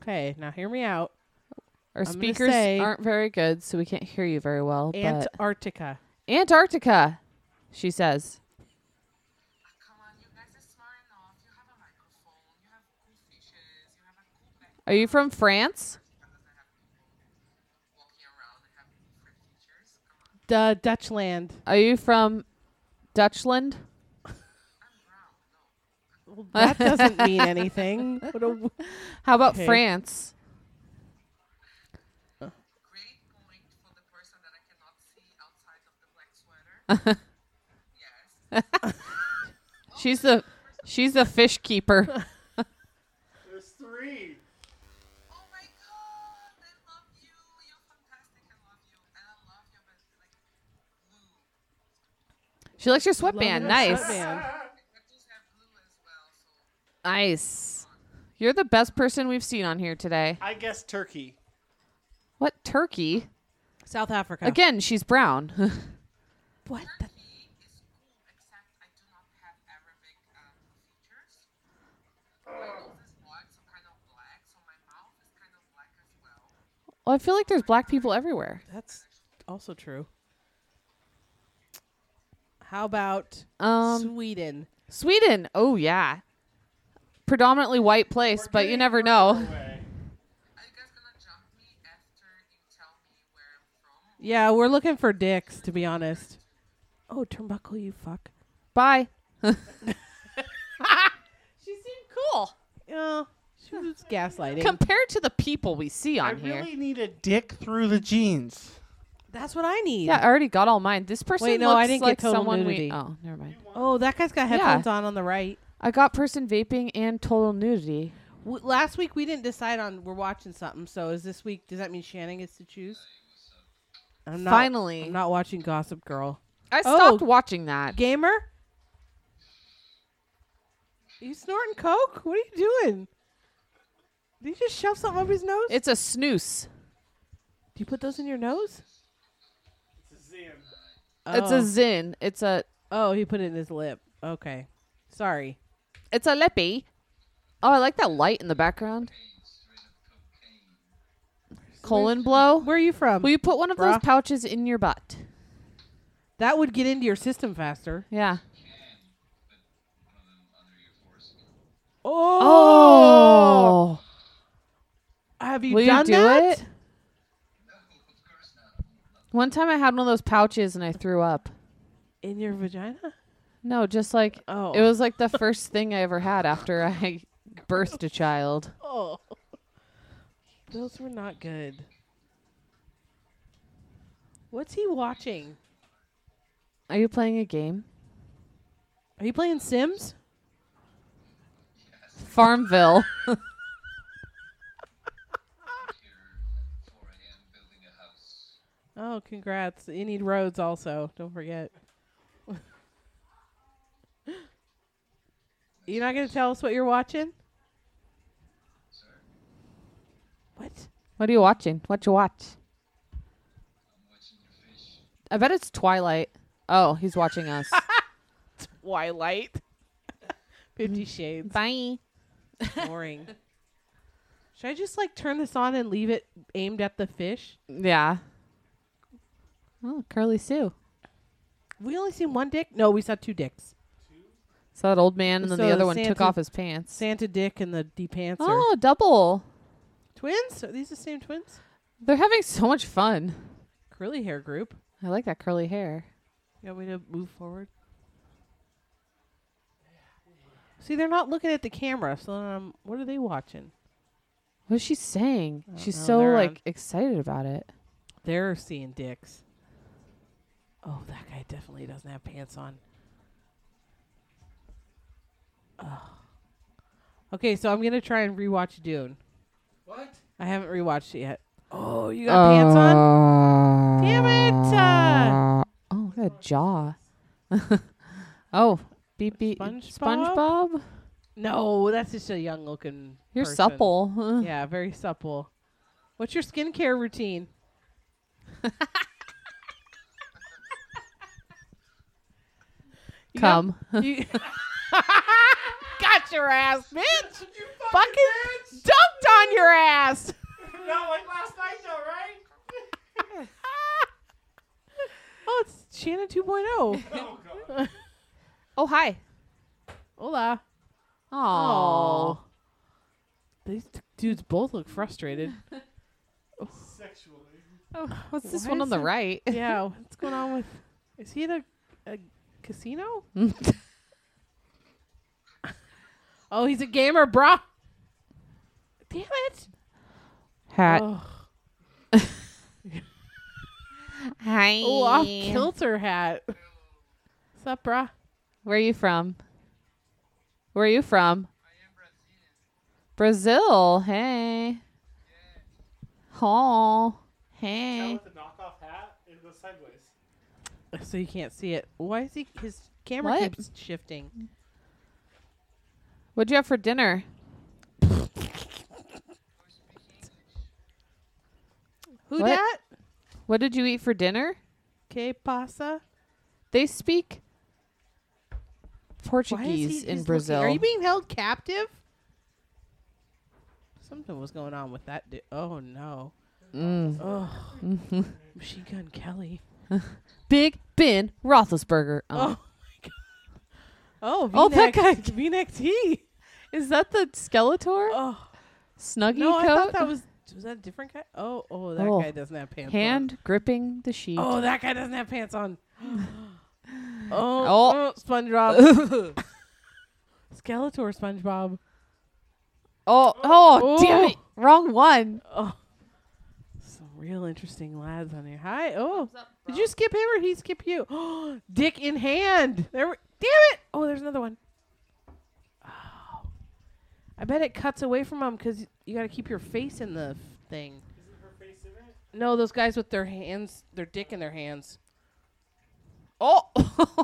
Speaker 1: Okay. Now hear me out.
Speaker 5: Our
Speaker 1: gonna
Speaker 5: speakers
Speaker 1: say-
Speaker 5: aren't very good, so we can't hear you very well. but
Speaker 1: Antarctica.
Speaker 5: Antarctica, she says.
Speaker 7: Ah, come on, you guys are smart enough. You have a microphone, you have cool features, you have a cool background.
Speaker 5: Are you from France?
Speaker 7: Because I have people walking around and having different features. Come on,
Speaker 1: The Dutchland.
Speaker 5: Are you from Dutchland?
Speaker 7: I'm brown. No,
Speaker 1: Well, that doesn't mean anything. What a,
Speaker 5: How about
Speaker 1: Okay.
Speaker 5: France?
Speaker 7: great point for the person that I cannot see outside of the black sweater. yes.
Speaker 5: She's the she's the fish keeper.
Speaker 4: There's three.
Speaker 7: Oh my god, I love you. You're fantastic. I love you. And I love your best, like, blue.
Speaker 5: She likes your sweatband. Nice,
Speaker 1: Sweatband.
Speaker 7: Tattoos have blue as well, so.
Speaker 5: nice. You're the best person we've seen on here today.
Speaker 4: I guess Turkey.
Speaker 5: What Turkey?
Speaker 1: South Africa.
Speaker 5: Again, she's brown.
Speaker 1: What? the-
Speaker 7: Turkey is cool, except I do not have Arabic um, features. My nose is white, so kind of black, so my mouth is kind of black as well.
Speaker 5: well, I feel like there's black people everywhere.
Speaker 1: That's also true. How about
Speaker 5: Um,
Speaker 1: Sweden?
Speaker 5: Sweden. Oh yeah. Predominantly white place, but you never know.
Speaker 7: Are you guys gonna jump me after you tell me where I'm from?
Speaker 1: Yeah, we're looking for dicks, to be honest. Oh, turnbuckle, you fuck.
Speaker 5: Bye. she seemed cool
Speaker 1: Yeah, she was gaslighting.
Speaker 5: compared to the people we see
Speaker 4: I
Speaker 5: on here.
Speaker 4: really need a dick through the jeans.
Speaker 1: That's what I need.
Speaker 5: Yeah, I already got all mine. This person
Speaker 1: Wait, no,
Speaker 5: looks
Speaker 1: I didn't get
Speaker 5: like
Speaker 1: total
Speaker 5: someone
Speaker 1: nudity.
Speaker 5: we. Oh, never mind.
Speaker 1: Oh, that guy's got headphones on on the right.
Speaker 5: I got person vaping and total nudity.
Speaker 1: W- last week we didn't decide on. We're watching something. So is this week? Does that mean Shannon gets to choose? I'm not.
Speaker 5: Finally.
Speaker 1: I'm not watching Gossip Girl.
Speaker 5: I
Speaker 1: Oh.
Speaker 5: stopped watching that.
Speaker 1: Gamer. you snorting coke? What are you doing? Did you just shove something up his nose?
Speaker 5: It's a snooze.
Speaker 1: Do you put those in your nose?
Speaker 5: It's a zin. It's a
Speaker 1: Oh, he put it in his lip. Okay. Sorry.
Speaker 5: it's a lippy. Oh, I like that light in the background. colon blow,
Speaker 1: Where are you from?
Speaker 5: will you put one of those
Speaker 1: Bruh.
Speaker 5: pouches in your butt?
Speaker 1: that would get into your system faster.
Speaker 5: Yeah.
Speaker 1: Oh, have you
Speaker 5: Will you
Speaker 1: done
Speaker 5: do
Speaker 1: that?
Speaker 5: it? One time I had one of those pouches and I threw up.
Speaker 1: in your vagina?
Speaker 5: No, just like
Speaker 1: Oh.
Speaker 5: it was like the first thing I ever had after I birthed a child.
Speaker 1: Oh, those were not good. What's he watching?
Speaker 5: Are you playing a game?
Speaker 1: Are you playing Sims?
Speaker 5: Farmville.
Speaker 1: Oh, congrats! You need roads also. Don't forget. you're not gonna tell us what you're watching? What?
Speaker 5: what are you watching? What you watch? I bet it's Twilight. Oh, he's watching us.
Speaker 1: Twilight. Fifty Shades.
Speaker 5: Bye.
Speaker 1: Boring. Should I just like turn this on and leave it aimed at the fish?
Speaker 5: Yeah. Oh, Curly Sue.
Speaker 1: We only seen one dick. No, we saw two dicks.
Speaker 5: So that old man, and then
Speaker 1: So
Speaker 5: the other one took
Speaker 1: Santa-
Speaker 5: off his pants.
Speaker 1: Santa dick and the D pantser.
Speaker 5: oh, double.
Speaker 1: Twins? Are these the same twins?
Speaker 5: They're having so much fun.
Speaker 1: Curly hair group.
Speaker 5: I like that curly hair.
Speaker 1: You want me to move forward? See, they're not looking at the camera, so then I'm, what are they watching?
Speaker 5: What is she saying? She's
Speaker 1: know.
Speaker 5: so
Speaker 1: They're um,
Speaker 5: like
Speaker 1: on-
Speaker 5: excited about it.
Speaker 1: They're seeing dicks. Oh, that guy definitely doesn't have pants on. Ugh. Okay, so I'm gonna try and rewatch Dune.
Speaker 4: What?
Speaker 1: I haven't rewatched it yet. Oh, you got pants on?
Speaker 5: on.
Speaker 1: Damn it! Uh,
Speaker 5: oh, that jaw. oh, beep beep.
Speaker 1: SpongeBob?
Speaker 5: SpongeBob?
Speaker 1: no, that's just a young looking.
Speaker 5: You're
Speaker 1: person.
Speaker 5: supple. huh?
Speaker 1: Yeah, very supple. What's your skincare routine? You got-
Speaker 5: Come.
Speaker 1: you got your ass, bitch. You fucking, dumped on your ass.
Speaker 4: Not like last night, though, right?
Speaker 1: Oh, it's Shannon 2.0.
Speaker 4: Oh, God.
Speaker 5: oh hi.
Speaker 1: Hola.
Speaker 5: Oh.
Speaker 1: These t- dudes both look frustrated.
Speaker 4: Sexually.
Speaker 5: What's this
Speaker 1: Why
Speaker 5: one
Speaker 1: is
Speaker 5: on the
Speaker 1: it-
Speaker 5: right?
Speaker 1: yeah, what's going on with? Is he at a, a casino? Oh, he's a gamer, bruh. Damn it.
Speaker 5: Hat.
Speaker 1: Ugh.
Speaker 5: Hi.
Speaker 1: Oh, off kilter hat. What's up, brah?
Speaker 5: Where are you from? Where are you from? Brazil. Hey. Oh.
Speaker 1: Eh.
Speaker 5: Hey.
Speaker 4: the knockoff hat and the sideways.
Speaker 1: So you can't see it. Why is he? His camera
Speaker 5: What?
Speaker 1: keeps shifting.
Speaker 5: What'd you have for dinner?
Speaker 1: Who
Speaker 5: What?
Speaker 1: that?
Speaker 5: What did you eat for dinner?
Speaker 1: Que pasa?
Speaker 5: They speak
Speaker 1: Why is he-
Speaker 5: Portuguese
Speaker 1: he's
Speaker 5: in
Speaker 1: looking-
Speaker 5: Brazil.
Speaker 1: Are you being held captive? Something was going on with that dude. Oh no.
Speaker 5: Mm.
Speaker 1: Oh. Machine Gun Kelly.
Speaker 5: Big Ben Roethlisberger.
Speaker 1: Oh
Speaker 5: Oh.
Speaker 1: my god. Oh, v
Speaker 5: Oh, that guy-
Speaker 1: V-neck tee.
Speaker 5: Is that the Skeletor
Speaker 1: Oh
Speaker 5: snuggie
Speaker 1: no,
Speaker 5: coat?
Speaker 1: I thought that was was that a different guy? Oh, oh, that
Speaker 5: Oh.
Speaker 1: guy doesn't have pants on.
Speaker 5: Hand gripping the sheet.
Speaker 1: Oh, that guy doesn't have pants on. oh, oh.
Speaker 5: Oh.
Speaker 1: SpongeBob. Skeletor SpongeBob.
Speaker 5: Oh, oh,
Speaker 1: Oh.
Speaker 5: damn it! Wrong one.
Speaker 1: Oh. Some real interesting lads on here. Hi. Oh. Did you skip him or he skip you? Oh, dick in hand. There we- damn it. Oh, there's another one. Oh. I bet it cuts away from him cuz you got to keep your face in the f- thing. No, those guys with their hands, their dick in their hands.
Speaker 5: Oh,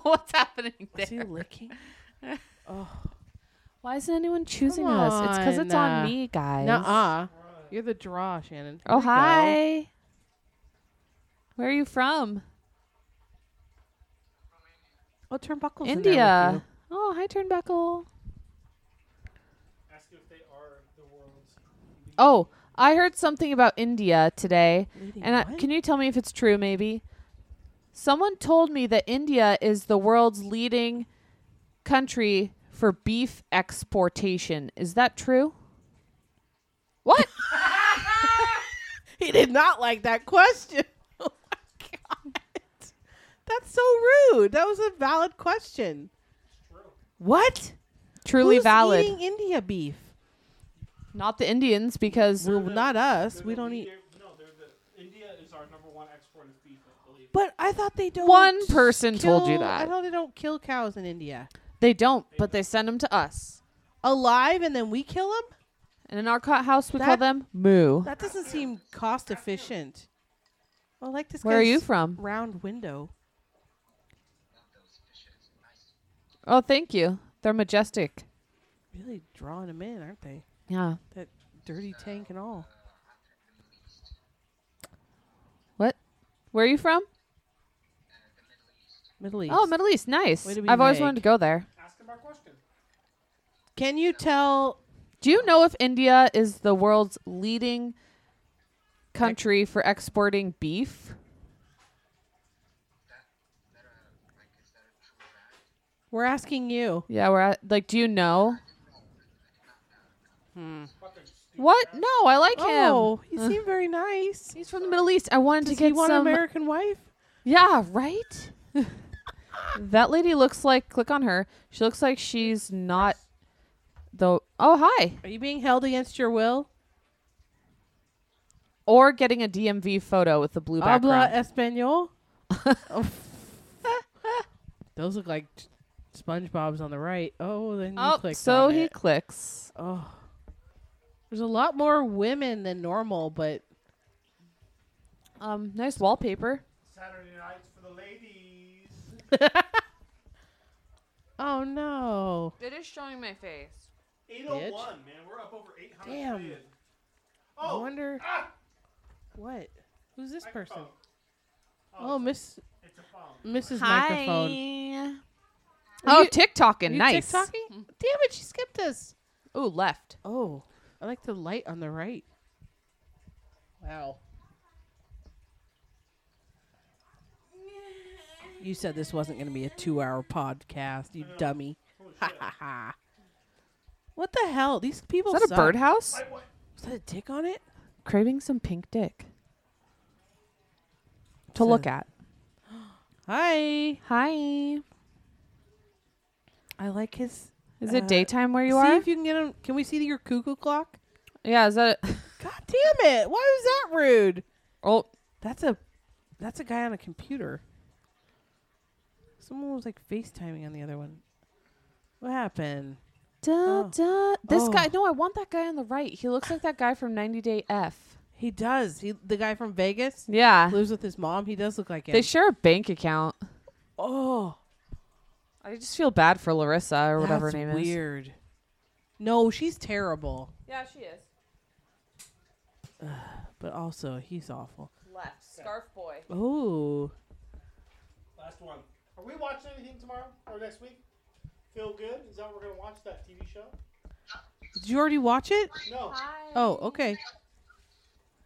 Speaker 5: what's happening
Speaker 1: Is he
Speaker 5: there?
Speaker 1: licking?
Speaker 5: Why isn't anyone choosing us? It's because it's
Speaker 1: on.
Speaker 5: on me, guys.
Speaker 1: Nuh-uh. You're the draw, Shannon. Here
Speaker 5: Oh,
Speaker 1: we go.
Speaker 5: hi. Where are you from?
Speaker 1: Oh, turnbuckles. in there with
Speaker 5: India. Oh, hi, Turnbuckle.
Speaker 4: Ask if they are the world's.
Speaker 5: Oh, I heard something about India today,
Speaker 1: Leading
Speaker 5: and I,
Speaker 1: what?
Speaker 5: can you tell me if it's true? Maybe someone told me that India is the world's leading country for beef exportation. Is that true? What?
Speaker 1: He did not like that question. Oh my god. That's so rude. That was a valid question. What?
Speaker 5: Truly
Speaker 1: Who's
Speaker 5: valid.
Speaker 1: Eating India beef.
Speaker 5: Not the Indians because
Speaker 1: Well, not us. We don't eat.
Speaker 4: No, they're the, India is our number one export of beef. I believe.
Speaker 1: But I thought they don't.
Speaker 5: One person told you
Speaker 1: kill-
Speaker 5: that.
Speaker 1: I thought they don't kill cows in India.
Speaker 5: they don't, but they send them to us.
Speaker 1: Alive and then we kill them?
Speaker 5: And in our co- house, we call
Speaker 1: That-
Speaker 5: them moo.
Speaker 1: That doesn't seem cost efficient. I like this.
Speaker 5: Where are
Speaker 1: guy's
Speaker 5: you from?
Speaker 1: Round window.
Speaker 5: Oh, thank you. They're majestic.
Speaker 1: Really drawing them in, aren't they?
Speaker 5: Yeah.
Speaker 1: That dirty tank and all.
Speaker 5: What? Where are you from?
Speaker 1: Middle East.
Speaker 5: Oh, Middle East. Nice.
Speaker 1: Way to
Speaker 5: I've
Speaker 1: be
Speaker 5: always
Speaker 1: vague.
Speaker 5: wanted to go there.
Speaker 4: Ask him our question.
Speaker 1: Can you tell?
Speaker 5: Do you know if India is the world's leading country for exporting beef?
Speaker 1: We're asking you.
Speaker 5: Yeah, we're at, like, do you know? What? No, I like
Speaker 1: Oh,
Speaker 5: him.
Speaker 1: he seemed very nice.
Speaker 5: He's from the Middle East. I wanted
Speaker 1: Does
Speaker 5: to get
Speaker 1: he want
Speaker 5: some.
Speaker 1: an American wife?
Speaker 5: Yeah, right? that lady looks like, click on her. She looks like she's not the. Oh, hi.
Speaker 1: Are you being held against your will?
Speaker 5: Or getting a DMV photo with the blue
Speaker 1: Habla
Speaker 5: background.
Speaker 1: español. Oh. Those look like t- SpongeBob's on the right. Oh, then you
Speaker 5: Oh,
Speaker 1: clicked
Speaker 5: so
Speaker 1: on
Speaker 5: he
Speaker 1: it.
Speaker 5: clicks.
Speaker 1: Oh, there's a lot more women than normal, but
Speaker 5: Um, nice wallpaper.
Speaker 4: Saturday nights for the ladies.
Speaker 1: oh no,
Speaker 5: It is showing my face.
Speaker 4: 801,
Speaker 1: Bitch.
Speaker 4: man. We're up over 800.
Speaker 1: Damn.
Speaker 4: million. Oh,
Speaker 1: I wonder what. Who's this person? Oh, Miss
Speaker 4: It's a phone.
Speaker 1: Mrs. Microphone.
Speaker 5: Hi. Oh, TikToking.
Speaker 1: You
Speaker 5: nice.
Speaker 1: TikToking? Damn it, she skipped us.
Speaker 5: Ooh, left.
Speaker 1: Oh, I like the light on the right. Wow. You said this wasn't going to be a two-hour podcast, you dummy. Ha ha ha. What the hell? These people.
Speaker 5: Is that a
Speaker 1: suck.
Speaker 5: birdhouse?
Speaker 1: Is that a dick on it?
Speaker 5: Craving some pink dick to
Speaker 1: So-
Speaker 5: look at.
Speaker 1: Hi.
Speaker 5: Hi.
Speaker 1: I like his.
Speaker 5: Is it
Speaker 1: Uh,
Speaker 5: daytime where you
Speaker 1: see
Speaker 5: are?
Speaker 1: if you can get him. Can we see your cuckoo clock?
Speaker 5: yeah. Is that?
Speaker 1: God damn it! Why was that rude?
Speaker 5: Oh,
Speaker 1: That's a that's a guy on a computer. Someone was like FaceTiming on the other one. What happened?
Speaker 5: da,
Speaker 1: Oh.
Speaker 5: da. This
Speaker 1: Oh.
Speaker 5: guy. No, I want that guy on the right. He looks like that guy from 90 Day F.
Speaker 1: He does. He the guy from Vegas
Speaker 5: Yeah.
Speaker 1: lives with his mom. He does look like him.
Speaker 5: They share a bank account.
Speaker 1: oh,
Speaker 5: I just feel bad for Larissa or whatever
Speaker 1: that's
Speaker 5: her name is.
Speaker 1: weird. No, she's terrible,
Speaker 5: Yeah, she is.
Speaker 1: but also he's awful.
Speaker 5: Left. Scarf boy.
Speaker 1: Oh,
Speaker 4: Last one. Are we watching anything tomorrow or next week? Feel good? Is that what we're gonna watch? That TV show?
Speaker 1: did you already watch it?
Speaker 4: No.
Speaker 1: Oh, okay.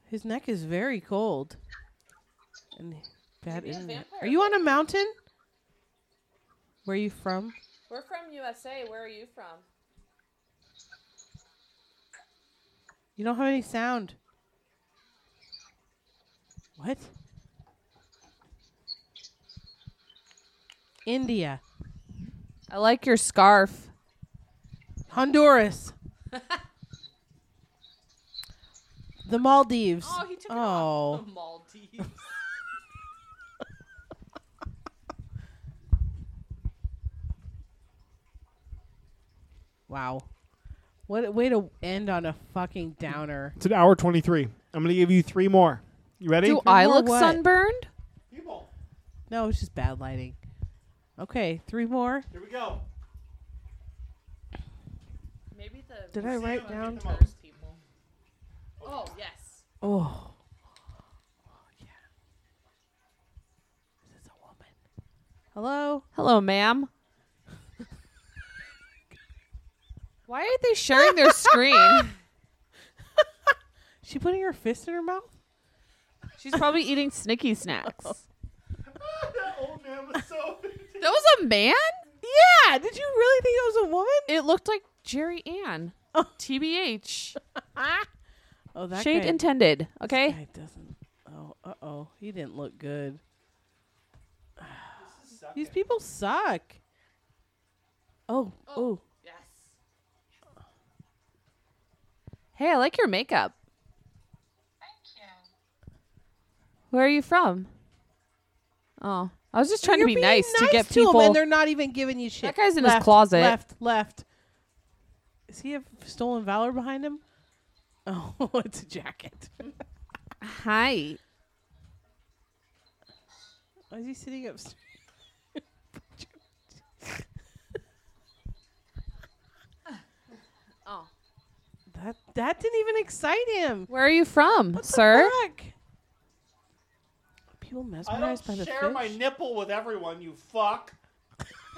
Speaker 1: His neck is very cold. And bad
Speaker 5: Maybe a
Speaker 1: internet.
Speaker 5: vampire
Speaker 1: Are you on a mountain? Where are you from?
Speaker 5: We're from USA. Where are you from?
Speaker 1: You don't have any sound. What? India.
Speaker 5: I like your scarf.
Speaker 1: Honduras. the Maldives.
Speaker 5: he took
Speaker 1: it off. Oh. The
Speaker 5: Maldives.
Speaker 1: Wow. What a way to end on a fucking downer.
Speaker 4: It's an hour twenty-three. I'm gonna give you three more. You ready?
Speaker 5: Do I
Speaker 1: more
Speaker 5: look
Speaker 1: what?
Speaker 5: sunburned?
Speaker 4: People,
Speaker 1: No, it's just bad lighting. Okay, three more.
Speaker 4: here we go.
Speaker 5: Maybe the
Speaker 1: Did I write
Speaker 4: I
Speaker 1: down?
Speaker 4: get the most.
Speaker 5: people. Oh yes.
Speaker 1: Oh. Yeah. Is this a woman? Hello?
Speaker 5: Hello, ma'am. Why are they sharing their screen?
Speaker 1: She putting her fist in her mouth?
Speaker 5: She's probably eating Snicky snacks.
Speaker 4: that old man was so.
Speaker 5: That was a man?
Speaker 1: Yeah. Did you really think it was a woman?
Speaker 5: It looked like Jerry Ann. TBH.
Speaker 1: Oh, that
Speaker 5: Shade
Speaker 1: guy,
Speaker 5: intended.
Speaker 1: that
Speaker 5: Okay?
Speaker 1: guy doesn't. Oh, uh oh. He didn't look good. These people suck. Oh, oh.
Speaker 5: Hey, I like your makeup.
Speaker 7: Thank you.
Speaker 5: Where are you from? Oh. I was just trying to
Speaker 1: You're
Speaker 5: be
Speaker 1: being
Speaker 5: nice, to get
Speaker 1: 'em,
Speaker 5: people.
Speaker 1: and they're not even giving you shit.
Speaker 5: guy's in his
Speaker 1: left,
Speaker 5: closet.
Speaker 1: Left, left. Does he have stolen valor behind him? Oh, it's a jacket.
Speaker 5: Hi.
Speaker 1: Why is he sitting upstairs?
Speaker 5: Oh.
Speaker 1: That that didn't even excite him,
Speaker 5: Where are you from,
Speaker 1: What the
Speaker 5: sir?
Speaker 1: fuck? Are People mesmerized by the fish.
Speaker 4: nipple with everyone, you fuck.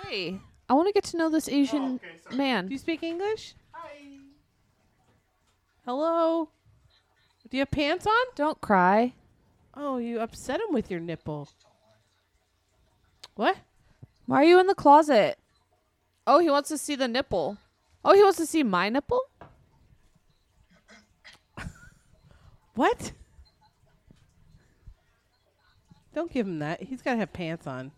Speaker 5: Hey. I want to get to know this Asian
Speaker 4: Oh, okay, sorry.
Speaker 5: man.
Speaker 1: Do you speak English? Hi. Hello. Do you have pants on?
Speaker 5: Don't cry.
Speaker 1: Oh, you upset him with your nipple. What?
Speaker 5: Why are you in the closet? Oh, he wants to see the nipple. Oh, he wants to see my nipple?
Speaker 1: What? Don't give him that. He's got to have pants on.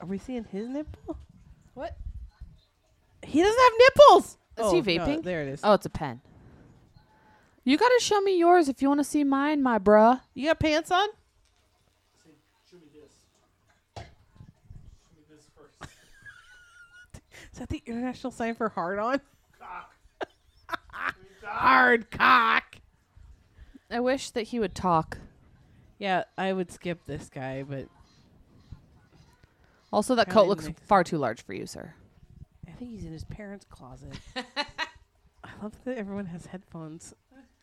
Speaker 1: Are we seeing his nipple?
Speaker 5: What?
Speaker 1: He doesn't have nipples. Is
Speaker 5: Is he vaping?
Speaker 1: there it is.
Speaker 5: Oh, it's a pen. You gotta show me yours if you want to see mine, my bruh.
Speaker 1: You got pants on? Is that the international sign for hard on? Cock. hard cock.
Speaker 5: I wish that he would talk.
Speaker 1: Yeah, I would skip this guy, but
Speaker 5: Also, that
Speaker 1: Kinda
Speaker 5: coat looks
Speaker 1: makes-
Speaker 5: far too large for you, sir.
Speaker 1: I think he's in his parents' closet. I love that everyone has headphones.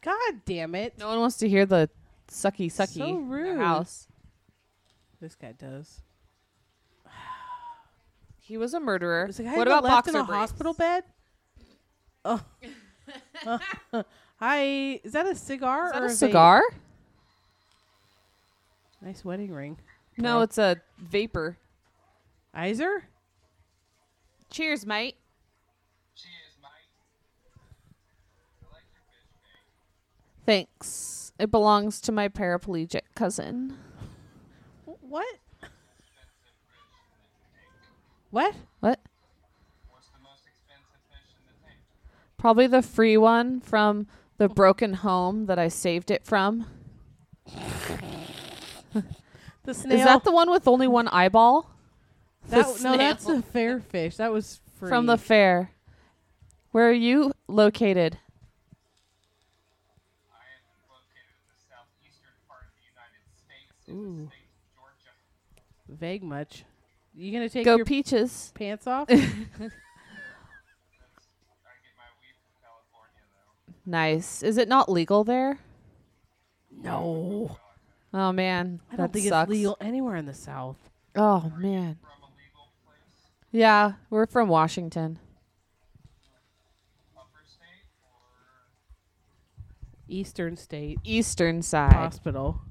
Speaker 1: God damn it.
Speaker 5: No one wants to hear the sucky sucky
Speaker 1: So
Speaker 5: in their
Speaker 1: rude.
Speaker 5: house.
Speaker 1: This guy does.
Speaker 5: He was a murderer.
Speaker 1: Is the guy
Speaker 5: what
Speaker 1: that
Speaker 5: about
Speaker 1: left
Speaker 5: boxer
Speaker 1: in a
Speaker 5: briefs?
Speaker 1: hospital bed? Oh. Hi. Is that a cigar
Speaker 5: Is that
Speaker 1: or
Speaker 5: a
Speaker 1: vape?
Speaker 5: cigar?
Speaker 1: Nice wedding ring.
Speaker 5: No, it's a vapor.
Speaker 1: Iser?
Speaker 5: Cheers, mate.
Speaker 6: Cheers, mate. I like your bitch, mate.
Speaker 5: Thanks. It belongs to my paraplegic cousin.
Speaker 1: Wh- What? What?
Speaker 5: What?
Speaker 6: What's the most expensive fish in the tank?
Speaker 5: Probably the free one from the broken home that I saved it from.
Speaker 1: The snail.
Speaker 5: Is that the one with only one eyeball?
Speaker 1: that-
Speaker 5: the
Speaker 1: no, that's
Speaker 5: snail?
Speaker 1: a fair fish. That was free.
Speaker 5: From the fair. Where are you located?
Speaker 6: I am located in the southeastern part of the United States, in the
Speaker 1: Ooh.
Speaker 6: state of Georgia.
Speaker 1: vague much. You gonna take
Speaker 5: Go
Speaker 1: your
Speaker 5: peaches.
Speaker 1: pants off?
Speaker 6: I get my weed from California, though.
Speaker 5: Nice. Is it not legal there?
Speaker 1: no.
Speaker 5: Oh man,
Speaker 1: I don't
Speaker 5: that
Speaker 1: think
Speaker 5: sucks.
Speaker 1: it's legal anywhere in the South.
Speaker 5: Oh man.
Speaker 6: From a legal place,
Speaker 5: Yeah, we're from Washington.
Speaker 6: upper state, or
Speaker 1: Eastern State
Speaker 5: Eastern side.
Speaker 1: Hospital.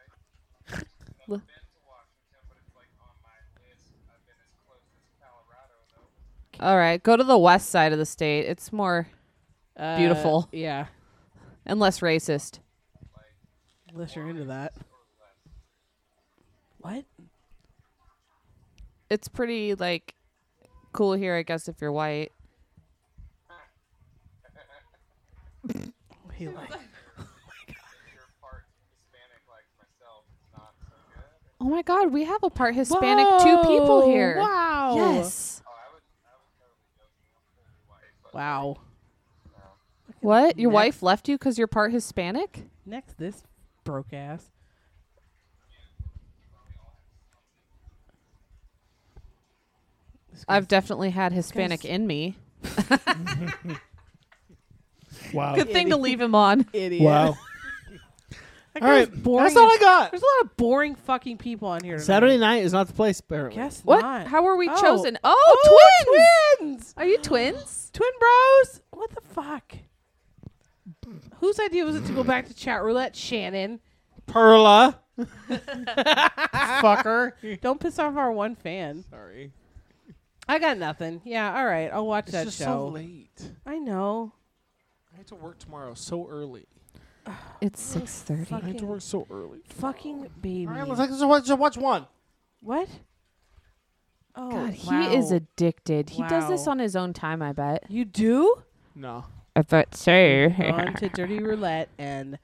Speaker 6: I've been to Washington, but it's like on my list. I've been as close as Colorado, though.
Speaker 5: All right, go to the west side of the state. It's more
Speaker 1: Uh,
Speaker 5: Beautiful.
Speaker 1: Yeah.
Speaker 5: and less racist.
Speaker 1: Unless you're into that. What?
Speaker 5: It's pretty like cool here, I guess, if you're white.
Speaker 1: He like,
Speaker 6: You're part Hispanic like myself. It's not so good.
Speaker 5: Oh my God, we have a part Hispanic two people
Speaker 1: Whoa,
Speaker 5: here.
Speaker 1: Wow.
Speaker 5: Yes.
Speaker 6: Oh, I would, I would totally go for white, but
Speaker 1: Wow.
Speaker 5: What? Your
Speaker 1: Next.
Speaker 5: wife left you because you're part Hispanic?
Speaker 1: Next, this broke ass. This
Speaker 5: I've
Speaker 1: guy's-
Speaker 5: definitely had Hispanic
Speaker 1: guys-
Speaker 5: in me.
Speaker 4: Wow.
Speaker 5: Good thing to leave him on.
Speaker 1: idiot.
Speaker 4: Wow.
Speaker 1: That
Speaker 4: All
Speaker 1: guy's
Speaker 4: right,
Speaker 1: boring
Speaker 4: that's all
Speaker 1: as-
Speaker 4: I got.
Speaker 1: There's a lot of boring fucking people on here. tonight.
Speaker 4: Saturday night is not the place, apparently.
Speaker 1: Guess
Speaker 5: What?
Speaker 1: not.
Speaker 5: How were we
Speaker 1: Oh.
Speaker 5: chosen? Oh, twins!
Speaker 1: Oh, twins.
Speaker 5: Are you twins?
Speaker 1: Twin bros. What the fuck? Whose idea was it to go back to chat roulette, Shannon?
Speaker 4: Perla. Fucker.
Speaker 1: Don't piss off our one fan.
Speaker 4: Sorry.
Speaker 1: I got nothing. Yeah, all right. I'll watch that show.
Speaker 4: late.
Speaker 1: I know.
Speaker 4: I have to work tomorrow so early.
Speaker 5: It's six thirty.
Speaker 4: I have to work so early.
Speaker 1: Fucking baby.
Speaker 4: All right, let's let's watch, just watch one.
Speaker 1: what? Oh,
Speaker 5: God,
Speaker 1: wow.
Speaker 5: he is addicted. He does this
Speaker 1: Wow.
Speaker 5: on his own time, I bet.
Speaker 1: You do?
Speaker 4: No.
Speaker 5: I bet so.
Speaker 1: On to dirty roulette and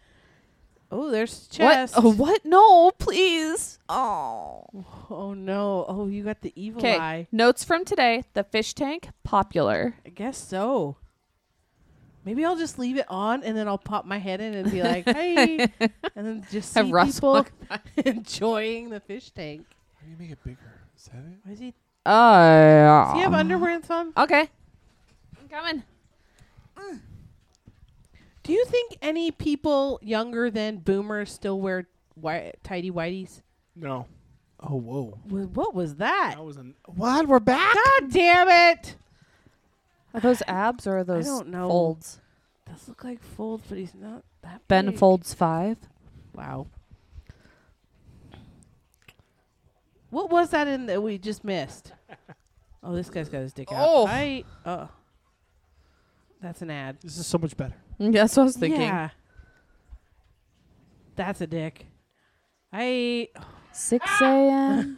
Speaker 1: oh, there's
Speaker 5: What?
Speaker 1: chest.
Speaker 5: Oh, what? No, please. Oh.
Speaker 1: Oh no! Oh, you got the evil
Speaker 5: Okay.
Speaker 1: eye.
Speaker 5: Notes from today: the fish tank popular.
Speaker 1: I guess so. Maybe I'll just leave it on and then I'll pop my head in and be like, "Hey," and then just see
Speaker 5: Have Russ
Speaker 1: people
Speaker 5: walk
Speaker 1: enjoying the fish tank.
Speaker 4: How do you make it bigger? Is that it?
Speaker 1: What is he?
Speaker 5: Oh.
Speaker 1: Does he have underwear and some?
Speaker 5: okay. I'm coming.
Speaker 1: Do you think any people younger than boomers still wear wi- tidy whities?
Speaker 4: No. Oh whoa.
Speaker 1: Wh- What was that?
Speaker 4: That was an what? We're back.
Speaker 1: God damn it!
Speaker 5: Are those abs or are those
Speaker 1: don't know.
Speaker 5: folds?
Speaker 1: Does look like folds, but he's not that
Speaker 5: Ben
Speaker 1: big.
Speaker 5: folds five.
Speaker 1: Wow. What was that in that we just missed? Oh, this guy's got his dick out.
Speaker 5: Oh.
Speaker 1: I, oh. That's an ad.
Speaker 4: This is so much better.
Speaker 5: Mm, That's what I was thinking.
Speaker 1: Yeah. That's a dick. I
Speaker 5: Six a.m.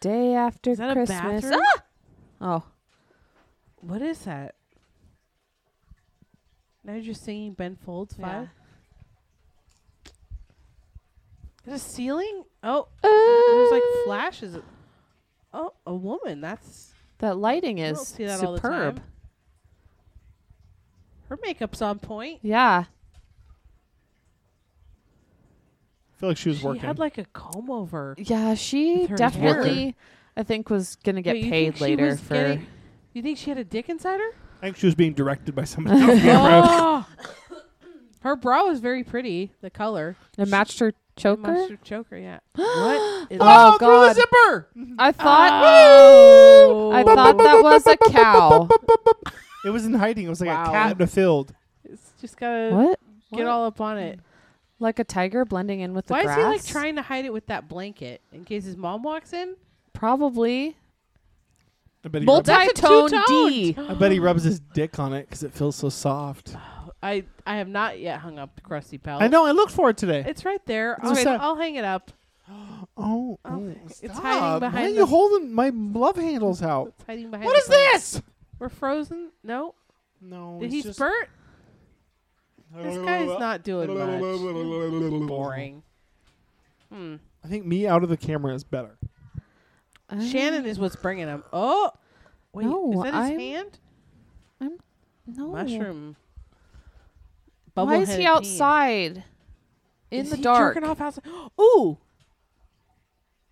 Speaker 5: day after
Speaker 1: Ah! is that
Speaker 5: Christmas.
Speaker 1: a bathroom?
Speaker 5: Oh,
Speaker 1: What is that? Now you're just singing Ben Folds
Speaker 5: Yeah.
Speaker 1: five. Is it a ceiling? Oh,
Speaker 5: Uh,
Speaker 1: there's like flashes. Oh, a woman. That's
Speaker 5: that lighting
Speaker 1: I
Speaker 5: is
Speaker 1: don't see that all the
Speaker 5: superb.
Speaker 1: time. Her makeup's on point.
Speaker 5: Yeah.
Speaker 4: I feel like she was
Speaker 1: she
Speaker 4: working.
Speaker 1: had like a comb over.
Speaker 5: Yeah, she
Speaker 1: With her
Speaker 5: definitely, I think, was gonna get
Speaker 1: Wait, you think
Speaker 5: paid
Speaker 1: she
Speaker 5: later
Speaker 1: was
Speaker 5: for.
Speaker 1: getting- you think she had a dick inside her?
Speaker 4: I think she was being directed by somebody. else.
Speaker 1: oh. Her bra was very pretty. The color.
Speaker 5: It matched her choker.
Speaker 1: Mustard choker. Yeah. what? Is
Speaker 5: Oh,
Speaker 4: through the
Speaker 5: God!
Speaker 4: zipper.
Speaker 5: I
Speaker 1: Ah!
Speaker 5: thought
Speaker 1: Oh.
Speaker 5: I thought that was a cow.
Speaker 4: It was in hiding. It was like
Speaker 1: Wow.
Speaker 4: a cat in a field.
Speaker 1: It's just gotta
Speaker 5: what?
Speaker 1: get all up on it.
Speaker 5: Like a tiger blending in with the
Speaker 1: Why
Speaker 5: grass?
Speaker 1: is he like trying to hide it with that blanket in case his mom walks in?
Speaker 5: Probably
Speaker 4: I bet he, rubs,
Speaker 5: multi-tone D.
Speaker 1: two-toned.
Speaker 4: I bet he rubs his dick on it because it feels so soft.
Speaker 1: I I have not yet hung up the crusty pelt.
Speaker 4: I know. I looked for it today.
Speaker 1: It's right there.
Speaker 4: It's
Speaker 1: I'll,
Speaker 4: right-
Speaker 1: I'll hang it up.
Speaker 4: Oh,
Speaker 1: Oh,
Speaker 4: oh,
Speaker 1: it's hiding
Speaker 4: stop. Why
Speaker 1: behind
Speaker 4: are
Speaker 1: the-
Speaker 4: you holding my love handles out?
Speaker 1: It's hiding behind.
Speaker 4: What
Speaker 1: the
Speaker 4: is
Speaker 1: plant.
Speaker 4: this? Oh,
Speaker 1: We're frozen. No,
Speaker 4: No,
Speaker 1: did he spurt? This guy's not doing much. Boring. Hmm.
Speaker 4: I think me out of the camera is better.
Speaker 5: Uh,
Speaker 1: Shannon is what's bringing him. Oh, wait,
Speaker 5: No,
Speaker 1: is that his
Speaker 5: I'm-
Speaker 1: hand?
Speaker 5: no.
Speaker 1: Mushroom.
Speaker 5: Why is he
Speaker 1: Bubble-headed
Speaker 5: outside
Speaker 1: peen.
Speaker 5: in
Speaker 1: Is
Speaker 5: the
Speaker 1: he
Speaker 5: dark?
Speaker 1: jerking off outside? Ooh.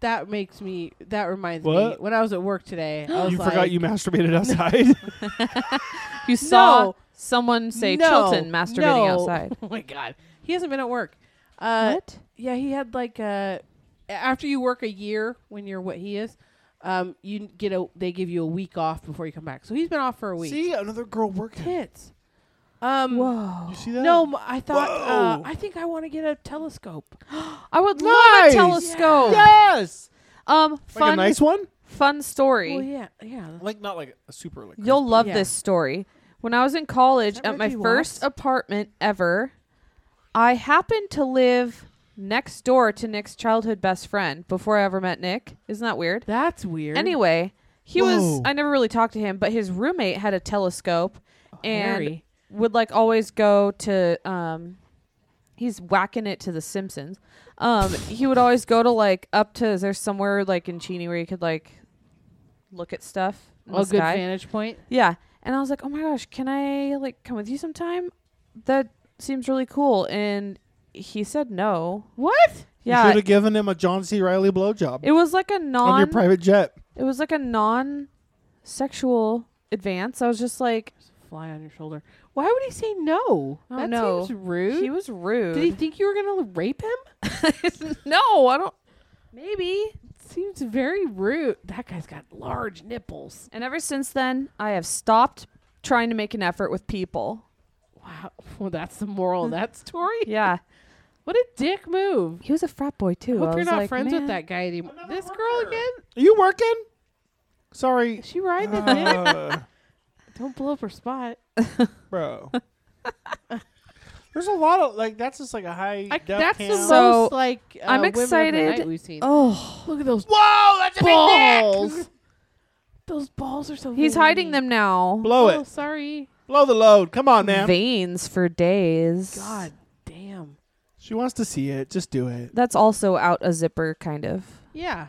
Speaker 1: That makes me. That reminds me.
Speaker 4: What?
Speaker 1: When I was at work today, I was
Speaker 4: You
Speaker 1: like,
Speaker 4: forgot you masturbated outside.
Speaker 5: You saw
Speaker 1: No.
Speaker 5: someone say
Speaker 1: no,
Speaker 5: Chilton masturbating
Speaker 1: no."
Speaker 5: outside.
Speaker 1: oh my god, he hasn't been at work. Uh,
Speaker 5: what?
Speaker 1: Yeah, he had like a after you work a year when you're what he is, um, you n- get a they give you a week off before you come back. So he's been off for a week.
Speaker 4: See another girl working.
Speaker 1: Tits. Um,
Speaker 5: Whoa!
Speaker 4: You see that?
Speaker 1: no, m- I thought uh,
Speaker 4: Whoa.
Speaker 1: I think I want to get a telescope.
Speaker 5: I would love a
Speaker 4: Nice!
Speaker 5: telescope.
Speaker 4: Yes.
Speaker 5: Um,
Speaker 4: Like
Speaker 5: fun,
Speaker 4: a nice one.
Speaker 5: fun story.
Speaker 1: Well, yeah, yeah.
Speaker 4: Like not like a super like.
Speaker 5: You'll love
Speaker 1: Yeah.
Speaker 5: this story. When I was in college
Speaker 1: that
Speaker 5: at my
Speaker 1: Reggie
Speaker 5: first
Speaker 1: Watts?
Speaker 5: apartment ever, I happened to live next door to Nick's childhood best friend before I ever met Nick. Isn't that weird?
Speaker 1: That's weird.
Speaker 5: Anyway, he was
Speaker 4: Whoa.
Speaker 5: I never really talked to him, but his roommate had a telescope and
Speaker 1: Oh, Harry.
Speaker 5: would like always go to um he's whacking it to the Simpsons. Um he would always go to like up to is there somewhere like in Cheney where you could like look at stuff? in
Speaker 1: a
Speaker 5: the
Speaker 1: Oh, good
Speaker 5: sky?
Speaker 1: vantage point.
Speaker 5: Yeah. And I was like, "Oh my gosh, can I like come with you sometime? That seems really cool." And he said no.
Speaker 1: What?
Speaker 5: Yeah.
Speaker 4: should have given him a John C. Riley blowjob
Speaker 5: It was like a non
Speaker 4: on your private jet.
Speaker 5: it was like a non sexual advance. I was just like,
Speaker 1: Fly on your shoulder. Why would he say no?
Speaker 5: Oh,
Speaker 1: that
Speaker 5: no.
Speaker 1: seems rude.
Speaker 5: He was rude.
Speaker 1: Did he think you were gonna rape him?
Speaker 5: no, I don't. Maybe.
Speaker 1: Seems very rude. That guy's got large nipples.
Speaker 5: And ever since then, I have stopped trying to make an effort with people.
Speaker 1: Wow. Well, that's the moral of that story.
Speaker 5: Yeah.
Speaker 1: What a dick move.
Speaker 5: He was a frat boy too. I
Speaker 1: Hope you're
Speaker 5: was
Speaker 1: not
Speaker 5: like,
Speaker 1: friends
Speaker 5: "Man."
Speaker 1: with that guy anymore. This girl again?
Speaker 4: Are you working? Sorry,
Speaker 1: She riding his dick?
Speaker 4: uh,
Speaker 1: Don't blow up her spot.
Speaker 4: bro. There's a lot of like that's just like a high.
Speaker 1: I,
Speaker 4: def
Speaker 1: that's the
Speaker 4: cam.
Speaker 5: So,
Speaker 1: most like uh,
Speaker 5: I'm
Speaker 1: women of the
Speaker 5: excited.
Speaker 1: night we've seen.
Speaker 5: Oh,
Speaker 1: Look at those
Speaker 4: Whoa, that's a big dick.
Speaker 1: balls. those balls are so.
Speaker 5: he's hiding
Speaker 1: veiny.
Speaker 5: them now.
Speaker 4: Blow
Speaker 1: Oh,
Speaker 4: it,
Speaker 1: sorry.
Speaker 4: blow the load. Come on, man.
Speaker 5: Veins for days.
Speaker 1: God damn.
Speaker 4: She wants to see it. Just do it.
Speaker 5: That's also out a zipper, kind of.
Speaker 1: Yeah.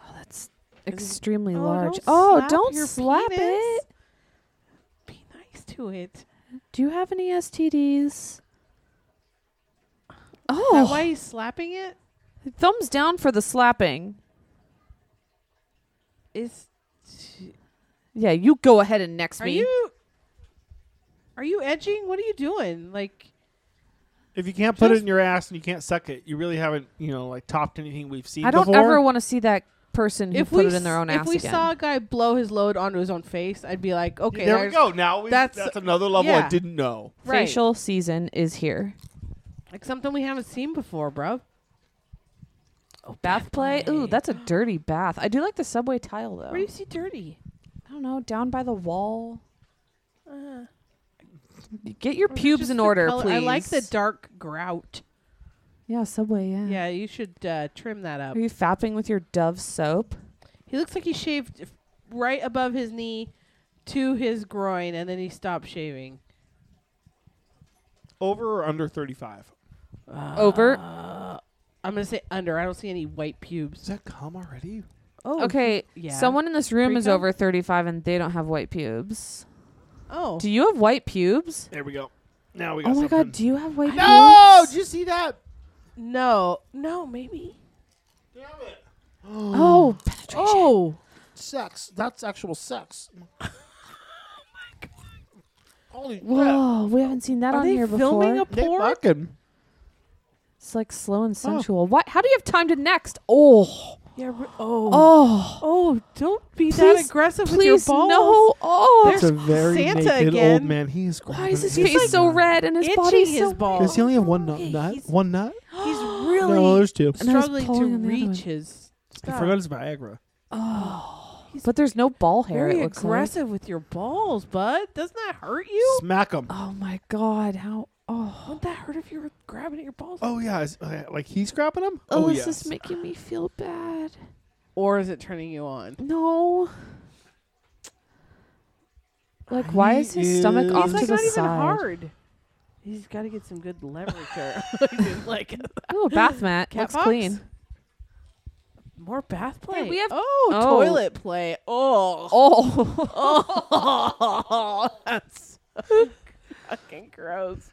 Speaker 5: Oh, that's extremely
Speaker 1: Oh,
Speaker 5: large.
Speaker 1: don't
Speaker 5: oh,
Speaker 1: slap
Speaker 5: don't
Speaker 1: your
Speaker 5: slap
Speaker 1: penis.
Speaker 5: it.
Speaker 1: Be nice to it.
Speaker 5: Do you have any STDs?
Speaker 1: Is that
Speaker 5: Oh,
Speaker 1: why he's slapping it?
Speaker 5: thumbs down for the slapping.
Speaker 1: Is
Speaker 5: Yeah, you go ahead and next
Speaker 1: are
Speaker 5: me.
Speaker 1: you are you edging? What are you doing? Like
Speaker 4: If you can't put it
Speaker 1: Just-
Speaker 4: in your ass and you can't suck it, you really haven't, you know, like topped anything we've seen.
Speaker 5: I don't
Speaker 4: before.
Speaker 5: ever want to see that person who
Speaker 1: if
Speaker 5: put
Speaker 1: we
Speaker 5: it in their own
Speaker 1: s-
Speaker 5: ass
Speaker 1: if we
Speaker 5: again.
Speaker 1: saw a guy blow his load onto his own face, I'd be like, okay,
Speaker 4: there we
Speaker 1: there's-
Speaker 4: go. Now we, that's,
Speaker 1: that's-
Speaker 4: that's another level I
Speaker 1: yeah.
Speaker 4: didn't know.
Speaker 1: Right.
Speaker 5: Facial season is here.
Speaker 1: like something we haven't seen before, bro. Oh,
Speaker 5: Bath play? Ooh, that's a dirty bath. I do like the subway tile though.
Speaker 1: where do you see dirty?
Speaker 5: I don't know, down by the wall.
Speaker 1: Uh,
Speaker 5: Get your
Speaker 1: Or is it
Speaker 5: pubes
Speaker 1: just
Speaker 5: in
Speaker 1: the
Speaker 5: order,
Speaker 1: color?
Speaker 5: please.
Speaker 1: I like the dark grout.
Speaker 5: Yeah, subway. Yeah.
Speaker 1: Yeah, you should uh, trim that up.
Speaker 5: Are you fapping with your Dove soap?
Speaker 1: He looks like he shaved f- right above his knee to his groin, and then he stopped shaving.
Speaker 4: Over or under 35?
Speaker 1: Uh,
Speaker 5: Over.
Speaker 1: I'm gonna say under. I don't see any white
Speaker 4: Is
Speaker 1: pubes.
Speaker 4: that cum already?
Speaker 1: Oh,
Speaker 5: Okay.
Speaker 1: yeah.
Speaker 5: Someone in this room is
Speaker 1: Pre-cum?
Speaker 5: over 35 and they don't have white pubes.
Speaker 1: Oh,
Speaker 5: Do you have white pubes?
Speaker 4: There we go. Now we
Speaker 5: Oh
Speaker 4: got
Speaker 5: my
Speaker 4: something.
Speaker 5: god, do you have white
Speaker 4: no!
Speaker 5: pubes?
Speaker 4: Did you see that?
Speaker 1: no, no, maybe.
Speaker 4: Damn it.
Speaker 5: Oh, penetration.
Speaker 1: Oh,
Speaker 4: Sex. That's actual sex. Holy crap.
Speaker 5: Whoa, Oh, we haven't seen that
Speaker 1: are
Speaker 5: on
Speaker 1: they
Speaker 5: here before.
Speaker 1: filming a
Speaker 4: They
Speaker 1: porn?
Speaker 4: fucking.
Speaker 5: It's like slow
Speaker 1: Oh.
Speaker 5: and sensual. What? How do you have time to next? Oh,
Speaker 1: Yeah. re- Oh, oh,
Speaker 5: oh.
Speaker 1: don't be that
Speaker 5: Please-
Speaker 1: aggressive with your
Speaker 5: Please
Speaker 1: balls.
Speaker 5: no. Oh,
Speaker 1: There's Santa
Speaker 4: old
Speaker 1: again.
Speaker 4: man. He is
Speaker 5: why is his
Speaker 1: He's
Speaker 5: face so
Speaker 4: like
Speaker 5: red and his
Speaker 1: Itching
Speaker 5: body
Speaker 1: his
Speaker 5: so?
Speaker 1: balls.
Speaker 4: Does he only have one nut?
Speaker 1: Okay,
Speaker 4: nut?
Speaker 1: he's-
Speaker 4: One nut?
Speaker 1: He's really
Speaker 4: No, there's two.
Speaker 5: And I was
Speaker 1: struggling to
Speaker 5: pulling on the other
Speaker 1: reach
Speaker 5: one.
Speaker 1: his.
Speaker 4: I
Speaker 1: stuff.
Speaker 4: forgot his Viagra.
Speaker 5: But there's no ball hair.
Speaker 1: Very
Speaker 5: it looks
Speaker 1: aggressive with your balls, bud. Doesn't that hurt you?
Speaker 4: Smack him.
Speaker 5: Like. Oh my god! How? Oh,
Speaker 1: Wouldn't that hurt if you were grabbing at your balls?
Speaker 4: Oh yeah, is, uh, like he's grabbing him.
Speaker 5: oh,
Speaker 4: oh
Speaker 5: this
Speaker 4: yes.
Speaker 5: is making me feel bad.
Speaker 1: Or is it turning you on?
Speaker 5: No. Like, why is his stomach
Speaker 4: He's
Speaker 5: off
Speaker 1: He's
Speaker 5: to
Speaker 1: like
Speaker 5: the
Speaker 1: not even
Speaker 5: side?
Speaker 1: hard. He's got to get some good leverage there. like
Speaker 5: Oh, bath mat
Speaker 1: Cat
Speaker 5: looks
Speaker 1: box?
Speaker 5: clean.
Speaker 1: more bath play.
Speaker 5: we have-
Speaker 1: oh,
Speaker 5: oh.
Speaker 1: toilet play. Oh,
Speaker 5: Oh,
Speaker 1: oh, that's so fucking gross.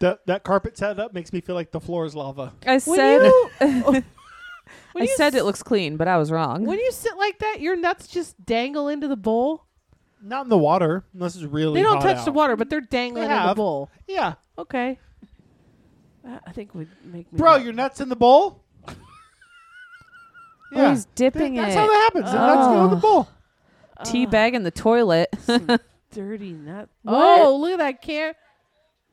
Speaker 4: That that carpet setup makes me feel like the floor is lava.
Speaker 5: I
Speaker 1: When
Speaker 5: said.
Speaker 1: you
Speaker 5: I
Speaker 1: when you
Speaker 5: said
Speaker 1: s-
Speaker 5: it looks clean, but I was wrong.
Speaker 1: when you sit like that, your nuts just dangle into the bowl.
Speaker 4: Not in the water, unless it's really.
Speaker 1: They don't
Speaker 4: hot
Speaker 1: touch the
Speaker 4: out.
Speaker 1: water, but they're dangling in the
Speaker 4: have.
Speaker 1: bowl.
Speaker 4: Yeah,
Speaker 1: Okay. That, I think would make me
Speaker 4: bro,
Speaker 1: mad.
Speaker 4: your nuts in the bowl.
Speaker 5: Oh, he's dipping
Speaker 4: That's
Speaker 5: it.
Speaker 4: how that happens. The nuts go in the
Speaker 5: Oh.
Speaker 4: bowl.
Speaker 5: Tea bag in the toilet.
Speaker 1: dirty nut.
Speaker 5: What?
Speaker 1: Oh, look at that can.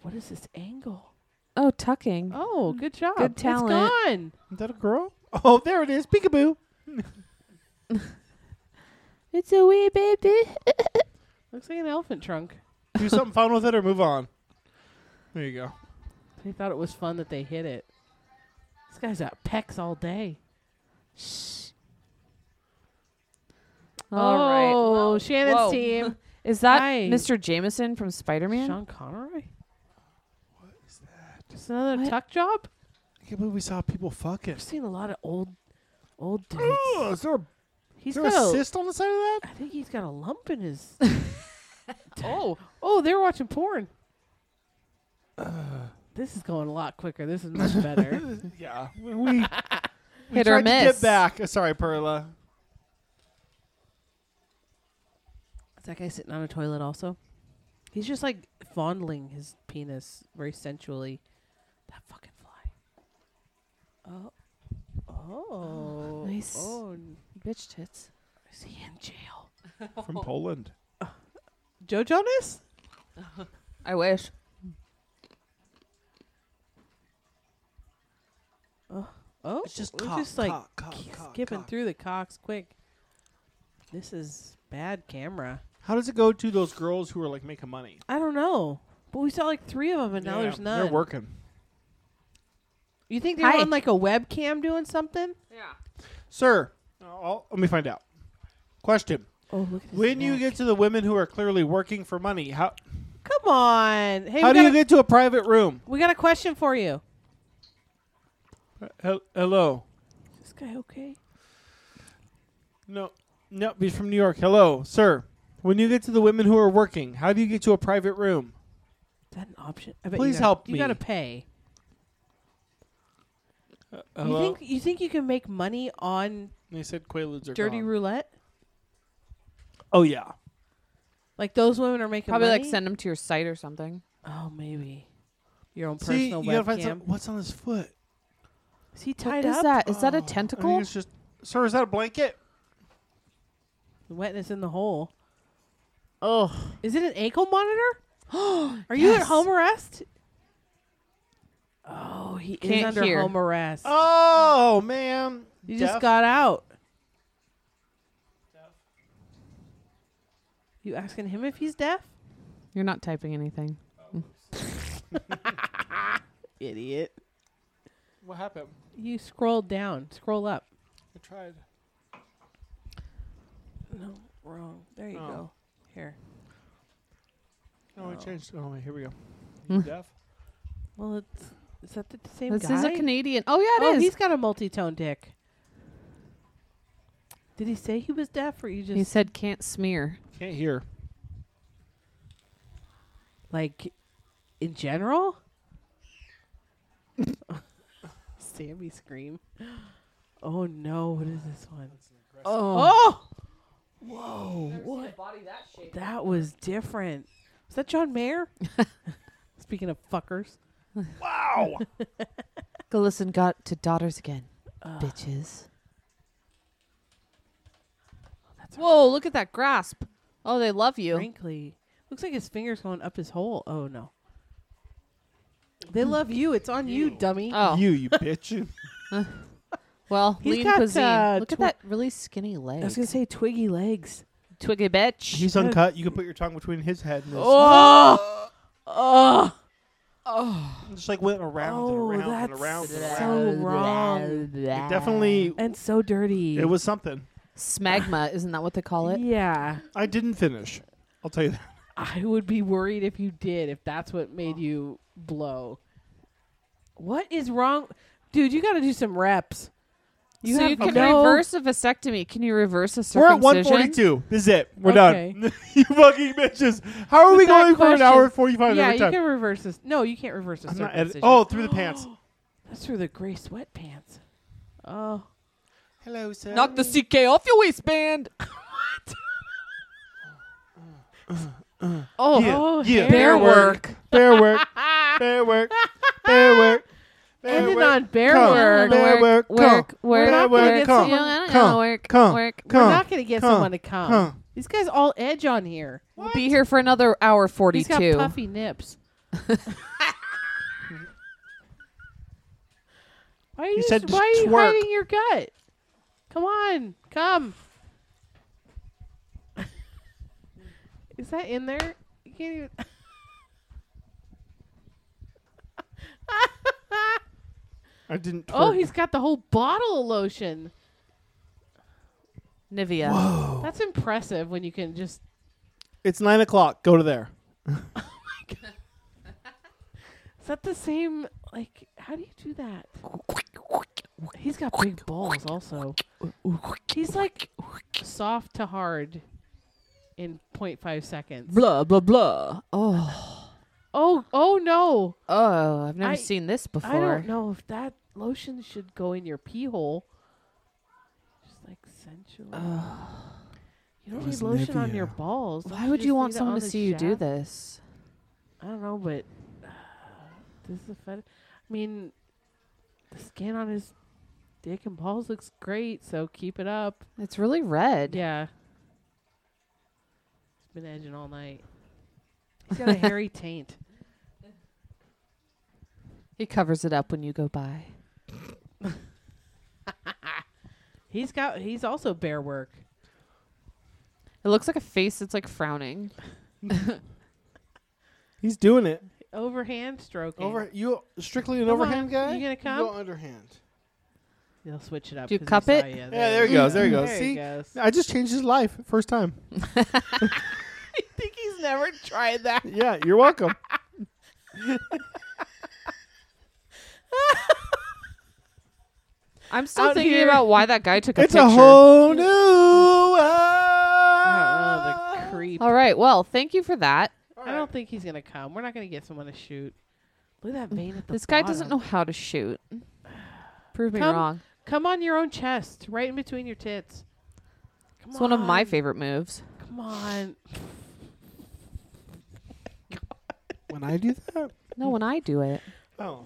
Speaker 1: What is this angle?
Speaker 5: oh, tucking.
Speaker 1: Oh, good job.
Speaker 5: Good talent.
Speaker 1: It's gone.
Speaker 4: Is that a girl? Oh, there it is. Peekaboo.
Speaker 5: It's a wee baby.
Speaker 1: Looks like an elephant trunk.
Speaker 4: Do something fun with it or move on. There you go.
Speaker 1: They thought it was fun that they hit it. This guy's got pecs all day.
Speaker 5: All
Speaker 1: oh,
Speaker 5: right. Well,
Speaker 1: Shannon's
Speaker 5: whoa.
Speaker 1: team.
Speaker 5: Is that
Speaker 1: Hi.
Speaker 5: Mr. Jameson from Spider Man?
Speaker 1: Sean Connery. What is that? Just another tuck job.
Speaker 4: I can't believe we saw people fucking.
Speaker 1: I've seen a lot of old, old dudes.
Speaker 4: Oh, is there, a,
Speaker 1: He's
Speaker 4: is there a
Speaker 1: got
Speaker 4: cyst on the side of that?
Speaker 1: I think he's got a lump in his. oh, oh, they're watching porn. Uh. this is going a lot quicker. This is much better.
Speaker 4: Yeah, we, we
Speaker 5: Hit
Speaker 4: tried
Speaker 5: or
Speaker 4: to
Speaker 5: miss.
Speaker 4: get back. Uh, Sorry, Perla.
Speaker 1: is that guy sitting on a toilet also? He's just like fondling his penis very sensually. That fucking fly. Oh. Oh.
Speaker 5: nice.
Speaker 1: Oh. n-
Speaker 5: Bitch tits.
Speaker 1: Is he in jail?
Speaker 8: From Poland.
Speaker 1: Joe Jonas?
Speaker 5: I wish.
Speaker 1: Oh.
Speaker 3: It's just
Speaker 1: we're
Speaker 3: cock,
Speaker 1: just like
Speaker 3: cock, cock,
Speaker 1: k-
Speaker 3: cock,
Speaker 1: skipping
Speaker 3: cock.
Speaker 1: through the cocks quick. This is bad camera.
Speaker 4: How does it go to those girls who are like making money?
Speaker 1: I don't know. But we saw like three of them, and now
Speaker 4: Yeah,
Speaker 1: there's none.
Speaker 4: They're working.
Speaker 1: You think they were
Speaker 5: Hi.
Speaker 1: on like a webcam doing something?
Speaker 7: Yeah.
Speaker 4: Sir, I'll, let me find out. Question.
Speaker 1: Oh, look at this.
Speaker 4: When you get to the women who are clearly working for money, how,
Speaker 1: Come on. Hey,
Speaker 4: how do
Speaker 1: we, got
Speaker 4: you
Speaker 1: a,
Speaker 4: get to a private room?
Speaker 1: we got a question for you.
Speaker 4: hello.
Speaker 1: Is this guy okay?
Speaker 4: No, no, he's from New York. Hello, sir. When you get to the women who are working, how do you get to a private room?
Speaker 1: Is that an option? I bet
Speaker 4: Please
Speaker 1: you gotta,
Speaker 4: help
Speaker 1: you
Speaker 4: me.
Speaker 1: gotta pay. You think you think you can make money on
Speaker 4: they said Quaaludes are
Speaker 1: dirty
Speaker 4: gone.
Speaker 1: roulette?
Speaker 4: Oh yeah.
Speaker 1: Like those women are making
Speaker 5: Probably like
Speaker 1: money?
Speaker 5: send them to your site or something.
Speaker 1: Oh, maybe your own
Speaker 4: See,
Speaker 1: personal
Speaker 4: you gotta find some,
Speaker 1: webcam.
Speaker 4: what's on his foot.
Speaker 1: Is he
Speaker 5: What
Speaker 1: tied
Speaker 5: is
Speaker 1: up?
Speaker 5: that? Is that a
Speaker 4: Oh, I think
Speaker 5: tentacle?
Speaker 4: it's just, sir, is that a blanket?
Speaker 1: The wetness in the hole. Oh, is it an ankle monitor? are you at
Speaker 5: Yes.
Speaker 1: home arrest? Oh, he is
Speaker 5: Can't
Speaker 1: under
Speaker 5: hear.
Speaker 1: home arrest.
Speaker 4: Oh, ma'am.
Speaker 1: you just
Speaker 4: Deaf?
Speaker 1: got out. You asking him if he's deaf?
Speaker 5: You're not typing anything.
Speaker 1: Idiot.
Speaker 4: What happened?
Speaker 1: You scrolled down. Scroll up.
Speaker 4: I tried.
Speaker 1: No, wrong. There you
Speaker 4: Oh.
Speaker 1: go. Here.
Speaker 4: No, I changed. Oh, wait, here we go.
Speaker 5: You Hmm.
Speaker 4: deaf?
Speaker 1: Well, it's is that the same
Speaker 5: This
Speaker 1: guy?
Speaker 5: is a Canadian. Oh yeah,
Speaker 1: oh,
Speaker 5: it is.
Speaker 1: he's got a multi-tone dick. Did he say he was deaf, or you just
Speaker 5: He said can't smear.
Speaker 4: Can't hear.
Speaker 1: like in general? Sammy scream. Oh no! What is this one? Oh. Whoa! What? Oh, That was different. Was that John Mayer? Speaking of fuckers.
Speaker 4: Wow.
Speaker 5: Go listen got to daughters again. Bitches. Whoa, look at that grasp. Oh, they love you.
Speaker 1: Frankly, looks like his fingers going up his hole. Oh no. They love you. It's on you, dummy.
Speaker 5: Oh.
Speaker 4: You, you bitch.
Speaker 5: well,
Speaker 1: He's
Speaker 5: lean
Speaker 1: got,
Speaker 5: cuisine.
Speaker 1: uh,
Speaker 5: look
Speaker 1: tw-
Speaker 5: at that really skinny leg.
Speaker 1: I was gonna say twiggy legs.
Speaker 5: Twiggy bitch.
Speaker 4: He's uncut. You can put your tongue between his head and his.
Speaker 1: Oh, oh,
Speaker 4: It Just like went around
Speaker 1: Oh,
Speaker 4: and around
Speaker 1: that's
Speaker 4: and around and around.
Speaker 1: so wrong.
Speaker 4: It definitely,
Speaker 1: and so dirty.
Speaker 4: it was something.
Speaker 5: smegma, isn't that what they call it?
Speaker 1: Yeah,
Speaker 4: I didn't finish. I'll tell you that.
Speaker 1: I would be worried if you did. If that's what made you blow. What is wrong, dude? You got to do some reps. You
Speaker 5: so
Speaker 1: have
Speaker 5: you can
Speaker 1: no-
Speaker 5: reverse a vasectomy. Can you reverse a
Speaker 4: We're at
Speaker 5: circumcision?
Speaker 4: 142. This is it. We're done.
Speaker 1: Okay.
Speaker 4: you fucking bitches. How are we
Speaker 1: With that
Speaker 4: going for an
Speaker 1: question-
Speaker 4: hour and 45
Speaker 1: Yeah,
Speaker 4: every
Speaker 1: you
Speaker 4: time?
Speaker 1: can reverse this. No, you can't reverse this.
Speaker 4: I'm not edit- oh, through the pants.
Speaker 1: that's through the gray sweatpants. Oh,
Speaker 4: Hello, sir.
Speaker 5: Knock the CK off your waistband.
Speaker 1: oh,
Speaker 4: Yeah,
Speaker 1: oh,
Speaker 4: yeah.
Speaker 1: hair.
Speaker 5: Bear work.
Speaker 4: Bear work. Bear work. Bear work. Bear
Speaker 1: Ended
Speaker 4: work.
Speaker 1: on bear
Speaker 4: Come.
Speaker 1: work.
Speaker 4: Bear
Speaker 5: Work,
Speaker 4: work.
Speaker 5: work,
Speaker 4: Come.
Speaker 5: work,
Speaker 4: Bear
Speaker 1: work.
Speaker 4: work. Come.
Speaker 1: Yeah,
Speaker 5: I don't know.
Speaker 4: Come.
Speaker 5: Work,
Speaker 4: Come.
Speaker 5: work.
Speaker 4: Come.
Speaker 1: We're not gonna get
Speaker 4: Come.
Speaker 1: someone to come.
Speaker 4: Come.
Speaker 1: These guys all edge on here.
Speaker 5: We'll be here for another hour
Speaker 1: He's got
Speaker 5: 42.
Speaker 1: puffy nips. why are you,
Speaker 4: said
Speaker 1: why are
Speaker 4: just
Speaker 1: you
Speaker 4: twerk.
Speaker 1: hiding your gut? Come on, come. Is that in there? You can't even.
Speaker 4: I didn't.
Speaker 1: Oh,
Speaker 4: twerk.
Speaker 1: he's got the whole bottle of lotion.
Speaker 5: Nivea.
Speaker 1: That's impressive when you can just.
Speaker 4: It's 9 o'clock. Go to there.
Speaker 1: Is that the same? Like, how do you do that? He's got big balls, also. He's like soft to hard in 0.5 seconds.
Speaker 5: Blah, blah, blah. Oh,
Speaker 1: Oh, oh no!
Speaker 5: oh, I've never
Speaker 1: I-
Speaker 5: seen this before.
Speaker 1: I don't know if that lotion should go in your pee hole. Just like sensually. You don't
Speaker 3: It was
Speaker 1: need lotion on your
Speaker 3: Nivea.
Speaker 1: balls. Don't
Speaker 5: Why would
Speaker 1: just
Speaker 5: you
Speaker 1: leave
Speaker 5: want
Speaker 1: it
Speaker 5: someone
Speaker 1: on
Speaker 5: to
Speaker 1: the
Speaker 5: see you do
Speaker 1: shaft?
Speaker 5: this?
Speaker 1: I don't know, but this is a fed- I mean, the skin on his dick and balls looks great, so keep it up.
Speaker 5: It's really red.
Speaker 1: Yeah. He's been edging all night. He's got a hairy taint.
Speaker 5: He covers it up when you go by.
Speaker 1: He's got. He's also bear work.
Speaker 5: It looks like a face that's like frowning.
Speaker 4: He's doing it.
Speaker 1: Overhand stroking.
Speaker 3: Over you strictly an
Speaker 1: Come
Speaker 3: overhand
Speaker 1: on,
Speaker 3: guy?
Speaker 1: you gonna
Speaker 3: You go
Speaker 1: come?
Speaker 3: underhand.
Speaker 1: They'll switch it up.
Speaker 5: Do you
Speaker 1: 'cause he
Speaker 5: cup
Speaker 1: saw
Speaker 5: it?
Speaker 1: you.
Speaker 5: Yeah,
Speaker 4: there he goes, there he goes.
Speaker 1: There
Speaker 4: See?
Speaker 1: he goes.
Speaker 4: I just changed his life first time.
Speaker 1: I think he's never tried that.
Speaker 4: yeah, you're welcome.
Speaker 5: I'm still
Speaker 1: Out
Speaker 5: thinking
Speaker 1: here.
Speaker 5: about why that guy took a
Speaker 4: it's
Speaker 5: picture.
Speaker 4: a whole new
Speaker 1: Oh, the creep.
Speaker 5: All right. Well, thank you for that.
Speaker 1: I don't think he's gonna come. We're not gonna get someone to shoot. Look at that vein at the
Speaker 5: this guy doesn't know
Speaker 1: bottom.
Speaker 5: how to shoot. Prove me
Speaker 1: Come-
Speaker 5: wrong.
Speaker 1: Come on your own chest, right in between your tits. Come
Speaker 5: It's one of my
Speaker 1: on,
Speaker 5: favorite moves.
Speaker 1: Come on.
Speaker 4: When I do that,
Speaker 5: No, when I do it.
Speaker 4: oh,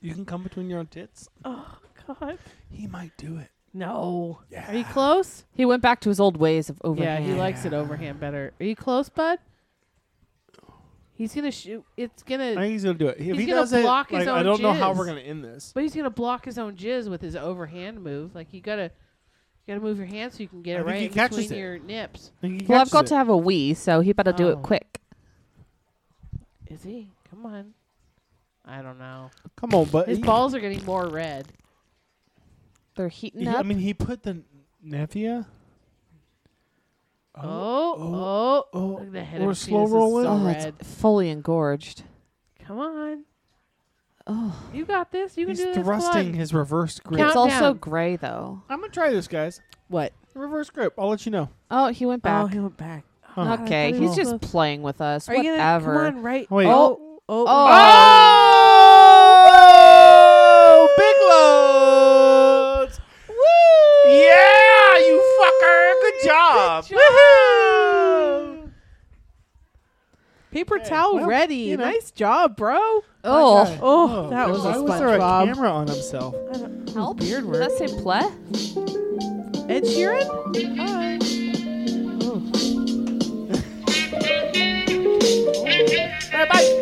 Speaker 4: you can come between your own tits.
Speaker 1: Oh God.
Speaker 4: He might do it.
Speaker 1: No.
Speaker 4: Yeah.
Speaker 1: Are you close?
Speaker 5: He went back to his old ways of overhand.
Speaker 1: Yeah, he likes it overhand better. Are you close, bud? He's gonna shoot. It's
Speaker 4: I
Speaker 1: gonna.
Speaker 4: think he's gonna do it. If
Speaker 1: He's
Speaker 4: he
Speaker 1: gonna
Speaker 4: does it,
Speaker 1: block his
Speaker 4: like, I
Speaker 1: own
Speaker 4: don't know how
Speaker 1: jizz.
Speaker 4: we're gonna end this.
Speaker 1: But he's gonna block his own jizz with his overhand move. Like you gotta, you gotta move your hand so you can get
Speaker 4: I
Speaker 1: it
Speaker 4: think
Speaker 1: right
Speaker 4: he
Speaker 1: in
Speaker 4: catches
Speaker 1: between
Speaker 4: it.
Speaker 1: your nips.
Speaker 5: Well, I've got to have a wee, so he better do
Speaker 1: Oh.
Speaker 5: it quick.
Speaker 1: Is he? Come on. I don't know.
Speaker 4: Come on, but
Speaker 1: His balls are getting more red.
Speaker 5: They're heating
Speaker 4: I
Speaker 5: up.
Speaker 4: mean, he put the Nevia.
Speaker 1: Oh, oh,
Speaker 4: oh,
Speaker 1: Look at the head
Speaker 4: we're
Speaker 1: of his
Speaker 4: slow
Speaker 1: penis is
Speaker 4: rolling.
Speaker 1: so
Speaker 5: oh,
Speaker 1: red.
Speaker 5: it's fully engorged.
Speaker 1: Come on.
Speaker 5: Oh,
Speaker 1: You got this. You can
Speaker 4: he's
Speaker 1: do this. Come
Speaker 4: thrusting
Speaker 1: on.
Speaker 4: his reverse grip.
Speaker 1: Count-
Speaker 5: it's also
Speaker 1: down.
Speaker 5: gray though.
Speaker 4: I'm gonna try this, guys.
Speaker 1: What?
Speaker 4: Reverse grip. I'll let you know.
Speaker 5: Oh, he went
Speaker 1: Oh,
Speaker 5: back.
Speaker 1: he went Oh, back.
Speaker 4: Oh,
Speaker 5: okay,
Speaker 1: I thought he
Speaker 5: he's
Speaker 1: was
Speaker 5: just
Speaker 1: close.
Speaker 5: playing with us.
Speaker 1: Are you gonna
Speaker 5: Whatever.
Speaker 1: come on right?
Speaker 4: Wait.
Speaker 1: Oh, oh,
Speaker 5: Oh.
Speaker 4: Oh, big loads. Woo! Yeah, you fucker. Good job. Woohoo!
Speaker 1: paper towel
Speaker 4: well,
Speaker 1: ready.
Speaker 4: you know.
Speaker 1: Nice job, bro.
Speaker 5: Oh,
Speaker 1: Oh, that was a
Speaker 4: Why was there a
Speaker 1: SpongeBob.
Speaker 4: camera on himself?
Speaker 5: help!
Speaker 1: Beard
Speaker 5: Does that say ple?
Speaker 1: Ed Sheeran. Hi.
Speaker 4: Bye.